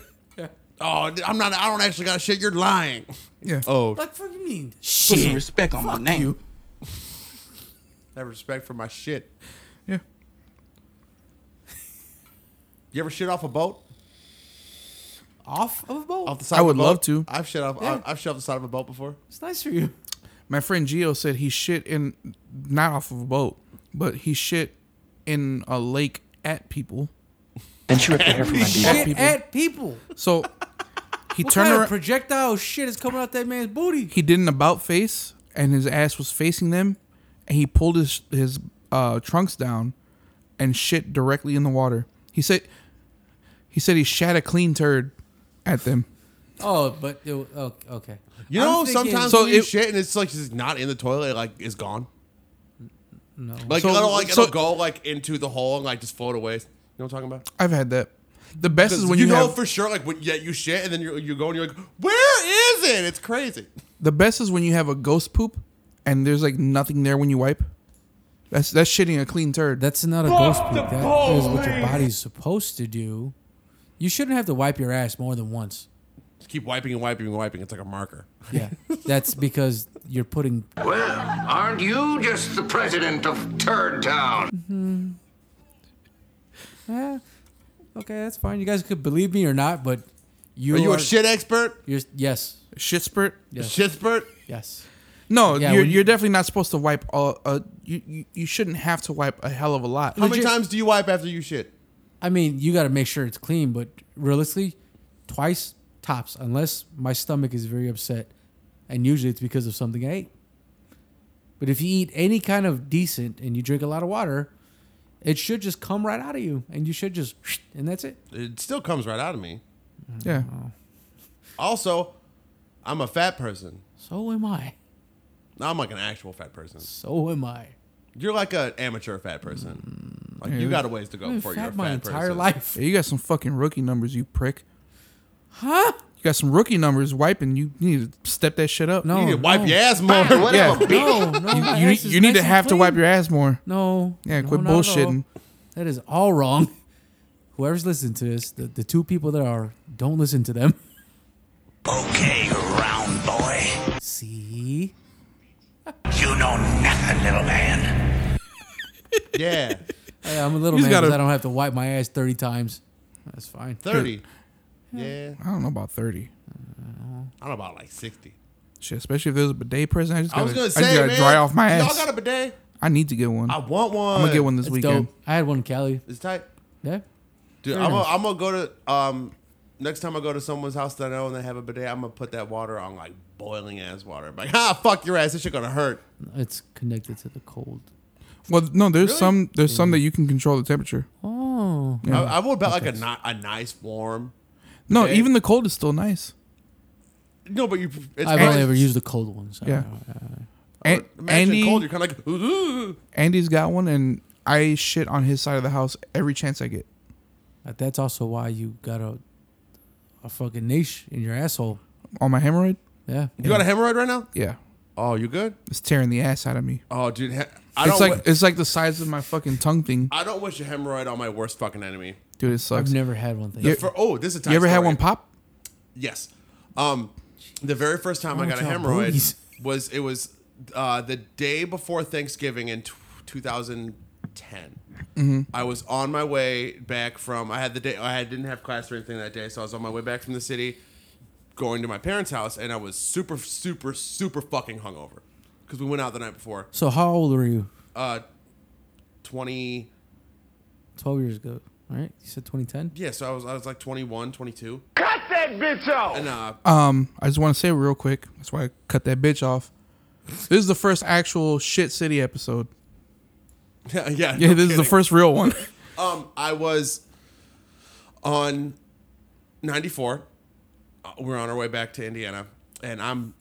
Speaker 1: Oh, I'm not. I don't actually got shit. You're lying.
Speaker 2: Yeah.
Speaker 1: Oh,
Speaker 3: Like, fuck you mean?
Speaker 1: Put
Speaker 3: Shit.
Speaker 1: some respect on my
Speaker 3: Fuck
Speaker 1: name.
Speaker 3: you.
Speaker 1: have respect for my shit.
Speaker 2: Yeah.
Speaker 1: You ever shit off a boat?
Speaker 3: Off of a boat.
Speaker 1: Off the side
Speaker 2: I
Speaker 1: of a
Speaker 2: would love
Speaker 1: boat?
Speaker 2: to.
Speaker 1: I've shit off.
Speaker 3: Yeah.
Speaker 1: I, I've shit off the side of a boat before.
Speaker 3: It's nice for you.
Speaker 2: My friend Gio said he shit in not off of a boat, but he shit in a lake at people.
Speaker 14: Then she ripped her hair from my
Speaker 3: Shit at people.
Speaker 2: So he
Speaker 3: What
Speaker 2: turned
Speaker 3: kind of
Speaker 2: around.
Speaker 3: projectile shit is coming out that man's booty?
Speaker 2: he did an about face, and his ass was facing them, and he pulled his his uh, trunks down, and shit directly in the water. He said, he said he shat a clean turd at them.
Speaker 3: Oh, but it, oh, okay.
Speaker 1: You
Speaker 3: I'm
Speaker 1: know,
Speaker 3: thinking-
Speaker 1: sometimes
Speaker 2: So
Speaker 1: when you
Speaker 2: it-
Speaker 1: shit and it's like it's not in the toilet, it, like it's gone.
Speaker 3: No.
Speaker 1: Like
Speaker 2: So-
Speaker 1: it'll like
Speaker 2: so-
Speaker 1: it'll go like into the hole and like just float away. You know what I'm talking about?
Speaker 2: I've had that. The best is
Speaker 1: Because
Speaker 2: when
Speaker 1: you,
Speaker 2: you,
Speaker 1: know
Speaker 2: have,
Speaker 1: for sure, like when yeah, you shit and then you you go and you're like, where is it? It's crazy.
Speaker 2: the best is when you have a ghost poop, and there's like nothing there when you wipe. That's that's shitting a clean turd.
Speaker 3: That's not a ghost poop. That is what your body's supposed to do. You shouldn't have to wipe your ass more than once.
Speaker 1: Just keep wiping and wiping and wiping. It's like a marker.
Speaker 3: Yeah, that's because you're putting.
Speaker 4: Well, aren't you just the president of Turd Town?
Speaker 3: Eh, okay, that's fine. You guys could believe me or not, but you
Speaker 1: Are you
Speaker 3: are-
Speaker 1: a shit expert?
Speaker 3: You're, yes,
Speaker 2: Shit spurt.
Speaker 3: yes,
Speaker 1: Shit expert?
Speaker 3: yes.
Speaker 2: No,
Speaker 3: Yeah,
Speaker 2: you're,
Speaker 3: when you-
Speaker 2: you're definitely not supposed to wipe. All, uh, you, you you shouldn't have to wipe a hell of a lot.
Speaker 1: How many
Speaker 3: Legit-
Speaker 1: times do you wipe after you shit?
Speaker 3: I mean, you got to make sure it's clean, but realistically, twice tops, unless my stomach is very upset. And usually it's because of something I ate. But if you eat any kind of decent and you drink a lot of water, it should just come right out of you. And you should just, and that's it.
Speaker 1: It still comes right out of me.
Speaker 2: Yeah.
Speaker 3: Oh.
Speaker 1: Also, I'm a fat person.
Speaker 3: So am I.
Speaker 1: No, I'm like an actual fat person.
Speaker 3: So am I.
Speaker 1: You're like an amateur fat person. Like you
Speaker 2: Yeah.
Speaker 1: got a ways to go
Speaker 3: I've been
Speaker 1: before you're a
Speaker 3: fat
Speaker 1: fat
Speaker 3: my entire
Speaker 1: person.
Speaker 3: life.
Speaker 2: Yeah, you got some fucking rookie numbers, you prick.
Speaker 3: Huh?
Speaker 2: You got some rookie numbers wiping. You need to step that shit up.
Speaker 1: You
Speaker 3: No.
Speaker 1: need to wipe
Speaker 3: no.
Speaker 1: your ass more.
Speaker 2: Yeah.
Speaker 3: No, no.
Speaker 2: You,
Speaker 3: my
Speaker 2: you,
Speaker 3: ass is
Speaker 2: you need
Speaker 3: nice
Speaker 2: to
Speaker 3: and
Speaker 2: have to
Speaker 3: clean.
Speaker 2: wipe your ass more.
Speaker 3: No.
Speaker 2: Yeah,
Speaker 3: no,
Speaker 2: quit
Speaker 3: not at all.
Speaker 2: bullshitting.
Speaker 3: That is all wrong. Whoever's listening to this, the, the two people that are, don't listen to them.
Speaker 6: Okay, round boy.
Speaker 3: See?
Speaker 6: You know nothing, little man.
Speaker 1: yeah.
Speaker 3: I, am a little
Speaker 2: You just
Speaker 3: man 'cause
Speaker 2: gotta-
Speaker 3: I don't have to wipe my ass 30 times. That's fine.
Speaker 1: 30. Yeah.
Speaker 2: I don't know about thirty.
Speaker 1: I don't know about like 60.
Speaker 2: Shit, especially if there's a bidet present. I just
Speaker 1: I
Speaker 2: gotta, I
Speaker 1: was going to
Speaker 2: just
Speaker 1: say,
Speaker 2: gotta
Speaker 1: man,
Speaker 2: dry off my ass.
Speaker 1: Y'all got a bidet?
Speaker 2: I need to get one.
Speaker 1: I
Speaker 2: I'm
Speaker 1: want one.
Speaker 2: gonna get one this
Speaker 3: That's
Speaker 2: weekend.
Speaker 3: dope. I had one in Cali.
Speaker 1: It's tight.
Speaker 3: Yeah.
Speaker 1: Dude,
Speaker 3: Very
Speaker 1: I'm gonna
Speaker 3: nice.
Speaker 1: I'm gonna go to um next time I go to someone's house that I know and they have a bidet, I'm gonna put that water on like boiling ass water. I'm like, ah, fuck your ass. This shit gonna hurt.
Speaker 3: It's connected to the cold.
Speaker 2: Well, no, there's
Speaker 1: Really?
Speaker 2: some there's some that you can control the temperature.
Speaker 3: Oh.
Speaker 1: I, I would bet like a ni- a nice warm.
Speaker 2: No,
Speaker 1: Okay.
Speaker 2: even the cold is still nice.
Speaker 1: No, but you. It's
Speaker 3: I've only ever used the cold ones. I
Speaker 2: Yeah.
Speaker 3: don't know.
Speaker 2: An-
Speaker 1: Imagine
Speaker 2: Andy
Speaker 1: cold. You're kind of like. Ooh.
Speaker 2: Andy's got one, and I shit on his side of the house every chance I get.
Speaker 3: Uh, That's also why you got a, a fucking niche in your asshole.
Speaker 2: On my hemorrhoid.
Speaker 3: Yeah.
Speaker 1: You got a hemorrhoid right now?
Speaker 2: Yeah,
Speaker 1: Oh, you good?
Speaker 2: it's tearing the ass out of me.
Speaker 1: Oh, dude, he- I
Speaker 2: It's
Speaker 1: don't.
Speaker 2: like
Speaker 1: wi-
Speaker 2: it's like the size of my fucking tongue thing,
Speaker 1: I don't wish a hemorrhoid on my worst fucking enemy.
Speaker 2: dude. It sucks.
Speaker 3: I've never had one thing.
Speaker 2: Yeah.
Speaker 1: For, oh, this is. A time
Speaker 2: you ever had
Speaker 1: story.
Speaker 2: one pop?
Speaker 1: Yes. Um, the very first time I got a
Speaker 3: y'all
Speaker 1: hemorrhoid
Speaker 3: booties.
Speaker 1: was it was uh, the day before Thanksgiving in t- 2010.
Speaker 2: Mm-hmm.
Speaker 1: I was on my way back from I had the day I had, didn't have class or anything that day, so I was on my way back from the city, going to my parents' house, and I was super, super, super fucking hungover because we went out the night before.
Speaker 3: So how old were you?
Speaker 1: Uh, 20.
Speaker 3: 12 years ago, right? You said 2010?
Speaker 1: Yeah, so I was I was like 21, 22,
Speaker 5: Cut that bitch off!
Speaker 1: and uh,
Speaker 2: Um, I just want to say real quick. That's why I cut that bitch off. This is the first actual shit city episode.
Speaker 1: yeah, yeah,
Speaker 2: Yeah,
Speaker 1: no
Speaker 2: this is the
Speaker 1: kidding.
Speaker 2: first real one.
Speaker 1: Um, I was on 94. Uh, We're on our way back to Indiana, and I'm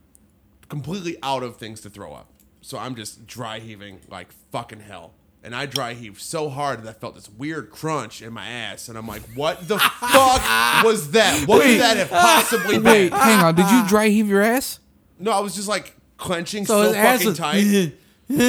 Speaker 1: completely out of things to throw up. So I'm just dry heaving like fucking hell. and I dry heaved so hard that I felt this weird crunch in my ass, and I'm like, "What the fuck was that? What
Speaker 2: Wait.
Speaker 1: could that have possibly been?"
Speaker 2: Wait, hang on. Did you dry heave your ass?
Speaker 1: No, I was just like clenching
Speaker 2: So
Speaker 3: Oh,
Speaker 1: so,
Speaker 2: his ass
Speaker 1: fucking
Speaker 2: was-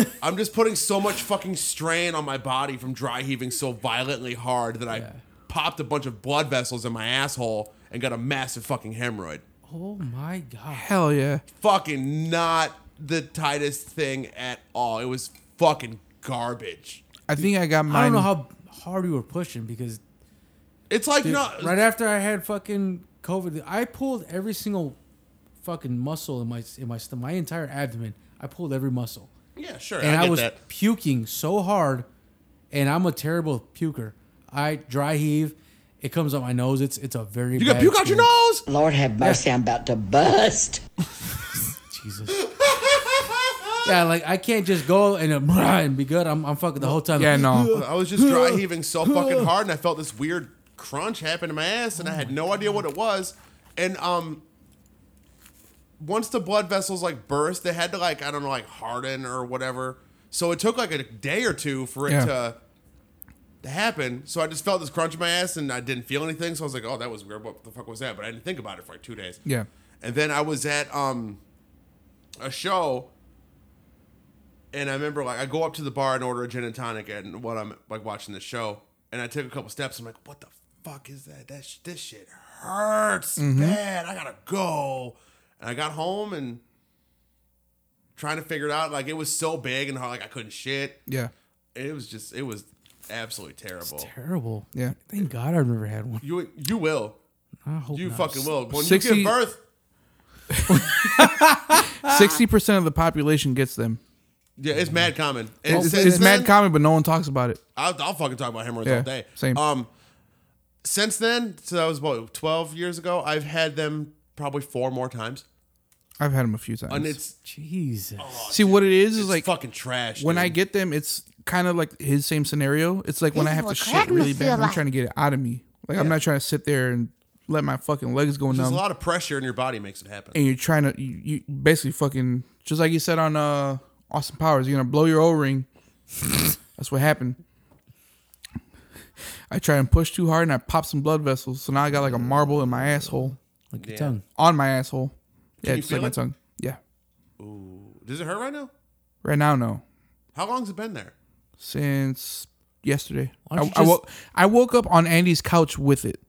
Speaker 1: tight. I'm just putting so much fucking strain on my body from dry heaving so violently hard that I popped a bunch of blood vessels in my asshole and got a massive fucking hemorrhoid.
Speaker 3: Oh my god.
Speaker 2: Hell yeah.
Speaker 1: Fucking not the tightest thing at all. It was fucking garbage.
Speaker 2: I think I got
Speaker 3: I
Speaker 2: mine.
Speaker 3: don't know how hard we were pushing because
Speaker 1: It's like
Speaker 3: dude,
Speaker 1: not
Speaker 3: right after I had fucking COVID, I pulled every single fucking muscle in my in my stom- my entire abdomen. I pulled every muscle.
Speaker 1: Yeah, sure,
Speaker 3: And
Speaker 1: I
Speaker 3: I,
Speaker 1: get
Speaker 3: was
Speaker 1: that.
Speaker 3: puking so hard, and I'm a terrible puker. I dry heave. It comes out my nose. It's it's a very
Speaker 1: You got
Speaker 3: bad
Speaker 1: puke out your
Speaker 3: experience.
Speaker 1: nose.
Speaker 6: Lord have mercy, I'm about to bust.
Speaker 3: Yeah, like I can't just go and, uh, and be good. I'm, I'm fucking the whole time.
Speaker 1: I was just dry heaving so fucking hard, and I felt this weird crunch happen to my ass, and I had no idea what it was. And um, once the blood vessels like burst, they had to like I don't know like harden or whatever. So it took like a day or two for it
Speaker 2: Yeah.
Speaker 1: to to happen. So I just felt this crunch in my ass, and I didn't feel anything. So I was like, "Oh, that was weird. What the fuck was that?" But I didn't think about it for like two days.
Speaker 2: Yeah.
Speaker 1: And then I was at um a show and I remember like I go up to the bar and order a gin and tonic and while I'm like watching the show and I take a couple steps I'm like what the fuck is that that sh- this shit hurts
Speaker 3: Mm-hmm.
Speaker 2: Mhm.
Speaker 1: bad I got to go and I got home and trying to figure it out like it was so big and hard like I couldn't shit
Speaker 2: Yeah.
Speaker 1: it was just it was absolutely terrible
Speaker 3: Terrible.
Speaker 2: Yeah.
Speaker 3: Thank God I've never had one.
Speaker 1: you you will
Speaker 3: I hope
Speaker 1: you
Speaker 3: not.
Speaker 1: fucking will when you
Speaker 2: 60
Speaker 1: give birth
Speaker 2: Sixty percent of the population gets them.
Speaker 1: yeah it's mad common And
Speaker 2: It's,
Speaker 1: since
Speaker 2: it's mad
Speaker 1: then-
Speaker 2: common, but no one talks about it.
Speaker 1: I'll, I'll fucking talk about hemorrhoids
Speaker 2: Yeah,
Speaker 1: all day.
Speaker 2: same.
Speaker 1: Um, since then, so that was about twelve years ago. I've had them probably four more times,
Speaker 2: I've had them a few times.
Speaker 1: and it's
Speaker 3: Jesus.
Speaker 1: Oh,
Speaker 2: See what it is is like
Speaker 1: fucking trash.
Speaker 2: when
Speaker 1: dude.
Speaker 2: I get them, it's kind of like his same scenario. It's like when
Speaker 1: This
Speaker 2: I
Speaker 1: is
Speaker 2: have to
Speaker 1: what
Speaker 2: shit
Speaker 1: crack me
Speaker 2: really bad.
Speaker 1: feel
Speaker 2: I'm
Speaker 1: like.
Speaker 2: trying to get it out of me. Like I'm
Speaker 1: Yeah.
Speaker 2: not trying to sit there and let my fucking legs go
Speaker 1: just
Speaker 2: numb.
Speaker 1: a lot of pressure in your body makes it happen.
Speaker 2: and you're trying to you, you basically fucking just like you said on uh Austin Powers, you're gonna blow your O ring. That's what happened. I try and push too hard and I pop some blood vessels, so now I got like a marble in my asshole.
Speaker 3: Like
Speaker 1: your Yeah. tongue.
Speaker 2: On my asshole.
Speaker 1: Can
Speaker 2: yeah,
Speaker 1: you
Speaker 2: just like
Speaker 1: feel
Speaker 2: my
Speaker 1: it?
Speaker 2: tongue. Yeah.
Speaker 1: Ooh, does it hurt right now?
Speaker 2: Right now no.
Speaker 1: How long's it been there?
Speaker 2: Since yesterday.
Speaker 1: Why
Speaker 2: I,
Speaker 1: don't you
Speaker 2: I,
Speaker 1: just-
Speaker 2: wo- I woke up on Andy's couch with it.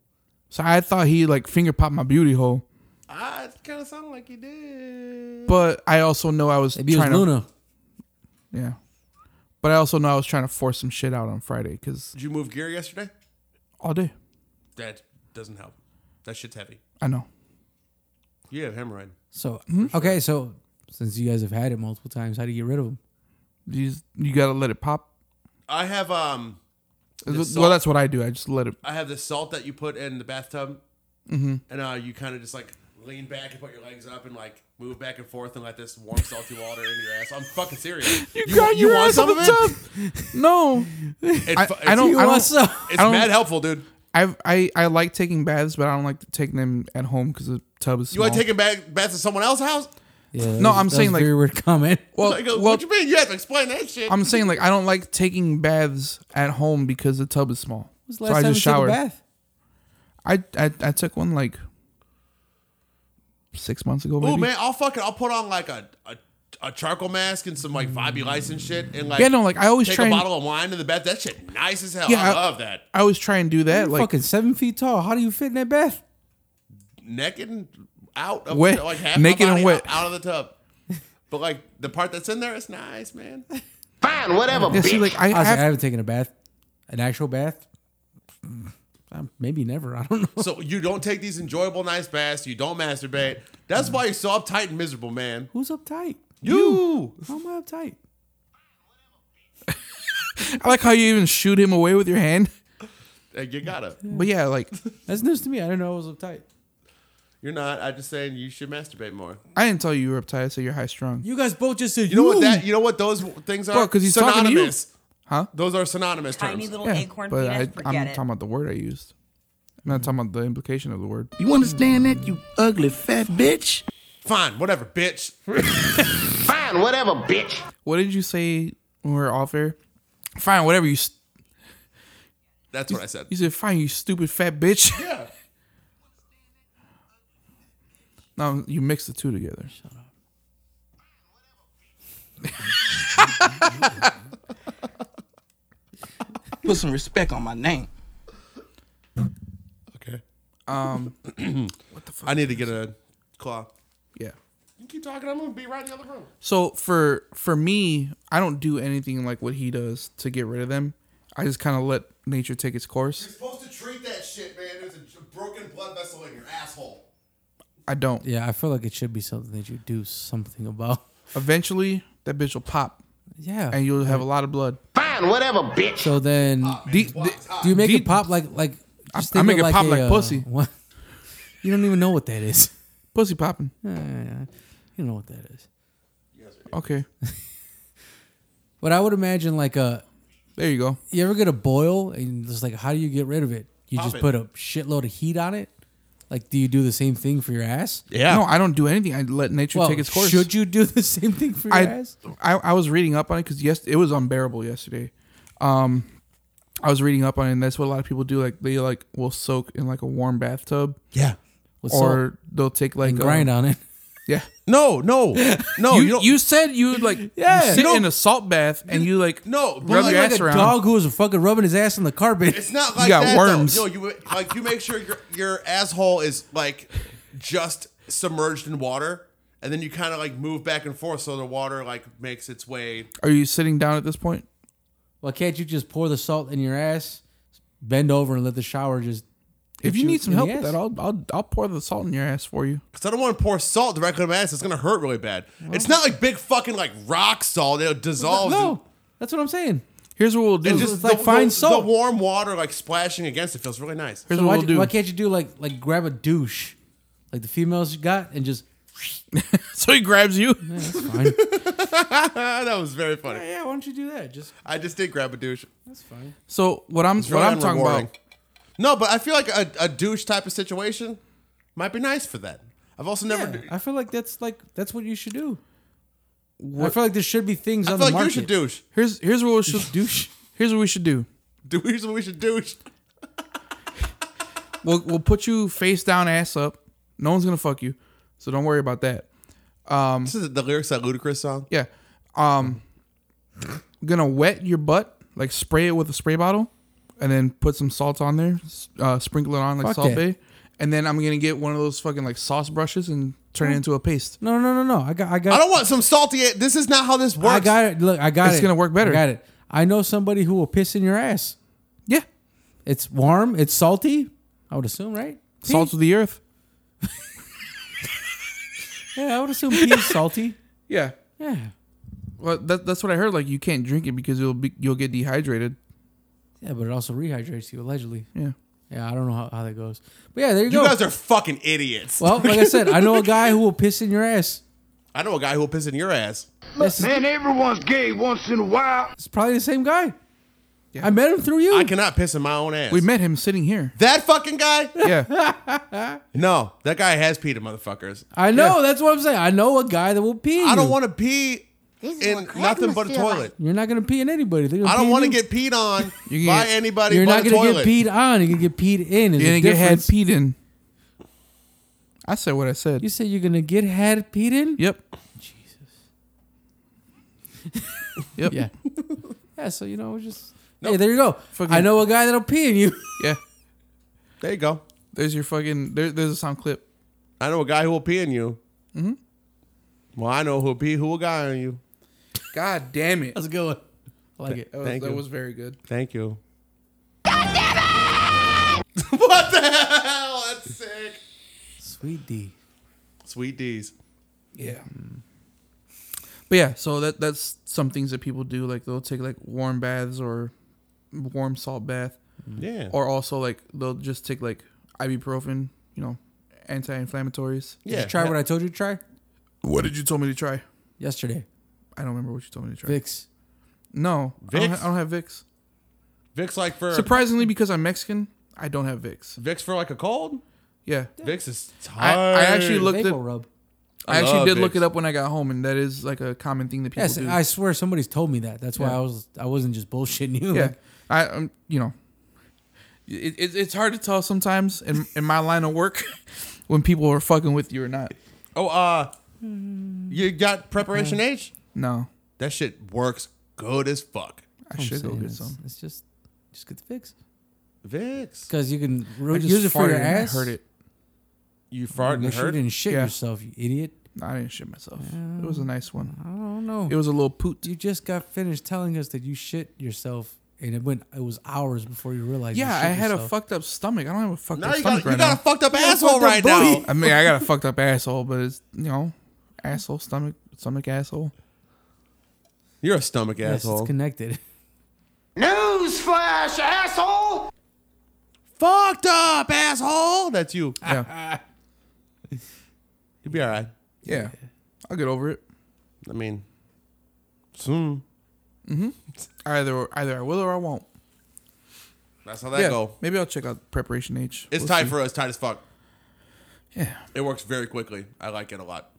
Speaker 2: So I thought he like finger popped my beauty hole.
Speaker 1: Ah, it kind of sounded like you did.
Speaker 2: But I also know I was
Speaker 3: Maybe it was
Speaker 2: trying
Speaker 3: Luna.
Speaker 2: to. Yeah. But I also know I was trying to force some shit out on Friday because
Speaker 1: Did you move gear yesterday?
Speaker 2: all day.
Speaker 1: That doesn't help. That shit's heavy.
Speaker 2: I know.
Speaker 1: You have hemorrhoid.
Speaker 3: So hmm? okay, so since you guys have had it multiple times, how do you get rid of them?
Speaker 2: You, just- you gotta let it pop.
Speaker 1: I have um.
Speaker 2: Well,
Speaker 1: this salt-
Speaker 2: that's what I do. I just let it.
Speaker 1: I have this salt that you put in the bathtub,
Speaker 2: Mhm.
Speaker 1: and uh, you kind of just like lean back and put your legs up and like move back and forth and let this warm salty water into your ass. I'm fucking serious. You,
Speaker 2: got your ass on the No,
Speaker 1: It
Speaker 2: I,
Speaker 1: fu-
Speaker 2: I don't.
Speaker 1: You
Speaker 2: I don't
Speaker 1: want some? It's
Speaker 2: I don't-
Speaker 1: mad helpful, dude.
Speaker 2: I've, I I like taking baths, but I don't like to take them at home because the tub is.
Speaker 1: You want to
Speaker 2: small.
Speaker 1: take a bath, bath to someone else's house?
Speaker 3: Yeah,
Speaker 2: No, I'm saying, like-
Speaker 3: very weird comment.
Speaker 2: Well,
Speaker 1: Like, uh,
Speaker 2: well,
Speaker 1: what you mean? You have to explain that shit.
Speaker 2: I'm saying like I don't like taking baths at home because the tub is small.
Speaker 3: When's the
Speaker 2: So
Speaker 3: last
Speaker 2: I
Speaker 3: time
Speaker 2: just
Speaker 3: you took a
Speaker 2: showered.
Speaker 3: bath?
Speaker 2: I, I I took one like six months
Speaker 1: Oh
Speaker 2: ago. Maybe.
Speaker 1: man, I'll fucking I'll put on like a. a a charcoal mask and some like vibey lights and shit, and like
Speaker 2: Yeah, no, like, I always
Speaker 1: take
Speaker 2: try
Speaker 1: a
Speaker 2: and-
Speaker 1: bottle of wine in the bath. That shit nice as hell.
Speaker 2: Yeah,
Speaker 1: I,
Speaker 2: I-
Speaker 1: love that.
Speaker 2: I always try and do that.
Speaker 3: You're
Speaker 2: like
Speaker 3: fucking seven feet tall. How do you fit in that bath?
Speaker 1: naked and out of
Speaker 2: Wet.
Speaker 1: like half
Speaker 2: Naked
Speaker 1: my body
Speaker 2: and wet.
Speaker 1: out of the tub. But like the part that's in there is nice, man.
Speaker 4: Fine, whatever,
Speaker 2: Yeah, see,
Speaker 4: bitch.
Speaker 2: like, I
Speaker 3: Honestly,
Speaker 2: have-
Speaker 3: I haven't taken a bath, an actual bath. Um, Maybe never. I don't know.
Speaker 1: So you don't take these enjoyable nice baths, you don't masturbate. That's why you're so uptight and miserable, man.
Speaker 3: Who's uptight?
Speaker 1: You
Speaker 3: How am I uptight?
Speaker 2: I like how you even shoot him away with your hand.
Speaker 1: Uh, you gotta.
Speaker 2: But yeah, like
Speaker 3: That's news to me. I didn't know I was uptight.
Speaker 1: You're not. I'm just saying you should masturbate more.
Speaker 2: I didn't tell you you were uptight. I said you're high strung.
Speaker 3: You guys both just said
Speaker 1: You know what that you know what those things are?
Speaker 2: Well, 'cause he's talking to you. Huh?
Speaker 1: Those are synonymous
Speaker 11: Tiny
Speaker 1: terms.
Speaker 11: little acorn
Speaker 2: but
Speaker 11: penis,
Speaker 2: I, I'm
Speaker 11: forget it.
Speaker 2: talking about the word I used. I'm not talking about the implication of the word.
Speaker 14: You understand that, you ugly fat bitch?
Speaker 1: Fine, whatever, bitch.
Speaker 4: Fine, whatever, bitch.
Speaker 2: What did you say when we were off air? Fine, whatever you. St-
Speaker 1: That's what I said.
Speaker 2: You said, "Fine, you stupid fat bitch."
Speaker 1: Yeah.
Speaker 2: now you mix the two together. Shut up.
Speaker 15: Put some respect on my name.
Speaker 1: Okay.
Speaker 2: Um,
Speaker 1: what the fuck? I need to get a claw.
Speaker 2: Yeah.
Speaker 1: You keep talking. I'm gonna be right in the other room.
Speaker 2: So for for me, I don't do anything like what he does to get rid of them. I just kind of let nature take its course.
Speaker 1: supposed to treat that shit, man. There's a broken blood vessel in your asshole.
Speaker 2: I don't.
Speaker 3: Yeah, I feel like it should be something that you do something about.
Speaker 2: Eventually, that bitch will pop.
Speaker 3: Yeah.
Speaker 2: And you'll have a lot of blood.
Speaker 4: Fine, whatever, bitch.
Speaker 3: So then,
Speaker 2: The- the-
Speaker 3: do you make
Speaker 2: the-
Speaker 3: it pop like like?
Speaker 2: I-
Speaker 3: just
Speaker 2: I
Speaker 3: think
Speaker 2: make
Speaker 3: of
Speaker 2: it pop like
Speaker 3: a, uh,
Speaker 2: pussy.
Speaker 3: what? You don't even know what that is.
Speaker 2: Pussy popping.
Speaker 3: Yeah, yeah, yeah. You know what that is.
Speaker 2: Okay.
Speaker 3: But I would imagine like a.
Speaker 2: There you go.
Speaker 3: You ever get a boil and it's like, how do you get rid of it? You
Speaker 2: Pop
Speaker 3: just
Speaker 2: it.
Speaker 3: put a shitload of heat on it. Like, do you do the same thing for your ass?
Speaker 2: No, I don't do anything. I let nature
Speaker 3: Well,
Speaker 2: take its course.
Speaker 3: should you do the same thing for your
Speaker 2: I,
Speaker 3: ass?
Speaker 2: I I was reading up on it because yes, it was unbearable yesterday. Um, I was reading up on it, and that's what a lot of people do. Like they like will soak in like a warm bathtub.
Speaker 1: Yeah.
Speaker 2: Or
Speaker 3: With salt.
Speaker 2: they'll take like
Speaker 3: And grind on it.
Speaker 2: Yeah. Oh,
Speaker 1: No, no, no.
Speaker 2: you
Speaker 1: you
Speaker 2: you,
Speaker 1: don't-
Speaker 2: said you would like
Speaker 3: Yeah.
Speaker 2: sit
Speaker 3: You don't-
Speaker 2: in a salt bath and you like
Speaker 1: no
Speaker 2: rub
Speaker 1: but
Speaker 2: your
Speaker 3: like
Speaker 2: ass
Speaker 3: a
Speaker 2: around.
Speaker 3: dog who was fucking rubbing his ass on the carpet.
Speaker 1: It's not like
Speaker 2: got
Speaker 1: that,
Speaker 2: worms.
Speaker 1: Though. No, you like you make sure your your asshole is like just submerged in water, and then you kind of like move back and forth so the water like makes its way.
Speaker 2: Are you sitting down at this point?
Speaker 3: Why can't you just pour the salt in your ass, bend over, and let the shower just?
Speaker 2: If
Speaker 3: hit
Speaker 2: you need some
Speaker 3: in the
Speaker 2: help with
Speaker 3: ass?
Speaker 2: that, I'll I'll I'll pour the salt in your ass for you.
Speaker 1: Cause I don't want to pour salt directly on my ass. It's gonna hurt really bad. it's not like big fucking like rock salt. It dissolves.
Speaker 3: No, that's what I'm saying.
Speaker 2: Here's what we'll do.
Speaker 1: and
Speaker 3: It's
Speaker 1: just
Speaker 3: like
Speaker 1: the,
Speaker 3: fine
Speaker 1: the,
Speaker 3: salt.
Speaker 1: The warm water like splashing against it feels really nice.
Speaker 2: Here's
Speaker 3: So
Speaker 2: what
Speaker 3: why,
Speaker 2: we'll
Speaker 3: do-
Speaker 2: do.
Speaker 3: why can't you do like like grab a douche, like the females got, and just
Speaker 2: so he grabs you.
Speaker 1: that was very funny.
Speaker 3: yeah? Why don't you do that? Just
Speaker 1: I just did grab a douche.
Speaker 3: that's fine.
Speaker 2: So what I'm
Speaker 1: It's
Speaker 2: what
Speaker 1: really
Speaker 2: I'm talking
Speaker 1: unrewarding.
Speaker 2: about.
Speaker 1: No, but I feel like a, a douche type of situation might be nice for that. I've also never.
Speaker 3: Yeah, I feel like that's like that's what you should do. I
Speaker 2: What-
Speaker 3: feel like there should be things
Speaker 1: I
Speaker 3: on
Speaker 1: feel
Speaker 3: the
Speaker 1: like
Speaker 3: market.
Speaker 1: you should douche.
Speaker 2: Here's here's what we should
Speaker 3: douche.
Speaker 2: Here's what we should do.
Speaker 1: Do here's what we should douche.
Speaker 2: We'll we'll put you face down, ass up. No one's gonna fuck you, so don't worry about that. Um,
Speaker 1: This is the lyrics to that Ludacris song.
Speaker 2: yeah. Um, gonna wet your butt, like spray it with a spray bottle, and then put some salt on there, s- uh, sprinkle it on like
Speaker 3: Fuck
Speaker 2: salt
Speaker 3: that.
Speaker 2: bay, and then I'm gonna get one of those fucking like sauce brushes and turn it into a paste.
Speaker 3: No, no, no, no. I got, I got,
Speaker 1: I don't want some salty. This is not how this works.
Speaker 3: I got it. Look, I got it.
Speaker 2: It's gonna work better.
Speaker 3: I got it. I know somebody who will piss in your ass.
Speaker 2: Yeah,
Speaker 3: It's warm. It's salty. I would assume, right? Pee?
Speaker 2: salt of the earth.
Speaker 3: Yeah, I would assume pee is salty.
Speaker 2: Yeah.
Speaker 3: Yeah.
Speaker 2: Well, that, that's what I heard. Like you can't drink it because you'll be you'll get dehydrated.
Speaker 3: Yeah, but it also rehydrates you allegedly.
Speaker 2: Yeah.
Speaker 3: Yeah, I don't know how, how that goes. But yeah, there you,
Speaker 1: You
Speaker 3: go.
Speaker 1: guys are fucking idiots.
Speaker 3: well, like I said, I know a guy who will piss in your ass.
Speaker 1: I know a guy who'll piss in your ass.
Speaker 3: This is
Speaker 4: Man, everyone's gay once in a while.
Speaker 3: it's probably the same guy. I met him through you.
Speaker 1: I cannot piss in my own ass.
Speaker 2: We met him sitting here.
Speaker 1: that fucking guy?
Speaker 2: Yeah.
Speaker 1: No, that guy has peed in motherfuckers.
Speaker 3: I know. That's what I'm saying. I know a guy that will pee.
Speaker 1: I don't
Speaker 3: you.
Speaker 1: want to pee in nothing but a toilet.
Speaker 3: You're not gonna pee in anybody. They're gonna
Speaker 1: I
Speaker 3: pee
Speaker 1: don't
Speaker 3: in
Speaker 1: want to
Speaker 3: you.
Speaker 1: get peed on
Speaker 2: You
Speaker 1: by
Speaker 2: get-
Speaker 1: anybody
Speaker 3: You're
Speaker 1: but
Speaker 3: not
Speaker 1: a
Speaker 3: gonna
Speaker 1: toilet.
Speaker 3: get peed on. You're gonna get peed in. Is
Speaker 2: You
Speaker 3: the
Speaker 2: didn't get had
Speaker 3: difference.
Speaker 2: peed in. I said what I said.
Speaker 3: You said you're gonna get had peed in.
Speaker 2: yep. Jesus. yep.
Speaker 3: Yeah. yeah. So you know, we're just hey, there you go.
Speaker 2: Fucking-
Speaker 3: I know a guy that'll pee in you.
Speaker 2: Yeah.
Speaker 1: There you go.
Speaker 2: There's your fucking. There, there's a sound clip.
Speaker 1: I know a guy who will pee on you. Well, I know who'll pee who will guy on you.
Speaker 2: God damn it. That
Speaker 3: That's a good one. I like it.
Speaker 2: was,
Speaker 1: Thank
Speaker 2: that
Speaker 1: you.
Speaker 2: was very good.
Speaker 1: Thank you. God damn it! what the hell? That's sick.
Speaker 3: Sweet D.
Speaker 1: Sweet D's.
Speaker 2: Yeah. But yeah, so that that's some things that people do. Like they'll take like warm baths or warm salt bath.
Speaker 1: Yeah.
Speaker 2: or also like they'll just take like ibuprofen, you know, anti-inflammatories.
Speaker 1: yeah.
Speaker 3: Did you try what I told you to try
Speaker 2: What did you tell me to try?
Speaker 3: yesterday?
Speaker 2: I don't remember what you told me to try.
Speaker 3: Vicks.
Speaker 2: No, I don't,
Speaker 1: Vicks?
Speaker 2: ha- I don't have Vicks.
Speaker 1: Vicks like for
Speaker 2: Surprisingly, because I'm Mexican, I don't have Vicks.
Speaker 1: Vicks for like a cold.
Speaker 2: Yeah,
Speaker 1: Vicks is tired.
Speaker 2: I, I actually looked
Speaker 3: Vapo
Speaker 2: at
Speaker 3: rub.
Speaker 2: I, actually
Speaker 3: love
Speaker 2: did look
Speaker 3: Vicks.
Speaker 2: it up when I got home, and that is like a common thing that people
Speaker 3: Yes,
Speaker 2: do.
Speaker 3: I swear somebody's told me that. That's why
Speaker 2: Yeah.
Speaker 3: I was I wasn't just bullshitting you.
Speaker 2: yeah,
Speaker 3: Like,
Speaker 2: I um, you know, it, it, it's hard to tell sometimes in in my line of work when people are fucking with you or not.
Speaker 1: Oh, uh, you got preparation H?
Speaker 2: No,
Speaker 1: that shit works good as fuck.
Speaker 2: I should go get some.
Speaker 3: It's just just get the Vicks.
Speaker 1: Vicks.
Speaker 3: Because you can
Speaker 2: I
Speaker 3: really
Speaker 2: just
Speaker 3: use it for
Speaker 2: farted
Speaker 3: your
Speaker 2: and I
Speaker 3: ass.
Speaker 2: heard it.
Speaker 1: You farted and
Speaker 3: Make sure you
Speaker 1: hurt?
Speaker 3: didn't shit
Speaker 2: Yeah.
Speaker 3: yourself, you idiot.
Speaker 2: I didn't shit myself. It was a nice one.
Speaker 3: I don't know.
Speaker 2: It was a little poot.
Speaker 3: You just got finished telling us that you shit yourself, and it went. It was hours before you realized.
Speaker 2: yeah,
Speaker 3: you
Speaker 2: I
Speaker 3: shit
Speaker 2: had a
Speaker 3: yourself.
Speaker 2: fucked up stomach. I don't have a fucked
Speaker 1: Now
Speaker 2: up
Speaker 1: you got-
Speaker 2: stomach
Speaker 1: you
Speaker 2: right
Speaker 1: got
Speaker 2: now.
Speaker 1: a fucked up You got a asshole fucked up right booty. now.
Speaker 2: I mean, I got a fucked up asshole, but it's you know, asshole, stomach, stomach, asshole.
Speaker 1: You're a stomach
Speaker 2: Yes, it's
Speaker 1: asshole.
Speaker 3: connected.
Speaker 4: Newsflash, asshole!
Speaker 1: Fucked up, asshole. That's you.
Speaker 2: Yeah.
Speaker 1: You'll be all right.
Speaker 2: Yeah. I'll get over it.
Speaker 1: I mean, soon.
Speaker 2: Mm-hmm. Either either I will or I won't.
Speaker 1: That's how that
Speaker 2: Yeah,
Speaker 1: go.
Speaker 2: Maybe I'll check out Preparation H.
Speaker 1: It's
Speaker 2: We'll
Speaker 1: tight
Speaker 2: see.
Speaker 1: for us, tight as fuck.
Speaker 2: Yeah.
Speaker 1: It works very quickly. I like it a lot.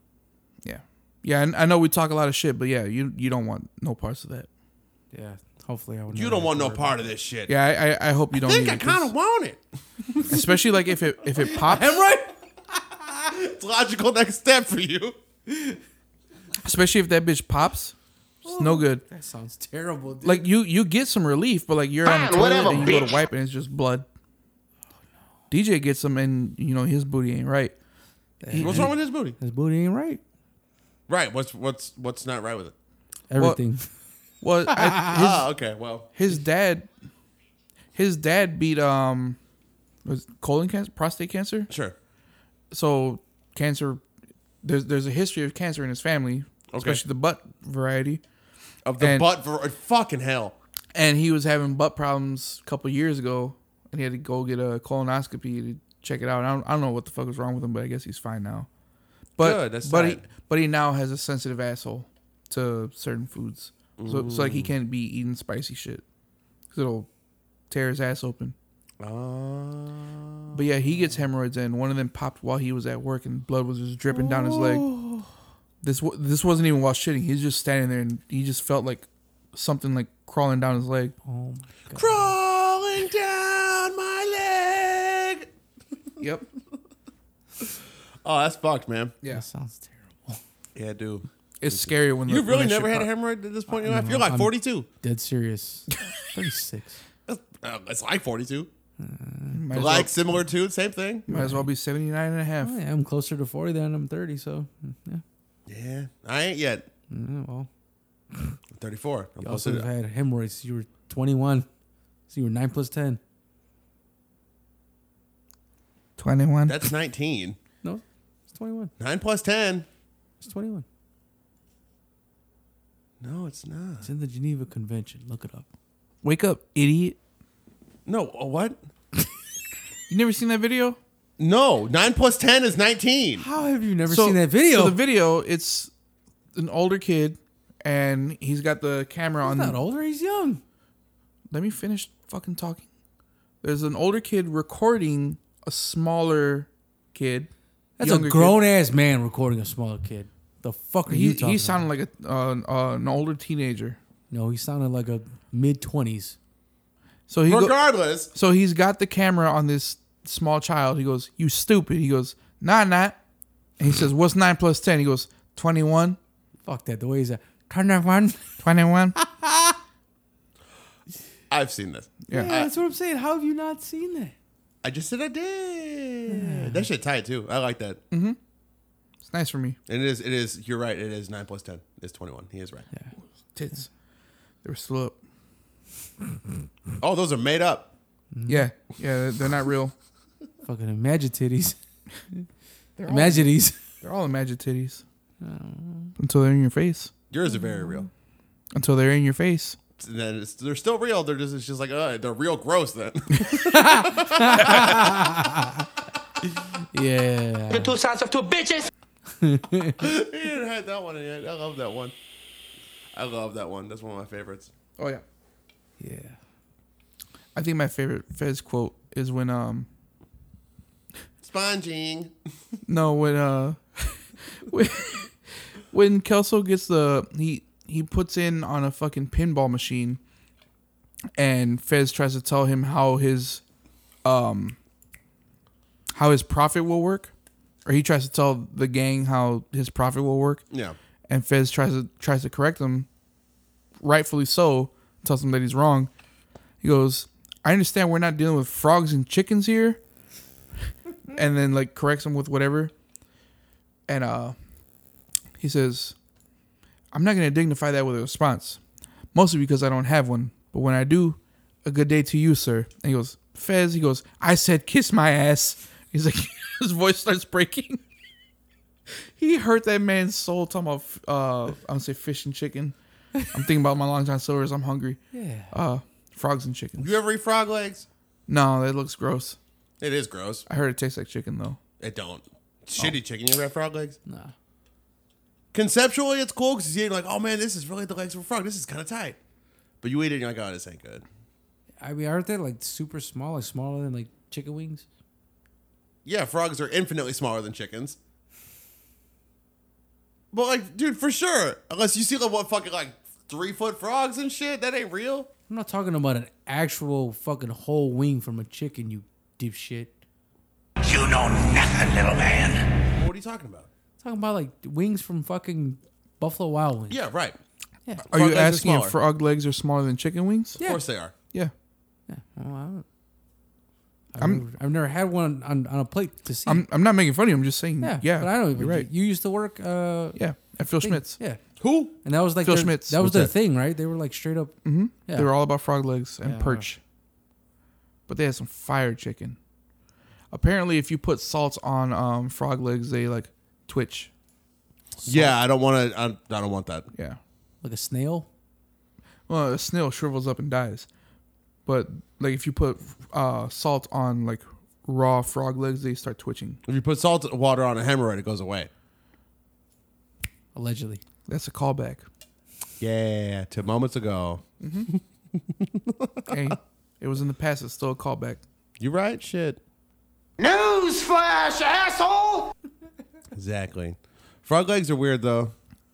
Speaker 2: Yeah. Yeah, and I know we talk a lot of shit, but yeah, you you don't want no parts of that.
Speaker 3: Yeah. Hopefully, I would.
Speaker 1: You don't want no part of this shit.
Speaker 2: Yeah, I I, I hope you don't.
Speaker 1: think
Speaker 2: either,
Speaker 1: I kind of want it.
Speaker 2: 'cause- especially like if it if it pops.
Speaker 1: Am right? it's logical next step for you.
Speaker 2: Especially if that bitch pops, it's no good.
Speaker 3: That sounds terrible. Dude.
Speaker 2: Like you you get some relief, but like you're on the
Speaker 3: Fine,
Speaker 2: toilet
Speaker 3: whatever,
Speaker 2: and you go
Speaker 3: bitch.
Speaker 2: to wipe and it's just blood. DJ gets some and you know his booty ain't right. He-
Speaker 1: What's wrong with his booty?
Speaker 3: His booty ain't right.
Speaker 1: Right. What's what's what's not right with it?
Speaker 3: Everything.
Speaker 2: Well, I- his,
Speaker 1: Ah, okay, well.
Speaker 2: his dad, his dad beat um, was colon cancer, prostate cancer.
Speaker 1: Sure.
Speaker 2: So cancer, there's there's a history of cancer in his family, especially the butt variety.
Speaker 1: Of the
Speaker 2: And-
Speaker 1: butt for fucking hell.
Speaker 2: and he was having butt problems a couple years ago, and he had to go get a colonoscopy to check it out. I don't, I don't know what the fuck was wrong with him, but I guess he's fine now. But
Speaker 1: Good, that's
Speaker 2: but he,
Speaker 1: tight.
Speaker 2: but he now has a sensitive asshole to certain foods, so, so like he
Speaker 1: Mm.
Speaker 2: can't be eating spicy shit because it'll tear his ass open. But yeah, he
Speaker 1: Oh.
Speaker 2: gets hemorrhoids, and one of them popped while he was at work, and blood was just dripping down his leg. This wa- this wasn't even while shitting. He's just standing there, and he just felt like something like crawling down his leg.
Speaker 3: Oh
Speaker 1: Crawling down my leg.
Speaker 2: Yep.
Speaker 1: Oh, that's fucked, man.
Speaker 2: Yeah. That
Speaker 3: sounds terrible.
Speaker 1: Yeah, dude.
Speaker 2: It's scary when the-
Speaker 1: you
Speaker 2: when
Speaker 1: really
Speaker 2: that
Speaker 1: never
Speaker 2: shit
Speaker 1: had a
Speaker 2: pop-
Speaker 1: hemorrhoid at this point in
Speaker 3: No,
Speaker 1: your life. You're like
Speaker 3: I'm
Speaker 1: 42.
Speaker 3: Dead serious. Thirty six.
Speaker 1: Uh, it's like 42.
Speaker 2: might as
Speaker 1: like
Speaker 2: well-
Speaker 1: similar to same thing.
Speaker 2: Might as well be 79 and a half.
Speaker 3: Yeah, I'm closer to forty than I'm thirty. So yeah.
Speaker 1: Yeah, I ain't yet.
Speaker 3: well,
Speaker 1: 34. I'm
Speaker 3: You
Speaker 1: close
Speaker 3: also
Speaker 1: to-
Speaker 3: had hemorrhoids. You were twenty one. So you were nine plus ten.
Speaker 2: 21.
Speaker 1: That's 19.
Speaker 3: No, it's twenty one.
Speaker 1: 9 plus 10.
Speaker 3: It's twenty one.
Speaker 1: No, it's not. It's
Speaker 3: in the Geneva Convention. Look it up.
Speaker 2: Wake up, idiot.
Speaker 1: No, uh, what?
Speaker 2: You never seen that video?
Speaker 1: No, 9 plus 10 is 19.
Speaker 3: How have you never
Speaker 2: So-
Speaker 3: seen that video?
Speaker 2: So the video, it's an older kid, and he's got the camera on.
Speaker 3: He's not older. He's young.
Speaker 2: Let me finish fucking talking. There's an older kid recording a smaller kid.
Speaker 3: That's
Speaker 2: younger
Speaker 3: a
Speaker 2: kid.
Speaker 3: grown ass man recording a small kid. The fuck are
Speaker 2: He,
Speaker 3: you talking?
Speaker 2: he
Speaker 3: about?
Speaker 2: sounded like a, uh, uh, an older teenager.
Speaker 3: No, he sounded like a mid twenties.
Speaker 2: So he go-
Speaker 1: Regardless.
Speaker 2: so he's got the camera on this small child. He goes, "You stupid." He goes, "Nah, nah." And he says, "What's nine plus 10? He goes, "21."
Speaker 3: Fuck that. The way he's at twenty-one,
Speaker 2: twenty-one.
Speaker 1: I've seen this.
Speaker 3: Yeah,
Speaker 1: I,
Speaker 3: that's what I'm saying. How have you not seen that?
Speaker 1: I just said I did. that shit tight too. I like that.
Speaker 2: Mm-hmm. It's nice for me.
Speaker 1: And it is, it is, you're right. It is 9 plus 10 is 21. He is right.
Speaker 2: Tits. They were still up.
Speaker 1: Oh, those are made up.
Speaker 2: Yeah, yeah, they're- they're not real.
Speaker 3: Fucking imagine titties.
Speaker 2: They're all-
Speaker 3: imagine these.
Speaker 2: They're all imagine titties. Until they're in your face.
Speaker 1: Yours are very real.
Speaker 2: Until they're in your face.
Speaker 1: And then it's, they're still real. They're just, it's just like, uh, they're real gross then.
Speaker 3: Yeah.
Speaker 10: two sons of two bitches.
Speaker 1: you didn't have that one yet. I love that one. I love that one. That's one of my favorites.
Speaker 2: Oh yeah.
Speaker 3: Yeah.
Speaker 2: I think my favorite Fez quote is when um
Speaker 1: Sponging.
Speaker 2: no when uh when- when Kelso gets the he he puts in on a fucking pinball machine, and Fez tries to tell him how his um how his profit will work, or he tries to tell the gang how his profit will work.
Speaker 1: Yeah.
Speaker 2: and Fez tries to tries to correct him, rightfully so, tells him that he's wrong. He goes, "I understand we're not dealing with frogs and chickens here," and then like corrects him with whatever, and uh, he says, "I'm not gonna dignify that with a response, mostly because I don't have one. But when I do, a good day to you, sir." And he goes, "Fez," he goes, "I said kiss my ass." He's like, his voice starts breaking. He hurt that man's soul talking about uh I'm gonna say fish and chicken. I'm thinking about my long john silvers, I'm hungry.
Speaker 1: Yeah.
Speaker 2: Uh frogs and chicken.
Speaker 1: You ever eat frog legs?
Speaker 2: No, that looks gross.
Speaker 1: It is gross.
Speaker 2: I heard it tastes like chicken though.
Speaker 1: It don't. Shitty chicken. You ever had frog legs? Oh. Nah. Conceptually, it's cool because you eat like, oh man, this is really the legs of a frog. This is kind of tight. But you eat it and you're like, oh, this ain't good.
Speaker 3: I mean, aren't they like super small, like smaller than like chicken wings?
Speaker 1: Yeah, frogs are infinitely smaller than chickens. But like, dude, for sure. Unless you see like what fucking like three foot frogs and shit, that ain't real.
Speaker 3: I'm not talking about an actual fucking whole wing from a chicken, you dipshit.
Speaker 4: You know nothing, little man.
Speaker 1: What are you talking about?
Speaker 3: talking about like wings from fucking Buffalo Wild Wings.
Speaker 1: Yeah, right.
Speaker 3: Yeah.
Speaker 2: Are you asking if frog legs are smaller than chicken wings?
Speaker 1: Of course they are.
Speaker 2: Yeah.
Speaker 3: Yeah. Well, I don't, I've,
Speaker 2: I'm-
Speaker 3: never, I've never had one on, on a plate to see.
Speaker 2: I'm I'm not making fun of you, I'm just saying
Speaker 3: yeah,
Speaker 2: yeah. Yeah.
Speaker 3: But I don't.
Speaker 2: you're right.
Speaker 3: You used to work. Uh,
Speaker 2: Yeah, at Phil Schmidt's.
Speaker 3: Yeah.
Speaker 1: Who?
Speaker 3: And that was like
Speaker 2: Phil
Speaker 3: their-
Speaker 2: Schmidt's
Speaker 3: That was
Speaker 2: was
Speaker 3: their
Speaker 2: it.
Speaker 3: thing, right? They were like straight up.
Speaker 2: Mm-hmm.
Speaker 3: Yeah.
Speaker 2: They were all about frog legs and
Speaker 3: Yeah.
Speaker 2: perch. But they had some fire chicken. Apparently, if you put salt on um, frog legs, they like twitch.
Speaker 1: Yeah, I don't want to. I, I don't want that.
Speaker 2: Yeah.
Speaker 3: Like a snail.
Speaker 2: Well, a snail shrivels up and dies. But like if you put uh, salt on like raw frog legs, they start twitching.
Speaker 1: If you put salt water on a hemorrhoid, it goes away.
Speaker 3: Allegedly.
Speaker 2: That's a callback.
Speaker 1: Yeah, to moments ago.
Speaker 2: hmm hey, it was in the past. It's still a callback.
Speaker 1: You right? Shit.
Speaker 4: Newsflash, asshole!
Speaker 1: Exactly. Frog legs are weird though.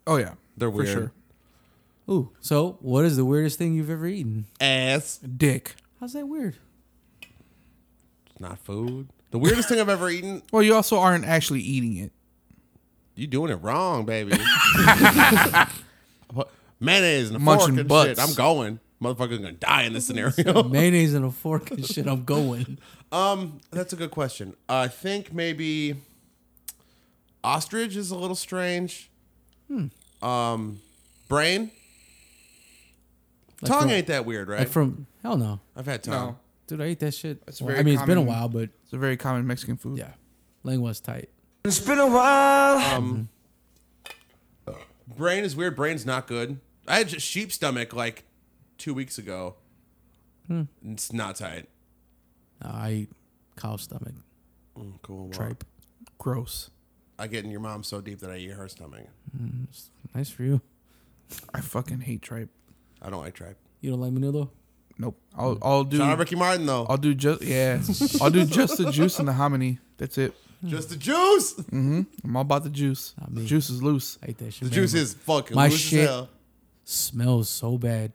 Speaker 2: Oh yeah,
Speaker 1: they're
Speaker 3: for
Speaker 1: weird.
Speaker 3: sure. Ooh. So, what is the weirdest thing you've ever eaten?
Speaker 1: Ass.
Speaker 2: Dick.
Speaker 3: How's that weird?
Speaker 1: It's not food. The weirdest thing I've ever eaten.
Speaker 2: Well, you also aren't actually eating it.
Speaker 1: You doing it wrong, baby. Put Mayonnaise and a
Speaker 2: Munching
Speaker 1: fork and
Speaker 2: butts.
Speaker 1: shit. I'm going. Motherfucker's gonna die in this scenario.
Speaker 3: Mayonnaise and a fork and shit. I'm going.
Speaker 1: Um, that's a good question. I think maybe ostrich is a little strange.
Speaker 3: Hmm.
Speaker 1: Um, brain.
Speaker 3: Like
Speaker 1: tongue
Speaker 3: from-
Speaker 1: ain't that weird, right?
Speaker 3: Like from hell no.
Speaker 1: I've had tongue.
Speaker 2: No.
Speaker 3: Dude, I ate that shit.
Speaker 2: It's
Speaker 3: Well,
Speaker 2: very
Speaker 3: I mean, it's been a
Speaker 2: common-
Speaker 3: while, but
Speaker 2: It's a very common Mexican food.
Speaker 3: Yeah. Lingwa's tight.
Speaker 4: It's been a while.
Speaker 1: Um, brain is weird. Brain's not good. I had just sheep stomach like two weeks ago.
Speaker 3: Hmm.
Speaker 1: It's not tight.
Speaker 3: No, I eat cow stomach.
Speaker 1: Mm, cool. Well,
Speaker 3: Tripe. Gross.
Speaker 1: I get in your mom so deep that I eat her stomach.
Speaker 3: Mm, it's nice for you.
Speaker 2: I fucking hate tripe.
Speaker 1: I don't like tripe.
Speaker 3: You don't like menudo?
Speaker 2: Nope.
Speaker 3: Mm.
Speaker 2: I'll I'll do.
Speaker 1: Shout out Ricky Martin though.
Speaker 2: Mm. I'll do just yeah. I'll do just the juice and the hominy. That's it.
Speaker 1: Just the juice.
Speaker 2: Mm-hmm. I'm all about the juice. The juice is loose.
Speaker 3: I ate that shit.
Speaker 1: The
Speaker 3: man.
Speaker 1: juice is fucking
Speaker 3: My
Speaker 1: loose as
Speaker 3: shit
Speaker 1: hell.
Speaker 3: smells so bad.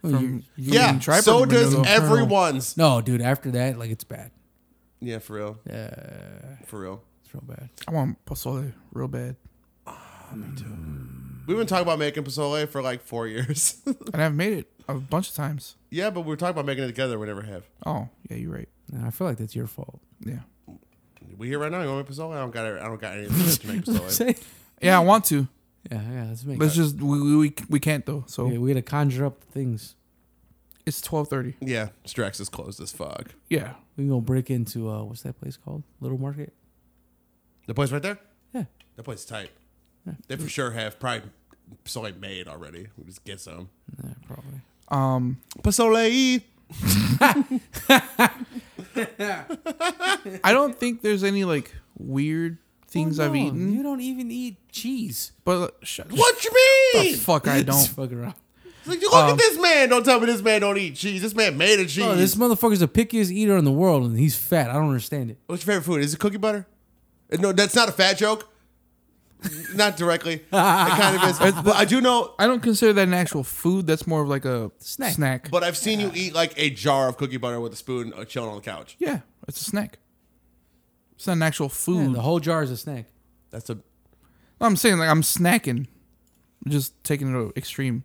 Speaker 2: From-
Speaker 3: you-
Speaker 1: yeah.
Speaker 2: eating tripe
Speaker 1: So
Speaker 2: or
Speaker 1: does
Speaker 2: vanilla?
Speaker 1: everyone's.
Speaker 3: No, dude. After that, like it's bad.
Speaker 1: Yeah, for real.
Speaker 3: Yeah,
Speaker 1: For real.
Speaker 3: it's real bad.
Speaker 2: I want pozole real bad.
Speaker 1: We've been talking about making pozole for like four years.
Speaker 2: And I've made it a bunch of times.
Speaker 1: yeah, but we were talking about making it together. We never have.
Speaker 2: Oh, yeah, you're right.
Speaker 3: Nah, I feel like that's your fault.
Speaker 2: Yeah.
Speaker 1: We here right now. You want to make pozole? I don't got. I don't got anything to make pozole.
Speaker 3: Say-
Speaker 2: Yeah, I want to.
Speaker 3: yeah, yeah. Let's make.
Speaker 2: Let's just we we, we- we can't though. So
Speaker 3: yeah, we gotta conjure up things.
Speaker 2: it's twelve thirty.
Speaker 1: yeah, Strax is closed as fuck.
Speaker 2: Yeah.
Speaker 3: We gonna break into uh, what's that place called? Little Market.
Speaker 1: The place right there.
Speaker 3: Yeah.
Speaker 1: That place is tight. They for sure have probably pozole made already. We just get some.
Speaker 3: Yeah, probably.
Speaker 2: Um.
Speaker 1: Pozole.
Speaker 2: I don't think there's any like weird things
Speaker 3: Oh,
Speaker 2: I've
Speaker 3: no,
Speaker 2: eaten.
Speaker 3: You don't even eat cheese.
Speaker 2: But sh-
Speaker 1: What you
Speaker 2: the
Speaker 1: mean?
Speaker 2: fuck I
Speaker 3: Just
Speaker 2: don't.
Speaker 3: fuck around.
Speaker 1: Like, look
Speaker 2: Um,
Speaker 1: at this man. Don't tell me this man don't eat cheese. This man made a cheese.
Speaker 3: Oh, this motherfucker's the pickiest eater in the world, and he's fat. I don't understand it.
Speaker 1: What's your favorite food? Is it cookie butter? Uh, No, that's not a fat joke. Not directly. It kind of is. But I do know.
Speaker 2: I don't consider that an actual food. That's more of like a snack. Snack.
Speaker 1: But I've seen you eat like a jar of cookie butter with a spoon, uh, chilling on the couch.
Speaker 2: Yeah, it's a snack. It's not an actual food.
Speaker 3: the whole jar is a snack.
Speaker 1: That's a.
Speaker 2: I'm saying like I'm snacking, just taking it to extreme.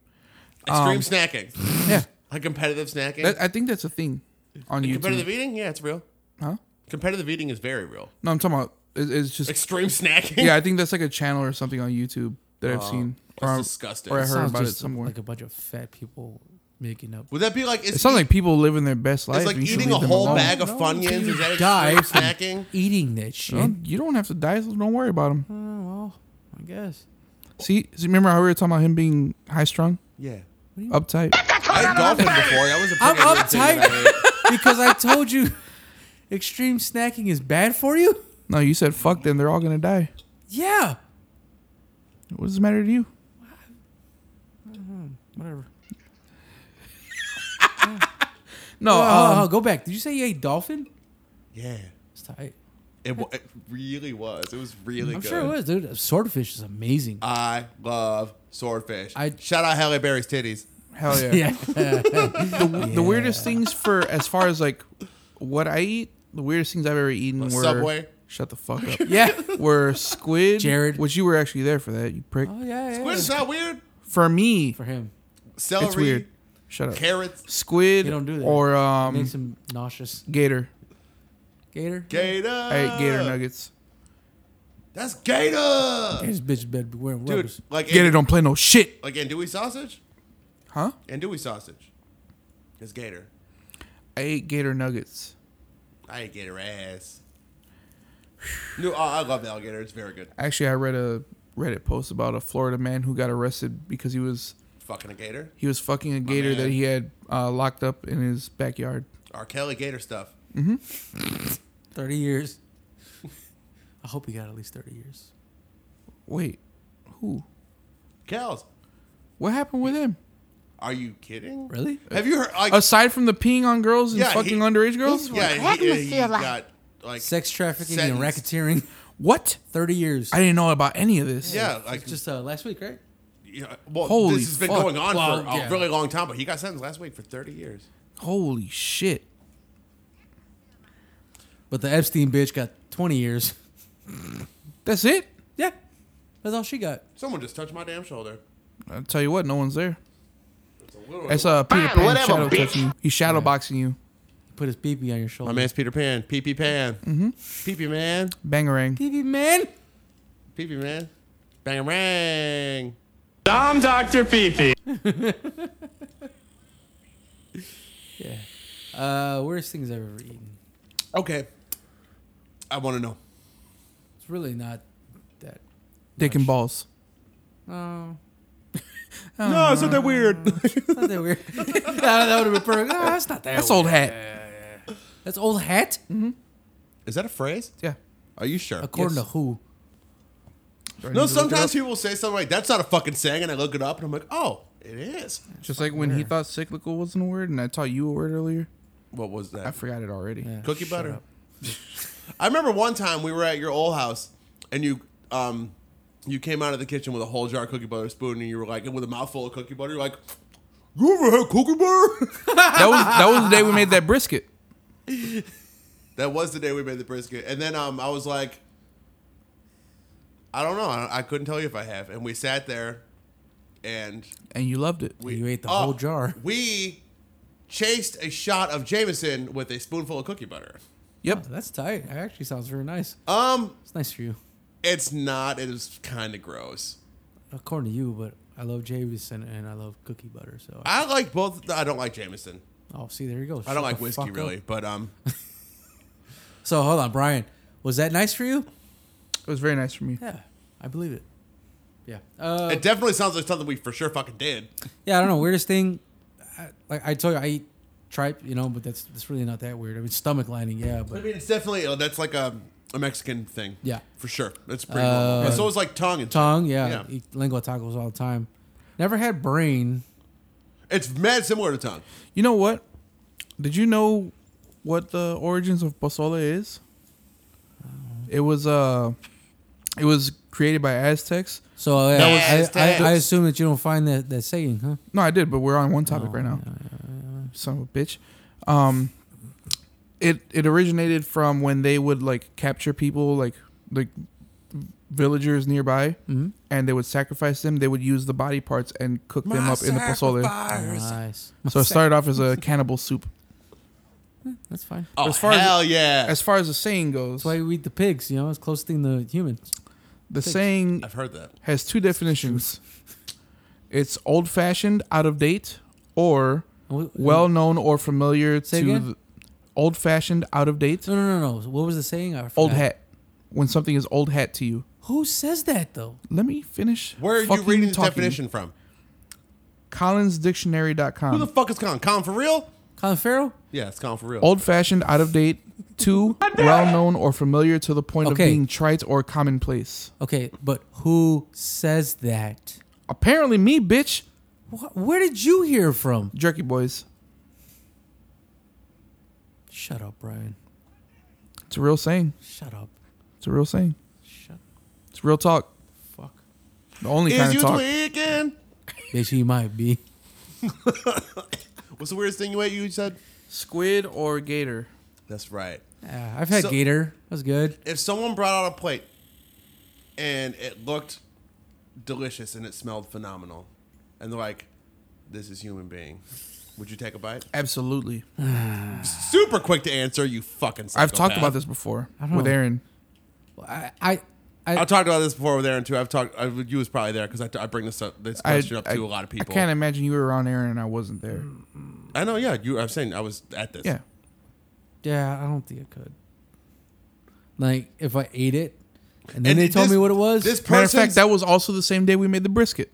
Speaker 1: Extreme
Speaker 2: Um,
Speaker 1: snacking.
Speaker 2: Yeah.
Speaker 1: Like competitive snacking.
Speaker 2: That, I think that's a thing on
Speaker 1: And
Speaker 2: YouTube.
Speaker 1: competitive eating? Yeah, it's real.
Speaker 2: Huh?
Speaker 1: Competitive eating is very real.
Speaker 2: No, I'm talking about it- it's just
Speaker 1: Extreme snacking?
Speaker 2: Yeah, I think that's like a channel or something on YouTube that I've
Speaker 1: Oh,
Speaker 2: seen.
Speaker 1: that's
Speaker 2: or,
Speaker 1: disgusting.
Speaker 2: Or I
Speaker 1: It
Speaker 2: heard
Speaker 3: Sounds
Speaker 2: about it
Speaker 3: just
Speaker 2: somewhere.
Speaker 3: Like a bunch of fat people making up.
Speaker 1: Would that be like?
Speaker 2: it sounds like people living their best life.
Speaker 1: like
Speaker 2: and you should
Speaker 1: eating
Speaker 2: leave
Speaker 1: a
Speaker 2: them
Speaker 1: whole
Speaker 2: alone.
Speaker 1: bag of Funyuns. Is that extreme
Speaker 3: die from
Speaker 1: snacking?
Speaker 3: Eating that shit.
Speaker 2: You don't, you don't have to die, so don't worry about him.
Speaker 3: well, I guess.
Speaker 2: See, see, remember how we were talking about him being high strung?
Speaker 1: Yeah.
Speaker 2: Uptight.
Speaker 1: I had dolphin before. That was a
Speaker 3: I'm
Speaker 1: pretty
Speaker 3: uptight because I told you extreme snacking is bad for you.
Speaker 2: No, you said fuck them. They're all going to die.
Speaker 3: Yeah.
Speaker 2: What does it matter to you?
Speaker 3: Whatever.
Speaker 2: No,
Speaker 3: Oh, oh,
Speaker 2: um,
Speaker 3: oh, go back. Did you say you ate dolphin?
Speaker 1: Yeah.
Speaker 3: It's tight.
Speaker 1: It, wa- it really was. It was really
Speaker 3: I'm
Speaker 1: good.
Speaker 2: uh,
Speaker 3: sure it was, dude. Swordfish is amazing.
Speaker 1: I love swordfish. I shout out Halle Berry's titties.
Speaker 2: Hell yeah. the, the weirdest things for as far as like what I eat, the weirdest things I've ever eaten were
Speaker 1: Subway?
Speaker 2: Shut the fuck up. yeah, were squid. Jared, which you were actually there for that. You prick.
Speaker 3: Oh yeah, yeah.
Speaker 1: Squid is not weird.
Speaker 2: For me,
Speaker 3: for him,
Speaker 1: Celery,
Speaker 2: it's weird. Shut up.
Speaker 1: carrots,
Speaker 2: Squid.
Speaker 3: They don't do that.
Speaker 2: Or um,
Speaker 3: Makes him nauseous.
Speaker 2: gator.
Speaker 3: Gator.
Speaker 1: gator.
Speaker 2: I ate gator nuggets.
Speaker 1: That's gator.
Speaker 3: His bitch better be wearing
Speaker 1: Dude,
Speaker 3: rubbers.
Speaker 1: like
Speaker 2: Gator don't play no shit.
Speaker 1: Like andouille sausage.
Speaker 2: Huh?
Speaker 1: Andouille sausage. It's gator.
Speaker 2: I ate gator nuggets.
Speaker 1: I ate gator ass. No, I I love the alligator. It's very good.
Speaker 2: Actually, I read a Reddit post about a Florida man who got arrested because he was
Speaker 1: Fucking a gator.
Speaker 2: he was fucking a gator
Speaker 1: man.
Speaker 2: that he had uh, locked up in his backyard.
Speaker 1: R. Kelly gator stuff.
Speaker 2: Mm-hmm.
Speaker 3: Thirty years. I hope he got at least thirty years.
Speaker 2: Wait, who?
Speaker 1: Cows.
Speaker 2: What happened with him?
Speaker 1: Are you kidding?
Speaker 3: Really?
Speaker 1: Have you heard? Like,
Speaker 2: Aside from the peeing on girls and
Speaker 1: Yeah,
Speaker 2: fucking
Speaker 1: he-
Speaker 2: underage girls,
Speaker 1: yeah, he, he got like
Speaker 3: Sex trafficking and
Speaker 1: sentenced.
Speaker 3: racketeering.
Speaker 2: What?
Speaker 3: Thirty years.
Speaker 2: I didn't know about any of this.
Speaker 1: Yeah, like
Speaker 3: just uh, last week, right?
Speaker 1: Yeah, well,
Speaker 2: Holy
Speaker 1: this has been
Speaker 2: fuck.
Speaker 1: going on
Speaker 2: Well,
Speaker 1: for a
Speaker 2: yeah.
Speaker 1: really long time, but he got sentenced last week for 30 years.
Speaker 2: Holy shit!
Speaker 3: But the Epstein bitch got twenty years.
Speaker 2: That's it.
Speaker 3: Yeah, that's all she got.
Speaker 1: Someone just touched my damn shoulder.
Speaker 2: I tell you what, no one's there.
Speaker 1: little-
Speaker 2: That's uh, Peter
Speaker 1: Fine,
Speaker 2: Pan
Speaker 1: whatever,
Speaker 2: shadow
Speaker 1: bitch.
Speaker 2: touching you. He's shadow boxing you.
Speaker 3: Put his peepee on your shoulder.
Speaker 1: My man's Peter Pan. Pee Pee Pan. Mm-hmm. Pee Pee Man.
Speaker 2: Bangarang.
Speaker 3: Peepee man.
Speaker 1: Pee Pee Man. Bang rang.
Speaker 7: I'm Dr. Pee Pee.
Speaker 3: Yeah. Uh, worst things I've ever eaten.
Speaker 1: Okay. I want to know.
Speaker 3: It's really not that.
Speaker 2: Dick and balls.
Speaker 3: No.
Speaker 1: No, it's not that weird.
Speaker 3: It's not that weird. No, that would have been perfect. No, that's not that.
Speaker 2: That's old
Speaker 3: weird.
Speaker 2: hat.
Speaker 3: That's old hat. Mm,
Speaker 1: Is that a phrase?
Speaker 2: Yeah.
Speaker 1: Are you sure?
Speaker 3: According to who?
Speaker 1: No, sometimes people will say something like, that's not a fucking saying, and I look it up, and I'm like, oh, it is.
Speaker 2: Just like when he thought cyclical wasn't a word, and I taught you a word earlier.
Speaker 1: What was that?
Speaker 2: I forgot it already.
Speaker 1: Cookie butter. I remember one time we were at your old house, and you um, you came out of the kitchen with a whole jar of cookie butter spoon, and you were like, with a mouthful of cookie butter, you're like, you ever had cookie butter?
Speaker 2: That was that was the day we made that brisket.
Speaker 1: that was the day we made the brisket, and then um, I was like, I don't know, I, I couldn't tell you if I have, and we sat there, and
Speaker 2: And you loved it.
Speaker 3: you ate the
Speaker 1: Oh.
Speaker 3: whole jar.
Speaker 1: we chased a shot of Jameson with a spoonful of cookie butter.
Speaker 2: Yep.
Speaker 3: Oh, that's tight. That actually sounds very nice.
Speaker 1: Um,
Speaker 3: It's nice for you,
Speaker 1: it's not. It is kind of gross.
Speaker 3: according to you. But I love Jameson and I love cookie butter. So
Speaker 1: I like both. I don't like Jameson.
Speaker 3: oh, see, there you go.
Speaker 1: I
Speaker 3: Shut
Speaker 1: don't like
Speaker 3: the
Speaker 1: whiskey
Speaker 3: fuck up.
Speaker 1: really, but um,
Speaker 3: So hold on, Brian. Was that nice for you?
Speaker 2: It was very nice for me.
Speaker 3: Yeah, I believe it. Yeah. Uh,
Speaker 1: it definitely sounds like something we for sure fucking did.
Speaker 3: yeah, I don't know. Weirdest thing, I, like I told you, I eat tripe, you know, but that's that's really not that weird. I mean, stomach lining, yeah,
Speaker 1: I
Speaker 3: but
Speaker 1: mean, it's definitely uh, that's like a, a Mexican thing.
Speaker 3: Yeah.
Speaker 1: for sure. That's pretty. normal.
Speaker 3: Uh,
Speaker 1: But so is like tongue and
Speaker 3: tongue, yeah,
Speaker 1: Yeah.
Speaker 3: Eat lingua tacos all the time. Never had brain.
Speaker 1: It's mad similar to tongue.
Speaker 2: You know what? Did you know what the origins of pozole is? It was uh It was created by Aztecs.
Speaker 3: So uh,
Speaker 2: That
Speaker 3: I,
Speaker 2: was-
Speaker 3: I, I
Speaker 2: Aztecs.
Speaker 3: assume that you don't find that, that saying, huh?
Speaker 2: No, I did, but we're on one topic right now. Son of a bitch. Um, it it originated from when they would like capture people, like like villagers nearby,
Speaker 3: Mhm.
Speaker 2: and they would sacrifice them. They would use the body parts and cook them
Speaker 3: My
Speaker 2: up in the pozole.
Speaker 3: sacrifice. Nice.
Speaker 2: So it started off as a cannibal soup.
Speaker 3: That's fine.
Speaker 1: Oh, hell yeah.
Speaker 2: As far as the saying goes,
Speaker 3: That's why we eat the pigs. You know, it's close thing to humans.
Speaker 2: The
Speaker 3: Pigs.
Speaker 2: saying
Speaker 1: I've heard that.
Speaker 2: has two definitions. It's old fashioned, out of date, or well known or familiar
Speaker 3: Say
Speaker 2: to
Speaker 3: again?
Speaker 2: old fashioned, out of date.
Speaker 3: No, no, no, no. What was the saying? I
Speaker 2: Old
Speaker 3: forgot.
Speaker 2: hat. When something is old hat to you.
Speaker 3: Who says that though?
Speaker 2: Let me finish.
Speaker 1: Where are you
Speaker 2: fucking
Speaker 1: reading the
Speaker 2: talking.
Speaker 1: definition from?
Speaker 2: CollinsDictionary.com.
Speaker 1: Who the fuck is Colin? Colin for real?
Speaker 3: Colin Farrell?
Speaker 1: Yeah, it's Colin for real.
Speaker 2: Old fashioned, out of date, two, well known or familiar to the point
Speaker 3: Okay.
Speaker 2: of being trite or commonplace.
Speaker 3: Okay, but who says that?
Speaker 2: Apparently, me, bitch.
Speaker 3: Where did you hear from?
Speaker 2: Jerky Boys.
Speaker 3: Shut up, Brian.
Speaker 2: It's a real saying.
Speaker 3: Shut up.
Speaker 2: It's a real saying. It's real talk.
Speaker 3: Fuck.
Speaker 2: The only
Speaker 1: is
Speaker 2: kind
Speaker 1: you
Speaker 2: of talk.
Speaker 1: tweaking?
Speaker 3: Bitch, he might be.
Speaker 1: What's the weirdest thing you ate? You said
Speaker 2: squid or gator.
Speaker 1: That's right.
Speaker 3: Yeah, I've had gator. That's good.
Speaker 1: If someone brought out a plate and it looked delicious and it smelled phenomenal, and they're like, "This is human being," would you take a bite?
Speaker 2: Absolutely.
Speaker 1: Super quick to answer. You fucking. Psychopath.
Speaker 2: I've talked about this before
Speaker 3: I don't
Speaker 2: with
Speaker 3: know.
Speaker 2: Aaron.
Speaker 3: I, I,
Speaker 1: I, have talked about this before with Aaron too. I've talked. I, you was probably there because I, I bring this up, this
Speaker 2: I,
Speaker 1: question up to a lot of people.
Speaker 2: I can't imagine you were around Aaron and I wasn't there.
Speaker 1: I know. Yeah, you. I'm saying I was at this.
Speaker 2: Yeah.
Speaker 3: Yeah, I don't think I could. Like if I ate it, and then
Speaker 1: And
Speaker 3: they told
Speaker 1: this-
Speaker 3: me what it was.
Speaker 1: this
Speaker 2: Matter of fact,
Speaker 1: person's-
Speaker 2: that was also the same day we made the brisket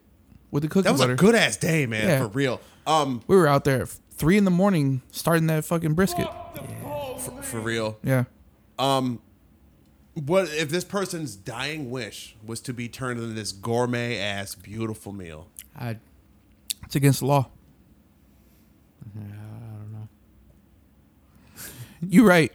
Speaker 2: with the cookie
Speaker 1: That was
Speaker 2: butter.
Speaker 1: a good ass day, man.
Speaker 2: Yeah.
Speaker 1: For real. Um,
Speaker 2: we were out there at three in the morning starting that fucking brisket.
Speaker 1: for, for real.
Speaker 2: Yeah.
Speaker 1: Um, what if this person's dying wish was to be turned into this gourmet ass beautiful meal?
Speaker 3: I,
Speaker 2: It's against the law. You're right.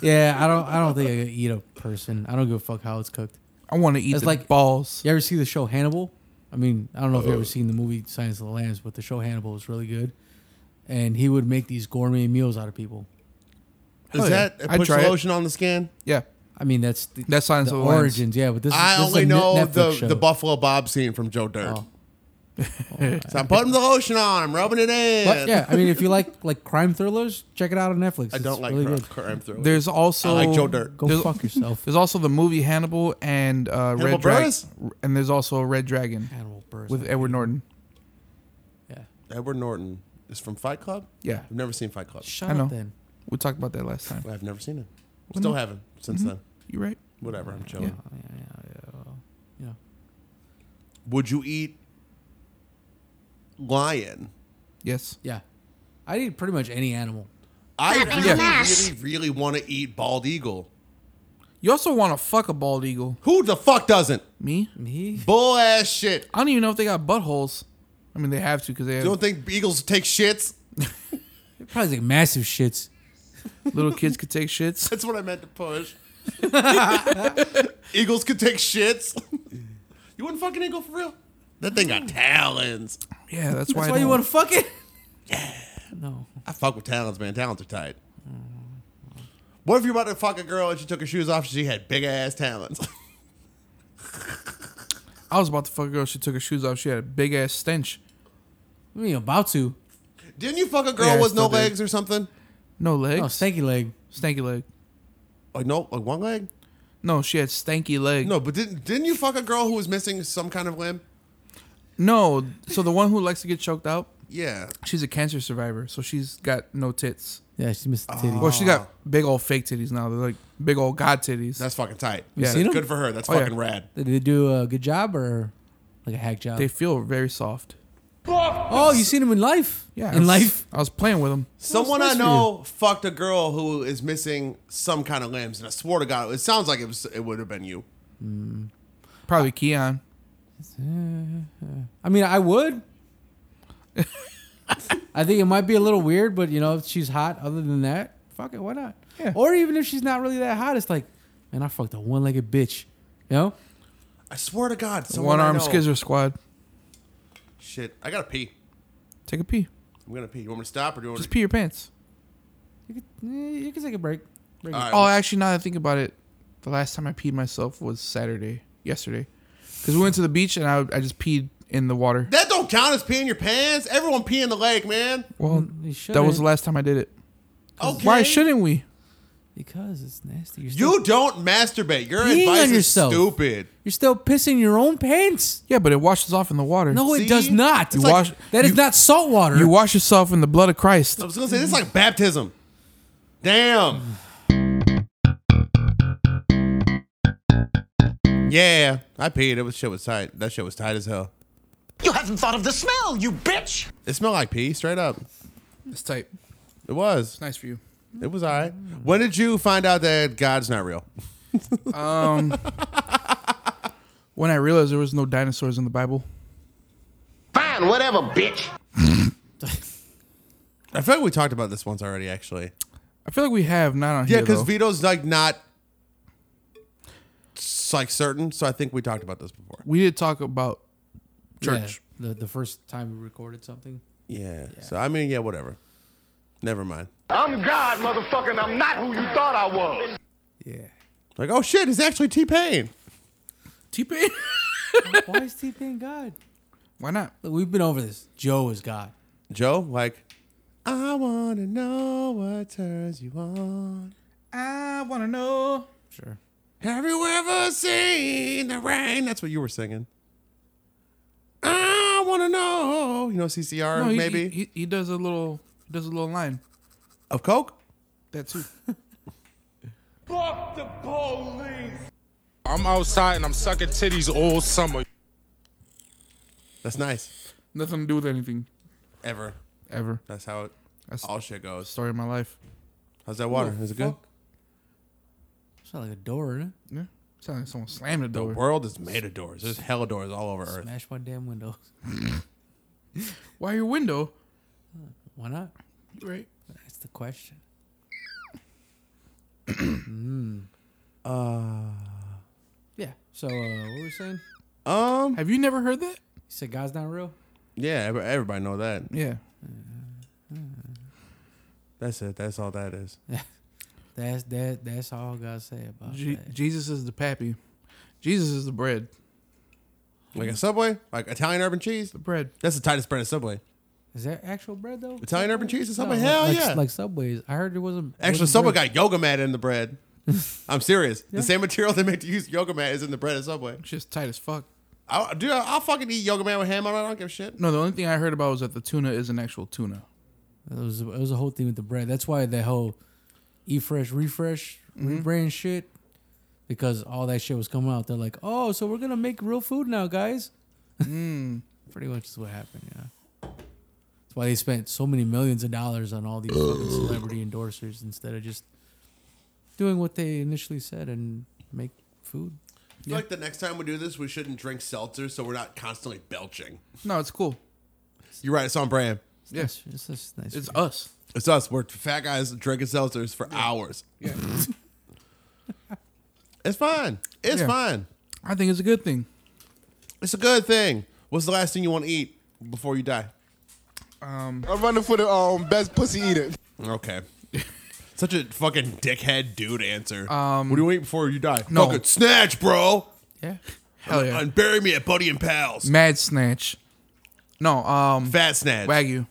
Speaker 3: yeah, I don't. I don't think I could eat a person. I don't give a fuck how it's cooked.
Speaker 2: I want to eat the balls.
Speaker 3: You ever see the show Hannibal? I mean, I don't know if you ever seen the movie Science of the Lambs, but the show Hannibal is really good. And he would make these gourmet meals out of people.
Speaker 1: Is
Speaker 2: Hell yeah.
Speaker 1: that it
Speaker 2: I'd
Speaker 1: puts
Speaker 2: try it.
Speaker 1: lotion on the skin?
Speaker 2: Yeah.
Speaker 3: I mean, that's the,
Speaker 2: That's Science
Speaker 3: the
Speaker 2: of the Lambs.
Speaker 3: origins. Yeah, but this is,
Speaker 1: I
Speaker 3: this is
Speaker 1: only
Speaker 3: a Net-
Speaker 1: know
Speaker 3: Netflix
Speaker 1: the,
Speaker 3: show. Oh.
Speaker 1: the Buffalo Bob scene from Joe Dirt. so I'm putting the lotion on. I'm rubbing it in.
Speaker 3: But yeah, I mean, if you like like crime thrillers, check it out on Netflix.
Speaker 1: I
Speaker 3: It's
Speaker 1: don't like
Speaker 3: really
Speaker 1: cr-
Speaker 3: good.
Speaker 1: crime thrillers.
Speaker 2: There's also
Speaker 1: I like Joe Dirt.
Speaker 3: Go
Speaker 2: there's-
Speaker 3: fuck yourself.
Speaker 2: There's also the movie Hannibal and uh,
Speaker 1: Hannibal
Speaker 2: Red Dragon,
Speaker 1: Buress?
Speaker 2: and there's also Red Dragon
Speaker 3: Hannibal Buress,
Speaker 2: with
Speaker 3: I
Speaker 2: Edward Norton.
Speaker 1: Edward Norton is from Fight Club.
Speaker 2: Yeah.
Speaker 1: I've never seen Fight Club.
Speaker 3: Shut
Speaker 2: I know.
Speaker 3: up then.
Speaker 2: We talked about that last time.
Speaker 1: I've never seen it.
Speaker 2: Well,
Speaker 1: Still
Speaker 2: no.
Speaker 1: haven't since
Speaker 2: Mhm.
Speaker 3: Mm-hmm.
Speaker 1: then.
Speaker 2: You're right.
Speaker 1: Whatever. I'm chilling.
Speaker 3: Yeah.
Speaker 1: Would you eat lion?
Speaker 2: Yes.
Speaker 3: Yeah. I'd eat pretty much any animal.
Speaker 1: I really,
Speaker 2: Yes.
Speaker 1: really, really want to eat bald eagle.
Speaker 2: You also want to fuck a bald eagle.
Speaker 1: Who the fuck doesn't?
Speaker 2: Me?
Speaker 3: Me?
Speaker 1: Bull ass shit.
Speaker 2: I don't even know if they got buttholes. I mean, they have to because they have
Speaker 1: You don't think eagles take shits?
Speaker 3: Probably like massive shits.
Speaker 2: little kids could take shits.
Speaker 1: That's what I meant to push. eagles could take shits. you wouldn't fucking eagle for real. That thing got talons.
Speaker 2: Yeah, that's why.
Speaker 3: That's
Speaker 2: I
Speaker 3: why you
Speaker 2: don't-
Speaker 3: want to fuck it? No.
Speaker 1: I fuck with talons, man. Talons are tight. What if you're about to fuck a girl and she took her shoes off? She had big ass talons.
Speaker 2: I was about to fuck a girl. She took her shoes off. She had a big ass stench.
Speaker 3: I mean, about to.
Speaker 1: Didn't you fuck a girl
Speaker 2: Yeah, I
Speaker 1: with no
Speaker 2: still did.
Speaker 1: legs or something?
Speaker 2: No legs.
Speaker 3: No, Oh, stanky leg.
Speaker 2: stanky leg.
Speaker 1: Like no, like one leg.
Speaker 2: No, she had stanky leg.
Speaker 1: No, but didn't didn't you fuck a girl who was missing some kind of limb?
Speaker 2: No, so the one who likes to get choked out,
Speaker 1: Yeah.
Speaker 2: she's a cancer survivor, so she's got no tits.
Speaker 3: Yeah, she missed the titty.
Speaker 1: Oh.
Speaker 2: Well, she got big old fake titties now. They're like big old god titties.
Speaker 1: That's fucking tight.
Speaker 2: Yeah.
Speaker 3: seen 'em?
Speaker 1: Good for her. That's
Speaker 2: Oh, yeah.
Speaker 1: fucking rad.
Speaker 3: Did they do a good job or like a hack job?
Speaker 2: They feel very soft.
Speaker 3: oh, you seen him in life?
Speaker 2: Yeah, I
Speaker 3: In
Speaker 2: was-
Speaker 3: life?
Speaker 2: I was playing with them.
Speaker 1: Someone
Speaker 3: nice
Speaker 1: I
Speaker 3: for
Speaker 1: know fucked a girl who is missing some kind of limbs, and I swear to God, it sounds like it was it would have been you.
Speaker 2: Probably Keon.
Speaker 3: I mean, I would. I think it might be a little weird, but you know, if she's hot, other than that, fuck it, why not?
Speaker 2: Yeah.
Speaker 3: Or even if she's not really that hot, it's like, man, I fucked a one legged bitch. No?
Speaker 1: I swear to God, someone
Speaker 2: One
Speaker 1: I
Speaker 2: arm
Speaker 1: know-
Speaker 2: Skizzer Squad.
Speaker 1: Shit, I gotta pee.
Speaker 2: Take a pee.
Speaker 1: I'm gonna pee. You want me to stop or do you want
Speaker 2: Just
Speaker 1: me
Speaker 2: pee your pants.
Speaker 3: You can take a break. break
Speaker 1: All
Speaker 3: it.
Speaker 1: right.
Speaker 2: Oh, actually, now that I think about it, the last time I peed myself was Saturday, yesterday, because we went to the beach and I, I just peed in the water.
Speaker 1: to? That don't count as peeing your pants. Everyone pee in the lake, man.
Speaker 2: Well,
Speaker 3: Mm,
Speaker 2: that was the last time I did it.
Speaker 1: Okay.
Speaker 2: Why shouldn't we?
Speaker 3: Because it's nasty. You're
Speaker 1: You don't masturbate. Your
Speaker 3: Peeing
Speaker 1: advice
Speaker 3: on
Speaker 1: is
Speaker 3: yourself.
Speaker 1: stupid.
Speaker 3: You're still pissing your own pants.
Speaker 2: Yeah, but it washes off in the water.
Speaker 3: No, it does not.
Speaker 2: You wash.
Speaker 3: that is not salt water.
Speaker 2: You wash yourself in the blood of Christ.
Speaker 1: I was gonna say this is like baptism. Damn. Yeah, I peed. It was shit was tight. That shit was tight as hell.
Speaker 6: You haven't thought of the smell, you bitch!
Speaker 1: It smelled like pee, straight up.
Speaker 2: It's tight.
Speaker 1: It was.
Speaker 2: Nice for you.
Speaker 1: It was all right. When did you find out that God's not real?
Speaker 2: Um, when I realized there was no dinosaurs in the Bible,
Speaker 4: Fine, whatever, bitch.
Speaker 1: I feel like we talked about this once already, actually.
Speaker 2: I feel like we have not on
Speaker 1: Yeah,
Speaker 2: here.
Speaker 1: because
Speaker 2: though.
Speaker 1: Vito's like not s- like certain, so I think we talked about this before.
Speaker 2: we did talk about
Speaker 3: Yeah,
Speaker 2: church.
Speaker 3: the, the first time we recorded something.
Speaker 1: Yeah. So I mean, yeah, whatever. Never mind.
Speaker 5: I'm God, motherfucker, and I'm not who you thought I was.
Speaker 1: Like, oh shit, it's actually T Pain.
Speaker 2: T Pain.
Speaker 3: Why is T Pain God?
Speaker 2: Why not?
Speaker 3: Look, we've been over this. Joe is God.
Speaker 1: Joe, like, I wanna know what turns you on.
Speaker 2: I want to know.
Speaker 3: Sure.
Speaker 1: Have you ever seen the rain? That's what you were singing. I wanna know. You know CCR
Speaker 2: he,
Speaker 1: maybe
Speaker 2: he, he- he does a little he does a little line.
Speaker 1: of Coke.
Speaker 2: That too.
Speaker 5: Fuck the police.
Speaker 9: I'm outside and I'm sucking titties all summer.
Speaker 1: That's nice.
Speaker 2: Nothing to do with anything
Speaker 1: Ever.
Speaker 2: ever.
Speaker 1: That's how it.
Speaker 2: That's
Speaker 1: all shit goes.
Speaker 2: Story of my life.
Speaker 1: How's that water? Is it good?
Speaker 3: It's not like a door, huh?
Speaker 2: Yeah. Sounds like someone slammed the
Speaker 1: The
Speaker 2: door.
Speaker 1: world is made of doors. There's hella doors all over Earth.
Speaker 3: Smash my damn windows.
Speaker 2: Why your window?
Speaker 3: Why not?
Speaker 2: Right.
Speaker 3: That's the question.
Speaker 1: Uh,
Speaker 3: Yeah. So uh, what were we saying?
Speaker 1: um.
Speaker 2: Have you never heard that?
Speaker 3: You said God's not real.
Speaker 1: Yeah. ev- Everybody know that.
Speaker 2: Yeah.
Speaker 1: That's it. That's all that is.
Speaker 3: That's that. That's all God said about
Speaker 2: Je-
Speaker 3: that.
Speaker 2: Jesus is the pappy. Jesus is the bread.
Speaker 1: Like a Subway, like Italian urban cheese.
Speaker 2: The bread.
Speaker 1: That's the tightest bread at Subway.
Speaker 3: Is that actual bread though?
Speaker 1: Italian urban cheese at Subway.
Speaker 3: No,
Speaker 1: Hell
Speaker 3: like,
Speaker 1: yeah.
Speaker 3: Like Subways. I heard it wasn't.
Speaker 1: Actually,
Speaker 3: wasn't
Speaker 1: Subway got
Speaker 3: bread.
Speaker 1: yoga mat in the bread. I'm serious. The same material they make to use yoga mat is in the bread at Subway.
Speaker 2: It's just tight as fuck.
Speaker 1: I, dude, I'll fucking eat yoga mat with ham on it. I don't give a shit.
Speaker 2: No, the only thing I heard about was that the tuna is an actual tuna.
Speaker 3: It was. It was a whole thing with the bread. That's why that whole eat fresh, refresh,
Speaker 2: Mm-hmm.
Speaker 3: rebrand shit. Because all that shit was coming out. They're like, oh, so we're gonna make real food now, guys.
Speaker 2: Mm.
Speaker 3: Pretty much is what happened. Yeah. That's why they spent so many millions of dollars on all these fucking celebrity endorsers instead of just doing what they initially said and make food.
Speaker 1: I feel like the next time we do this, we shouldn't drink seltzer so we're not constantly belching.
Speaker 2: No, it's cool.
Speaker 1: You're right. It's on brand.
Speaker 2: Yes.
Speaker 3: It's just nice.
Speaker 2: It's us.
Speaker 1: It's us. We're fat guys drinking seltzers for hours.
Speaker 2: Yeah.
Speaker 1: It's fine. It's
Speaker 2: Yeah.
Speaker 1: fine.
Speaker 2: I think it's a good thing.
Speaker 1: It's a good thing. What's the last thing you want to eat before you die?
Speaker 9: I'm running for the um, best pussy eater.
Speaker 1: Okay. Such a fucking dickhead dude answer. Um, what do you eat before you die?
Speaker 2: no.
Speaker 1: Fucking snatch, bro.
Speaker 2: Yeah. Hell yeah.
Speaker 1: And bury me at Buddy and Pals.
Speaker 2: Mad snatch. No, um
Speaker 1: Fat snatch.
Speaker 2: Wagyu.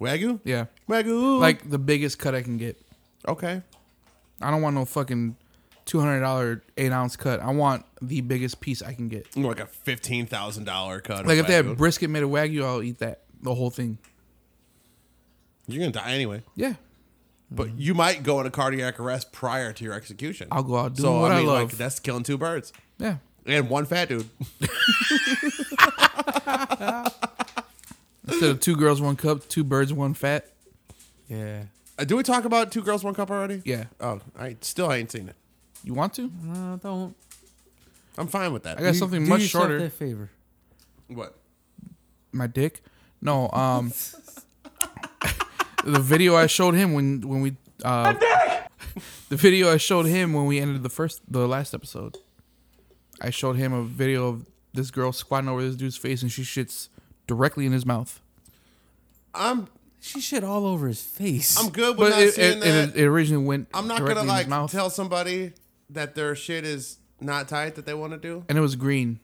Speaker 1: Wagyu?
Speaker 2: Yeah.
Speaker 1: Wagyu.
Speaker 2: Like the biggest cut I can get.
Speaker 1: okay.
Speaker 2: I don't want no fucking two hundred dollar eight ounce cut. I want the biggest piece I can get.
Speaker 1: Like a $15,000 cut. of
Speaker 2: Like if they
Speaker 1: Wagyu.
Speaker 2: have brisket made of wagyu, I'll eat that the whole thing.
Speaker 1: You're going to die anyway.
Speaker 2: Yeah,
Speaker 1: But you might go into cardiac arrest prior to your execution.
Speaker 2: I'll go out doing what I love.
Speaker 1: that's killing two birds
Speaker 2: yeah.
Speaker 1: and one fat dude.
Speaker 2: Instead of two girls, one cup, two birds, one fat.
Speaker 3: Yeah.
Speaker 1: Uh, Do we talk about two girls, one cup already?
Speaker 2: Yeah.
Speaker 1: Oh, I still ain't seen it.
Speaker 2: You want to?
Speaker 3: No, Uh, don't.
Speaker 1: I'm fine with that.
Speaker 2: I got something much shorter.
Speaker 3: That favor.
Speaker 1: What?
Speaker 2: My dick. No. Um. the video I showed him when when we. Uh, the video I showed him when we ended the first the last episode. I showed him a video of this girl squatting over this dude's face and she shits directly in his mouth.
Speaker 1: I'm.
Speaker 3: She shit all over his face.
Speaker 1: I'm good with not
Speaker 2: it,
Speaker 1: seeing
Speaker 2: it,
Speaker 1: that.
Speaker 2: It, it originally went.
Speaker 1: I'm not
Speaker 2: directly
Speaker 1: gonna
Speaker 2: in his
Speaker 1: like
Speaker 2: mouth,
Speaker 1: tell somebody that their shit is not tight that they want to do,
Speaker 2: and it was green.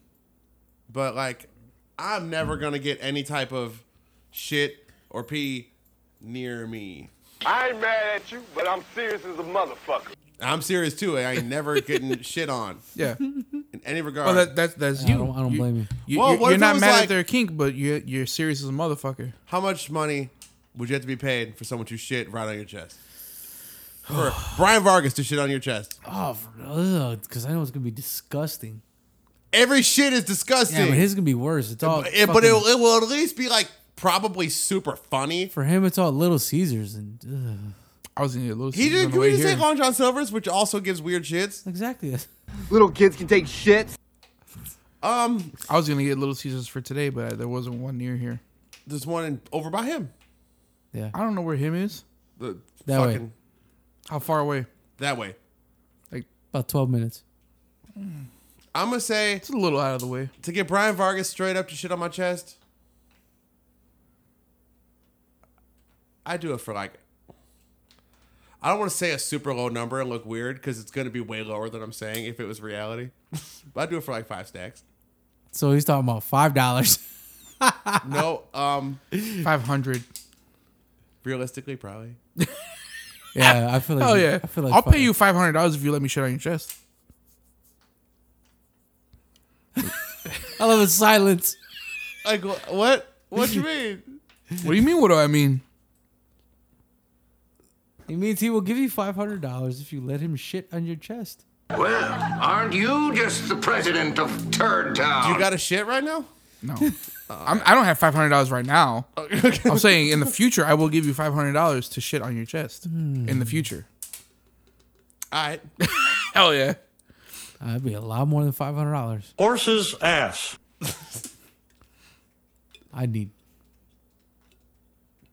Speaker 1: but like, I'm never
Speaker 2: Mm.
Speaker 1: gonna get any type of shit or pee near me.
Speaker 5: I ain't mad at you, but I'm serious as a motherfucker.
Speaker 1: I'm serious too. I ain't never getting shit on.
Speaker 2: Yeah.
Speaker 1: in any regard.
Speaker 2: Well, that, that's that's
Speaker 1: Yeah, I
Speaker 2: you.
Speaker 1: don't- I don't blame you.
Speaker 2: you
Speaker 1: Well,
Speaker 2: are
Speaker 1: what if it
Speaker 2: not
Speaker 1: was
Speaker 2: mad
Speaker 1: like-
Speaker 2: at their kink, but you're you're serious as a motherfucker.
Speaker 1: How much money would you have to be paid for someone to shit right on your chest? For Brian Vargas to shit on your chest.
Speaker 3: Oh, because I know it's gonna be disgusting.
Speaker 1: Every shit is disgusting.
Speaker 3: Yeah, but his is gonna be worse. It's all.
Speaker 1: But it, but it, it will at least be like probably super funny.
Speaker 3: for him, it's all Little Caesars and. Ugh.
Speaker 2: I was in a Little
Speaker 1: He did. Can we just take Long John Silver's, which also gives weird shits?
Speaker 3: Exactly.
Speaker 1: Little kids can take shits. Um,
Speaker 2: I was gonna get Little Caesars for today, but there wasn't one near here.
Speaker 1: There's one in, over by him.
Speaker 3: Yeah,
Speaker 2: I don't know where him is.
Speaker 1: The
Speaker 3: That way.
Speaker 2: How far away?
Speaker 1: That way.
Speaker 3: About twelve minutes.
Speaker 1: I'm gonna say it's
Speaker 2: a little out of the way
Speaker 1: to get Brian Vargas straight up to shit on my chest. I do it for like. I don't want to say a super low number and look weird because it's going to be way lower than I'm saying if it was reality. but I do it for like five stacks.
Speaker 3: So he's talking about five dollars.
Speaker 1: no, um,
Speaker 3: Hmm.
Speaker 2: five hundred.
Speaker 1: Realistically, probably.
Speaker 3: Yeah, I feel like.
Speaker 2: Hell Oh, yeah!
Speaker 3: I feel like
Speaker 2: I'll
Speaker 3: fuck-
Speaker 2: pay you five hundred dollars if you let me shit on your chest.
Speaker 3: I love the silence.
Speaker 1: Like wh- what? What you mean?
Speaker 2: What do you mean? What do I mean?
Speaker 3: It means he will give you five hundred dollars if you let him shit on your chest.
Speaker 4: Well, aren't you just the president of Turd Town?
Speaker 1: You got a shit right now?
Speaker 2: No, I'm, I don't have five hundred dollars right now. I'm saying in the future I will give you five hundred dollars to shit on your chest. In
Speaker 3: Hmm.
Speaker 2: the future,
Speaker 1: All right.
Speaker 2: hell yeah!
Speaker 3: That'd Uh, be a lot more than five hundred dollars.
Speaker 16: Horse's ass.
Speaker 3: I need.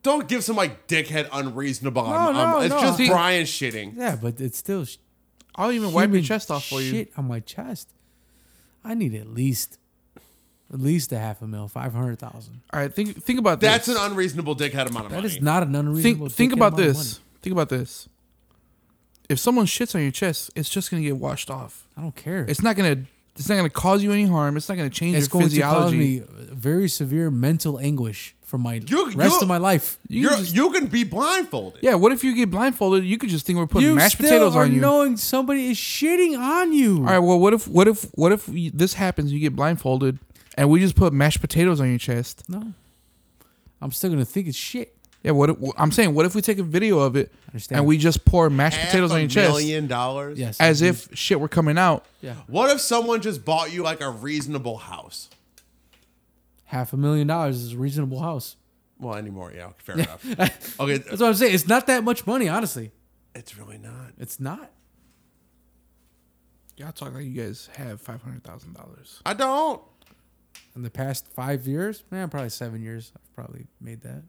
Speaker 1: Don't give some like dickhead unreasonable.
Speaker 3: No,
Speaker 1: um, um,
Speaker 3: no,
Speaker 1: it's
Speaker 3: no.
Speaker 1: just
Speaker 3: See-
Speaker 1: Brian shitting.
Speaker 3: Yeah, but it's still. sh-
Speaker 2: I'll even wipe your
Speaker 3: human
Speaker 2: chest off for you.
Speaker 3: Shit on my chest. I need at least, at least a half a mil, five hundred thousand.
Speaker 2: All right, think think about this.
Speaker 1: That's an unreasonable dickhead amount of money.
Speaker 3: That is not an unreasonable.
Speaker 2: think think
Speaker 3: dickhead
Speaker 2: about
Speaker 3: amount of
Speaker 2: this. Think about this. If someone shits on your chest, it's just gonna get washed off.
Speaker 3: I don't care.
Speaker 2: It's not gonna. It's not gonna cause you any harm. It's not gonna
Speaker 3: money.
Speaker 2: change
Speaker 3: It's
Speaker 2: your
Speaker 3: going to cause
Speaker 2: physiology.
Speaker 3: me very severe mental anguish for my
Speaker 1: You-
Speaker 3: rest
Speaker 1: you-
Speaker 3: of my life.
Speaker 1: You are you can be blindfolded.
Speaker 2: yeah. What if you get blindfolded? You could just think we're putting
Speaker 3: You
Speaker 2: mashed
Speaker 3: still
Speaker 2: potatoes
Speaker 3: are
Speaker 2: on you.
Speaker 3: knowing somebody is shitting on you.
Speaker 2: All right. Well, what if what if what if we, this happens? You get blindfolded, and we just put mashed potatoes on your chest.
Speaker 3: No, I'm still gonna think it's shit.
Speaker 2: Yeah. What if, I'm saying? What if we take a video of it and we just pour mashed potatoes on your chest?
Speaker 1: Million dollars. Yes.
Speaker 2: As if shit were coming out.
Speaker 1: What if someone just bought you like a reasonable house?
Speaker 3: Half a million dollars is a reasonable house.
Speaker 1: Well, anymore, yeah, fair enough. Okay,
Speaker 3: That's what I'm saying. It's not that much money, honestly.
Speaker 1: It's really not.
Speaker 3: It's not.
Speaker 2: Y'all talk like you guys have five hundred thousand dollars.
Speaker 1: I don't.
Speaker 3: In the past five years, man, probably seven years, I've probably made that.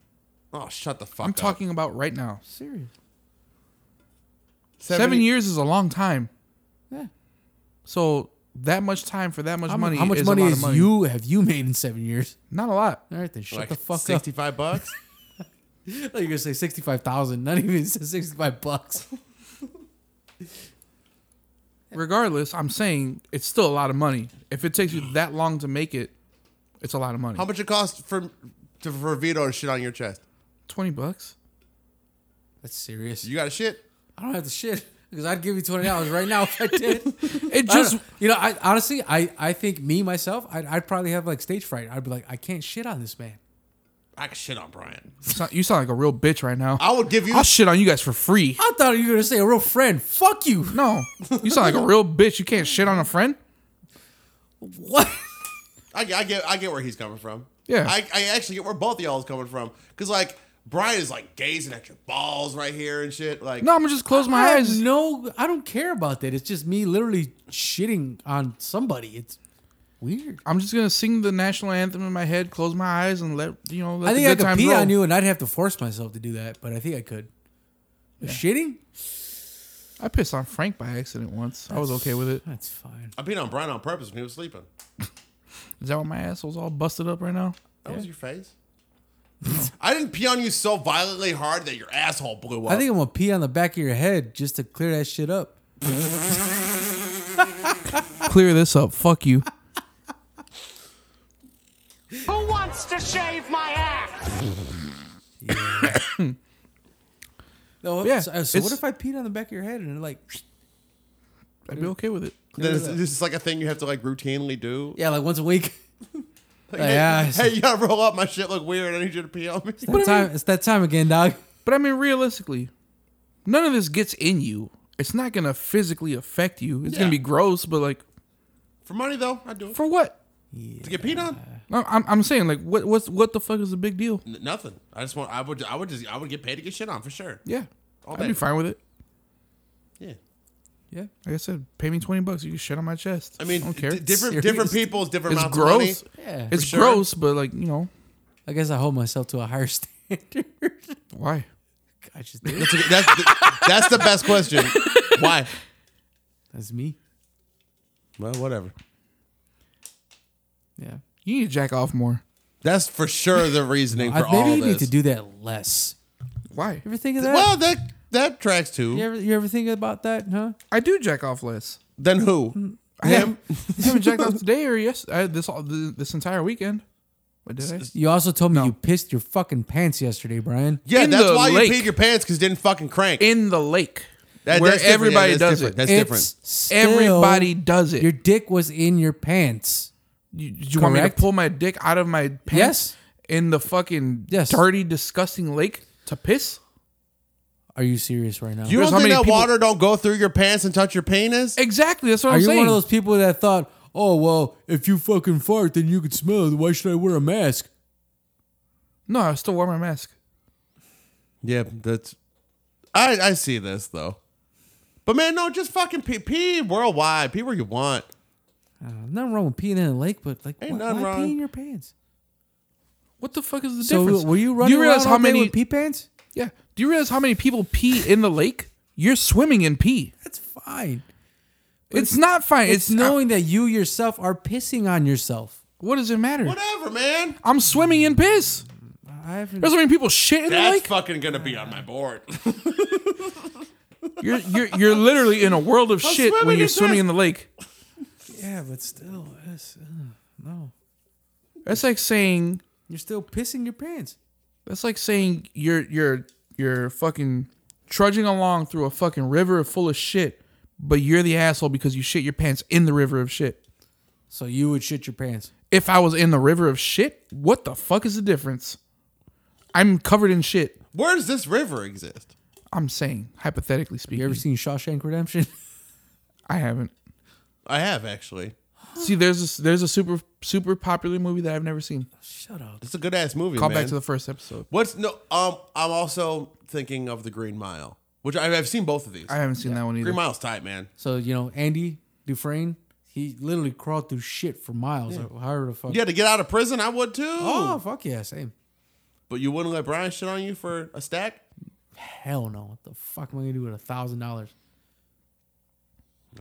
Speaker 1: Oh, shut the fuck
Speaker 2: I'm
Speaker 1: up.
Speaker 2: talking about right now.
Speaker 3: Serious.
Speaker 2: Seven,
Speaker 1: Seventy-
Speaker 2: years is a long time.
Speaker 3: Yeah.
Speaker 2: So that much time for that much
Speaker 3: How, mu-
Speaker 2: money.
Speaker 3: how much
Speaker 2: is
Speaker 3: money
Speaker 2: a lot
Speaker 3: is
Speaker 2: of money.
Speaker 3: you have you made in seven years?
Speaker 2: Not a lot.
Speaker 3: All right, then shut
Speaker 1: Like
Speaker 3: the fuck up.
Speaker 1: 65 bucks?
Speaker 3: I thought you were gonna say sixty-five thousand. Not even sixty-five bucks.
Speaker 2: Regardless, I'm saying it's still a lot of money. If it takes you that long to make it, it's a lot of money.
Speaker 1: How much it cost for to, for Vito to shit on your chest?
Speaker 2: Twenty bucks.
Speaker 3: That's serious.
Speaker 1: You got to shit.
Speaker 3: I don't have to shit because I'd give you twenty dollars right now if I did.
Speaker 2: It
Speaker 3: I don't
Speaker 2: just-
Speaker 3: know. you know, I honestly, I, I think me myself, I'd, I'd probably have like stage fright. I'd be like, I can't shit on this man.
Speaker 1: I can shit on Brian.
Speaker 2: You sound- You sound like a real bitch right now.
Speaker 1: I would give you.
Speaker 2: I'll shit on you guys for free.
Speaker 3: I thought you were gonna say a real friend. Fuck you.
Speaker 2: No, you sound like a real bitch. You can't shit on a friend.
Speaker 3: What?
Speaker 1: I, I get I get where he's coming from.
Speaker 2: Yeah.
Speaker 1: I, I actually get where both of y'all is coming from. Because, like, Brian is, like, gazing at your balls right here and shit. Like,
Speaker 2: No, I'm gonna just close my
Speaker 3: I have
Speaker 2: eyes.
Speaker 3: No, I don't care about that. It's just me literally shitting on somebody. It's weird.
Speaker 2: I'm just gonna sing the national anthem in my head, close my eyes, and let you know. Let
Speaker 3: I
Speaker 2: the
Speaker 3: think I
Speaker 2: good
Speaker 3: could
Speaker 2: times
Speaker 3: pee
Speaker 2: roll.
Speaker 3: on you, and I'd have to force myself to do that, but I think I could. Shitting?
Speaker 2: I pissed on Frank by accident once. I was okay with it.
Speaker 3: That's fine.
Speaker 1: I beat on Brian on purpose when he was sleeping.
Speaker 2: Is that why my asshole's all busted up right now?
Speaker 1: That was your face. I didn't pee on you so violently hard that your asshole blew up.
Speaker 3: I think I'm gonna pee on the back of your head just to clear that shit up.
Speaker 2: Clear this up. Fuck you.
Speaker 6: Who wants to shave my ass?
Speaker 3: No,
Speaker 2: Yeah,
Speaker 3: yeah, so, so
Speaker 2: it's-
Speaker 3: what if I peed on the back of your head and it like?
Speaker 2: I'd be okay with it.
Speaker 1: Then it's- this is like a thing you have to like routinely do.
Speaker 3: Yeah, like once a week.
Speaker 1: Like,
Speaker 3: Like,
Speaker 1: hey,
Speaker 3: yeah, it's-
Speaker 1: hey, you gotta roll up. My shit look weird. I need you to pee on me.
Speaker 3: It's that time. It's that time again, dog.
Speaker 2: But I mean, realistically, none of this gets in you. It's not gonna physically affect you. It's
Speaker 1: Yeah.
Speaker 2: gonna be gross, but like,
Speaker 1: For money though, I do it.
Speaker 2: for what?
Speaker 1: to get peed on?
Speaker 2: No, I'm, I'm saying like, what what's what the fuck is the big deal?
Speaker 1: N- nothing. I just want. I would. I would just. I would get paid to get shit on for sure.
Speaker 2: Yeah,
Speaker 1: All
Speaker 2: I'd
Speaker 1: day.
Speaker 2: be fine with it.
Speaker 1: Yeah.
Speaker 3: Yeah,
Speaker 2: like I said, pay me twenty bucks. You can shit on my chest.
Speaker 1: I mean,
Speaker 2: I don't care.
Speaker 1: d- different- Serious. different people's different
Speaker 2: It's
Speaker 1: amounts of
Speaker 2: gross.
Speaker 1: money.
Speaker 3: Yeah.
Speaker 2: it's
Speaker 3: For sure.
Speaker 2: gross, but like you know,
Speaker 3: I guess I hold myself to a higher standard.
Speaker 2: why?
Speaker 3: I just
Speaker 1: That's, a, that's, the, that's the best question. Why?
Speaker 3: That's me.
Speaker 1: Well, whatever.
Speaker 3: Yeah.
Speaker 2: You need to jack off more.
Speaker 1: That's for sure the reasoning
Speaker 3: I-
Speaker 1: for all
Speaker 3: maybe you
Speaker 1: this.
Speaker 3: need to do that less.
Speaker 2: Why?
Speaker 3: You ever think of that?
Speaker 1: Well, that that tracks too.
Speaker 3: you ever you ever think about that? Huh?
Speaker 2: I do jack off less.
Speaker 1: Then
Speaker 2: Mm,
Speaker 1: who?
Speaker 2: I haven't, I haven't jacked off today or yes. I, this all th- this entire weekend. What did I?
Speaker 3: You also told me you pissed your fucking pants yesterday, Brian.
Speaker 1: Yeah,
Speaker 2: In
Speaker 1: that's
Speaker 2: the
Speaker 1: why
Speaker 2: lake.
Speaker 1: you peed your pants because didn't fucking crank.
Speaker 2: in the lake
Speaker 1: That-
Speaker 2: where
Speaker 1: that's different.
Speaker 2: everybody
Speaker 1: Yeah, that's
Speaker 2: does
Speaker 1: different.
Speaker 2: it.
Speaker 1: That's
Speaker 3: It's
Speaker 1: different.
Speaker 3: still-
Speaker 2: Everybody does it.
Speaker 3: Your dick was in your pants.
Speaker 2: you you want me to
Speaker 3: correct?
Speaker 2: pull my dick out of my pants
Speaker 3: Yes.
Speaker 2: in the fucking
Speaker 3: Yes.
Speaker 2: dirty, disgusting lake to piss?
Speaker 3: Are you serious right now?
Speaker 1: You
Speaker 2: There's
Speaker 1: don't
Speaker 2: how
Speaker 1: think
Speaker 2: many
Speaker 1: that
Speaker 2: people-
Speaker 1: water don't go through your pants and touch your penis?
Speaker 2: Exactly. That's what
Speaker 3: Are
Speaker 2: I'm
Speaker 3: you
Speaker 2: saying.
Speaker 3: one of those people that thought, oh well, if you fucking fart, then you can smell it. Why should I wear a mask?
Speaker 2: no, I still wear my mask.
Speaker 1: Yeah, that's. I I see this though, but man, no, just fucking pee, pee worldwide. Pee where you want.
Speaker 3: Uh, nothing wrong with peeing in a lake, but like,
Speaker 1: Ain't
Speaker 3: why,
Speaker 1: nothing
Speaker 3: why
Speaker 1: wrong.
Speaker 3: pee in your pants?
Speaker 2: What the fuck is the
Speaker 3: So
Speaker 2: difference?
Speaker 3: were you
Speaker 2: Do
Speaker 3: running
Speaker 2: realize
Speaker 3: around
Speaker 2: how
Speaker 3: all day
Speaker 2: many?
Speaker 3: with pee pants?
Speaker 2: yeah. Do you realize how many people pee in the lake? You're swimming in pee.
Speaker 3: That's fine.
Speaker 2: It's, not fine. It's,
Speaker 3: It's knowing that you yourself are pissing on yourself.
Speaker 2: What does it matter?
Speaker 1: Whatever, man.
Speaker 2: I'm swimming in piss.
Speaker 3: I haven't.
Speaker 2: There's how many people shit in the
Speaker 1: That's
Speaker 2: lake.
Speaker 1: fucking gonna be on my board.
Speaker 2: You're you're you're literally in a world of
Speaker 1: I'm
Speaker 2: shit
Speaker 1: swimming
Speaker 2: when
Speaker 1: in
Speaker 2: you're swimming
Speaker 1: piss.
Speaker 2: in the lake.
Speaker 3: Yeah, but still, it's, uh, no.
Speaker 2: That's like saying
Speaker 3: You're still pissing your pants.
Speaker 2: that's like saying you're you're you're fucking trudging along through a fucking river full of shit, but you're the asshole because you shit your pants in the river of shit.
Speaker 3: So you would shit your pants.
Speaker 2: If I was in the river of shit, what the fuck is the difference? I'm covered in shit.
Speaker 1: Where does this river exist?
Speaker 2: I'm saying, hypothetically
Speaker 3: You
Speaker 2: speaking,
Speaker 3: ever seen Shawshank Redemption?
Speaker 2: I haven't.
Speaker 1: I have actually.
Speaker 2: See, there's this, there's a super super popular movie that I've never seen.
Speaker 3: Shut up.
Speaker 1: It's a good ass movie.
Speaker 2: Call
Speaker 1: man.
Speaker 2: back to the first episode.
Speaker 1: What's no? Um, I'm also thinking of the Green Mile, which I, I've seen both of these.
Speaker 2: I haven't seen that one either.
Speaker 1: Green Mile's tight, man.
Speaker 3: So you know Andy Dufresne, he literally crawled through shit for miles. or However the fuck.
Speaker 1: You had to get out of prison. I would too.
Speaker 3: Oh fuck yeah, same.
Speaker 1: But you wouldn't let Brian shit on you for a stack?
Speaker 3: Hell no. What the fuck am I gonna do with a thousand dollars?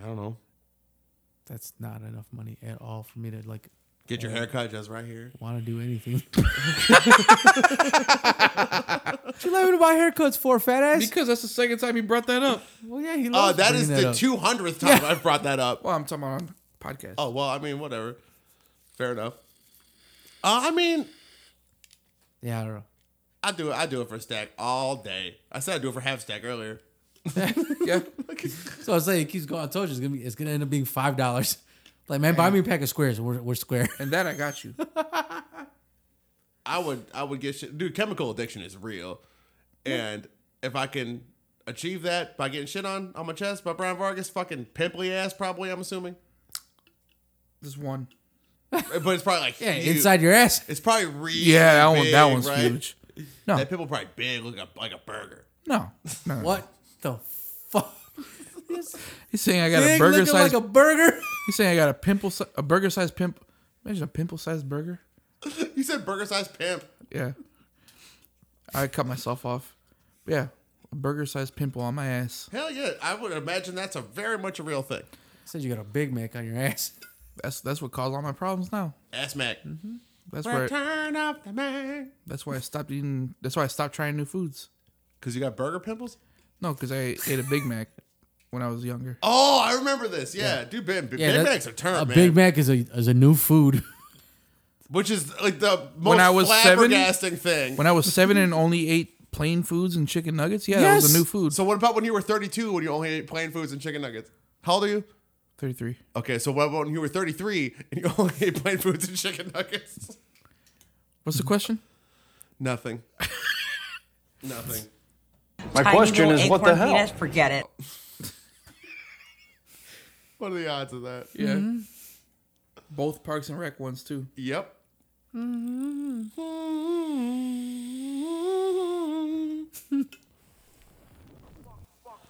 Speaker 1: I don't know.
Speaker 3: That's not enough money at all for me to like
Speaker 1: Get your haircut just right here.
Speaker 3: want to do anything. What you laughing about haircuts for fat ass?
Speaker 2: Because that's the second time he brought that up.
Speaker 3: well, yeah, he
Speaker 1: Oh,
Speaker 3: loves
Speaker 1: that
Speaker 3: bringing
Speaker 1: is the
Speaker 3: up.
Speaker 1: two hundredth time I've brought that up.
Speaker 2: Well, I'm talking about on podcast.
Speaker 1: Oh well, I mean, whatever. Fair enough. Uh, I mean,
Speaker 3: Yeah, I don't know.
Speaker 1: I do it. I do it for a stack all day. I said I do it for half stack earlier.
Speaker 2: Yeah.
Speaker 3: So I was saying it keeps going. I told you it's gonna be. It's gonna end up being five dollars. Like man, buy me a pack of squares. We're, we're square.
Speaker 2: And that I got you.
Speaker 1: I would. I would get shit. Dude, chemical addiction is real, and if I can achieve that by getting shit on on my chest by Brian Vargas, fucking pimply ass, probably. I'm assuming,
Speaker 2: Just one.
Speaker 1: but it's probably like
Speaker 3: Yeah,
Speaker 1: huge.
Speaker 3: inside your ass.
Speaker 1: It's probably really
Speaker 2: Yeah, that one.
Speaker 1: big,
Speaker 2: That one's
Speaker 1: right?
Speaker 2: huge. No,
Speaker 1: That people probably big, look like a, like a burger.
Speaker 2: no, no. no.
Speaker 3: What the fuck?
Speaker 2: He's saying I got
Speaker 3: Big
Speaker 2: a burger
Speaker 3: looking
Speaker 2: size.
Speaker 3: like a burger.
Speaker 2: he's saying I got a pimple, si- a burger size pimp. Imagine a pimple sized burger.
Speaker 1: You said burger sized pimp.
Speaker 2: Yeah. I cut myself off. Yeah, a burger sized pimple on my ass.
Speaker 1: Hell yeah, I would imagine that's a very much a real thing.
Speaker 3: Said you got a Big Mac on your ass.
Speaker 2: That's that's what caused all my problems now.
Speaker 1: Ass Mac.
Speaker 2: That's where
Speaker 1: Return of the Mac.
Speaker 2: that's why I stopped eating. That's why I stopped trying new foods.
Speaker 1: Cause you got burger pimples.
Speaker 2: No, because I ate a Big Mac when I was younger.
Speaker 1: Oh, I remember this. Yeah, dude, Big, Big
Speaker 3: that-
Speaker 1: Mac's a term,
Speaker 3: a
Speaker 1: man.
Speaker 3: Big Mac is a is a new food.
Speaker 1: which is like the most
Speaker 2: When I was seven,
Speaker 1: flabbergasting thing.
Speaker 2: When I was seven and only ate plain foods and chicken nuggets. Yeah, that was a new food.
Speaker 1: So what about when you were 32 when you only ate plain foods and chicken nuggets? How old are you?
Speaker 2: 33.
Speaker 1: Okay, so what about when you were 33 and you only ate plain foods and chicken nuggets?
Speaker 2: What's the question?
Speaker 1: Nothing. Nothing.
Speaker 7: My
Speaker 11: Tiny
Speaker 7: question
Speaker 11: little
Speaker 7: is, what the
Speaker 11: acorn
Speaker 7: hell?
Speaker 11: Penis, forget it.
Speaker 1: What are the odds of that?
Speaker 2: Yeah. Mm-hmm. Both Parks and Rec ones too.
Speaker 1: Yep.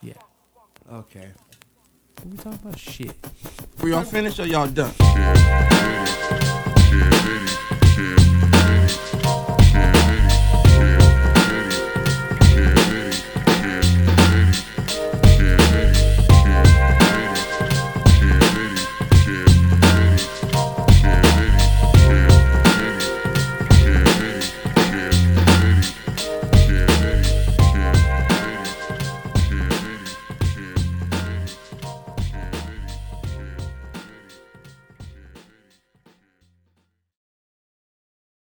Speaker 3: Yeah.
Speaker 1: Okay.
Speaker 3: What are we talking about? Shit.
Speaker 15: We all finished or y'all done?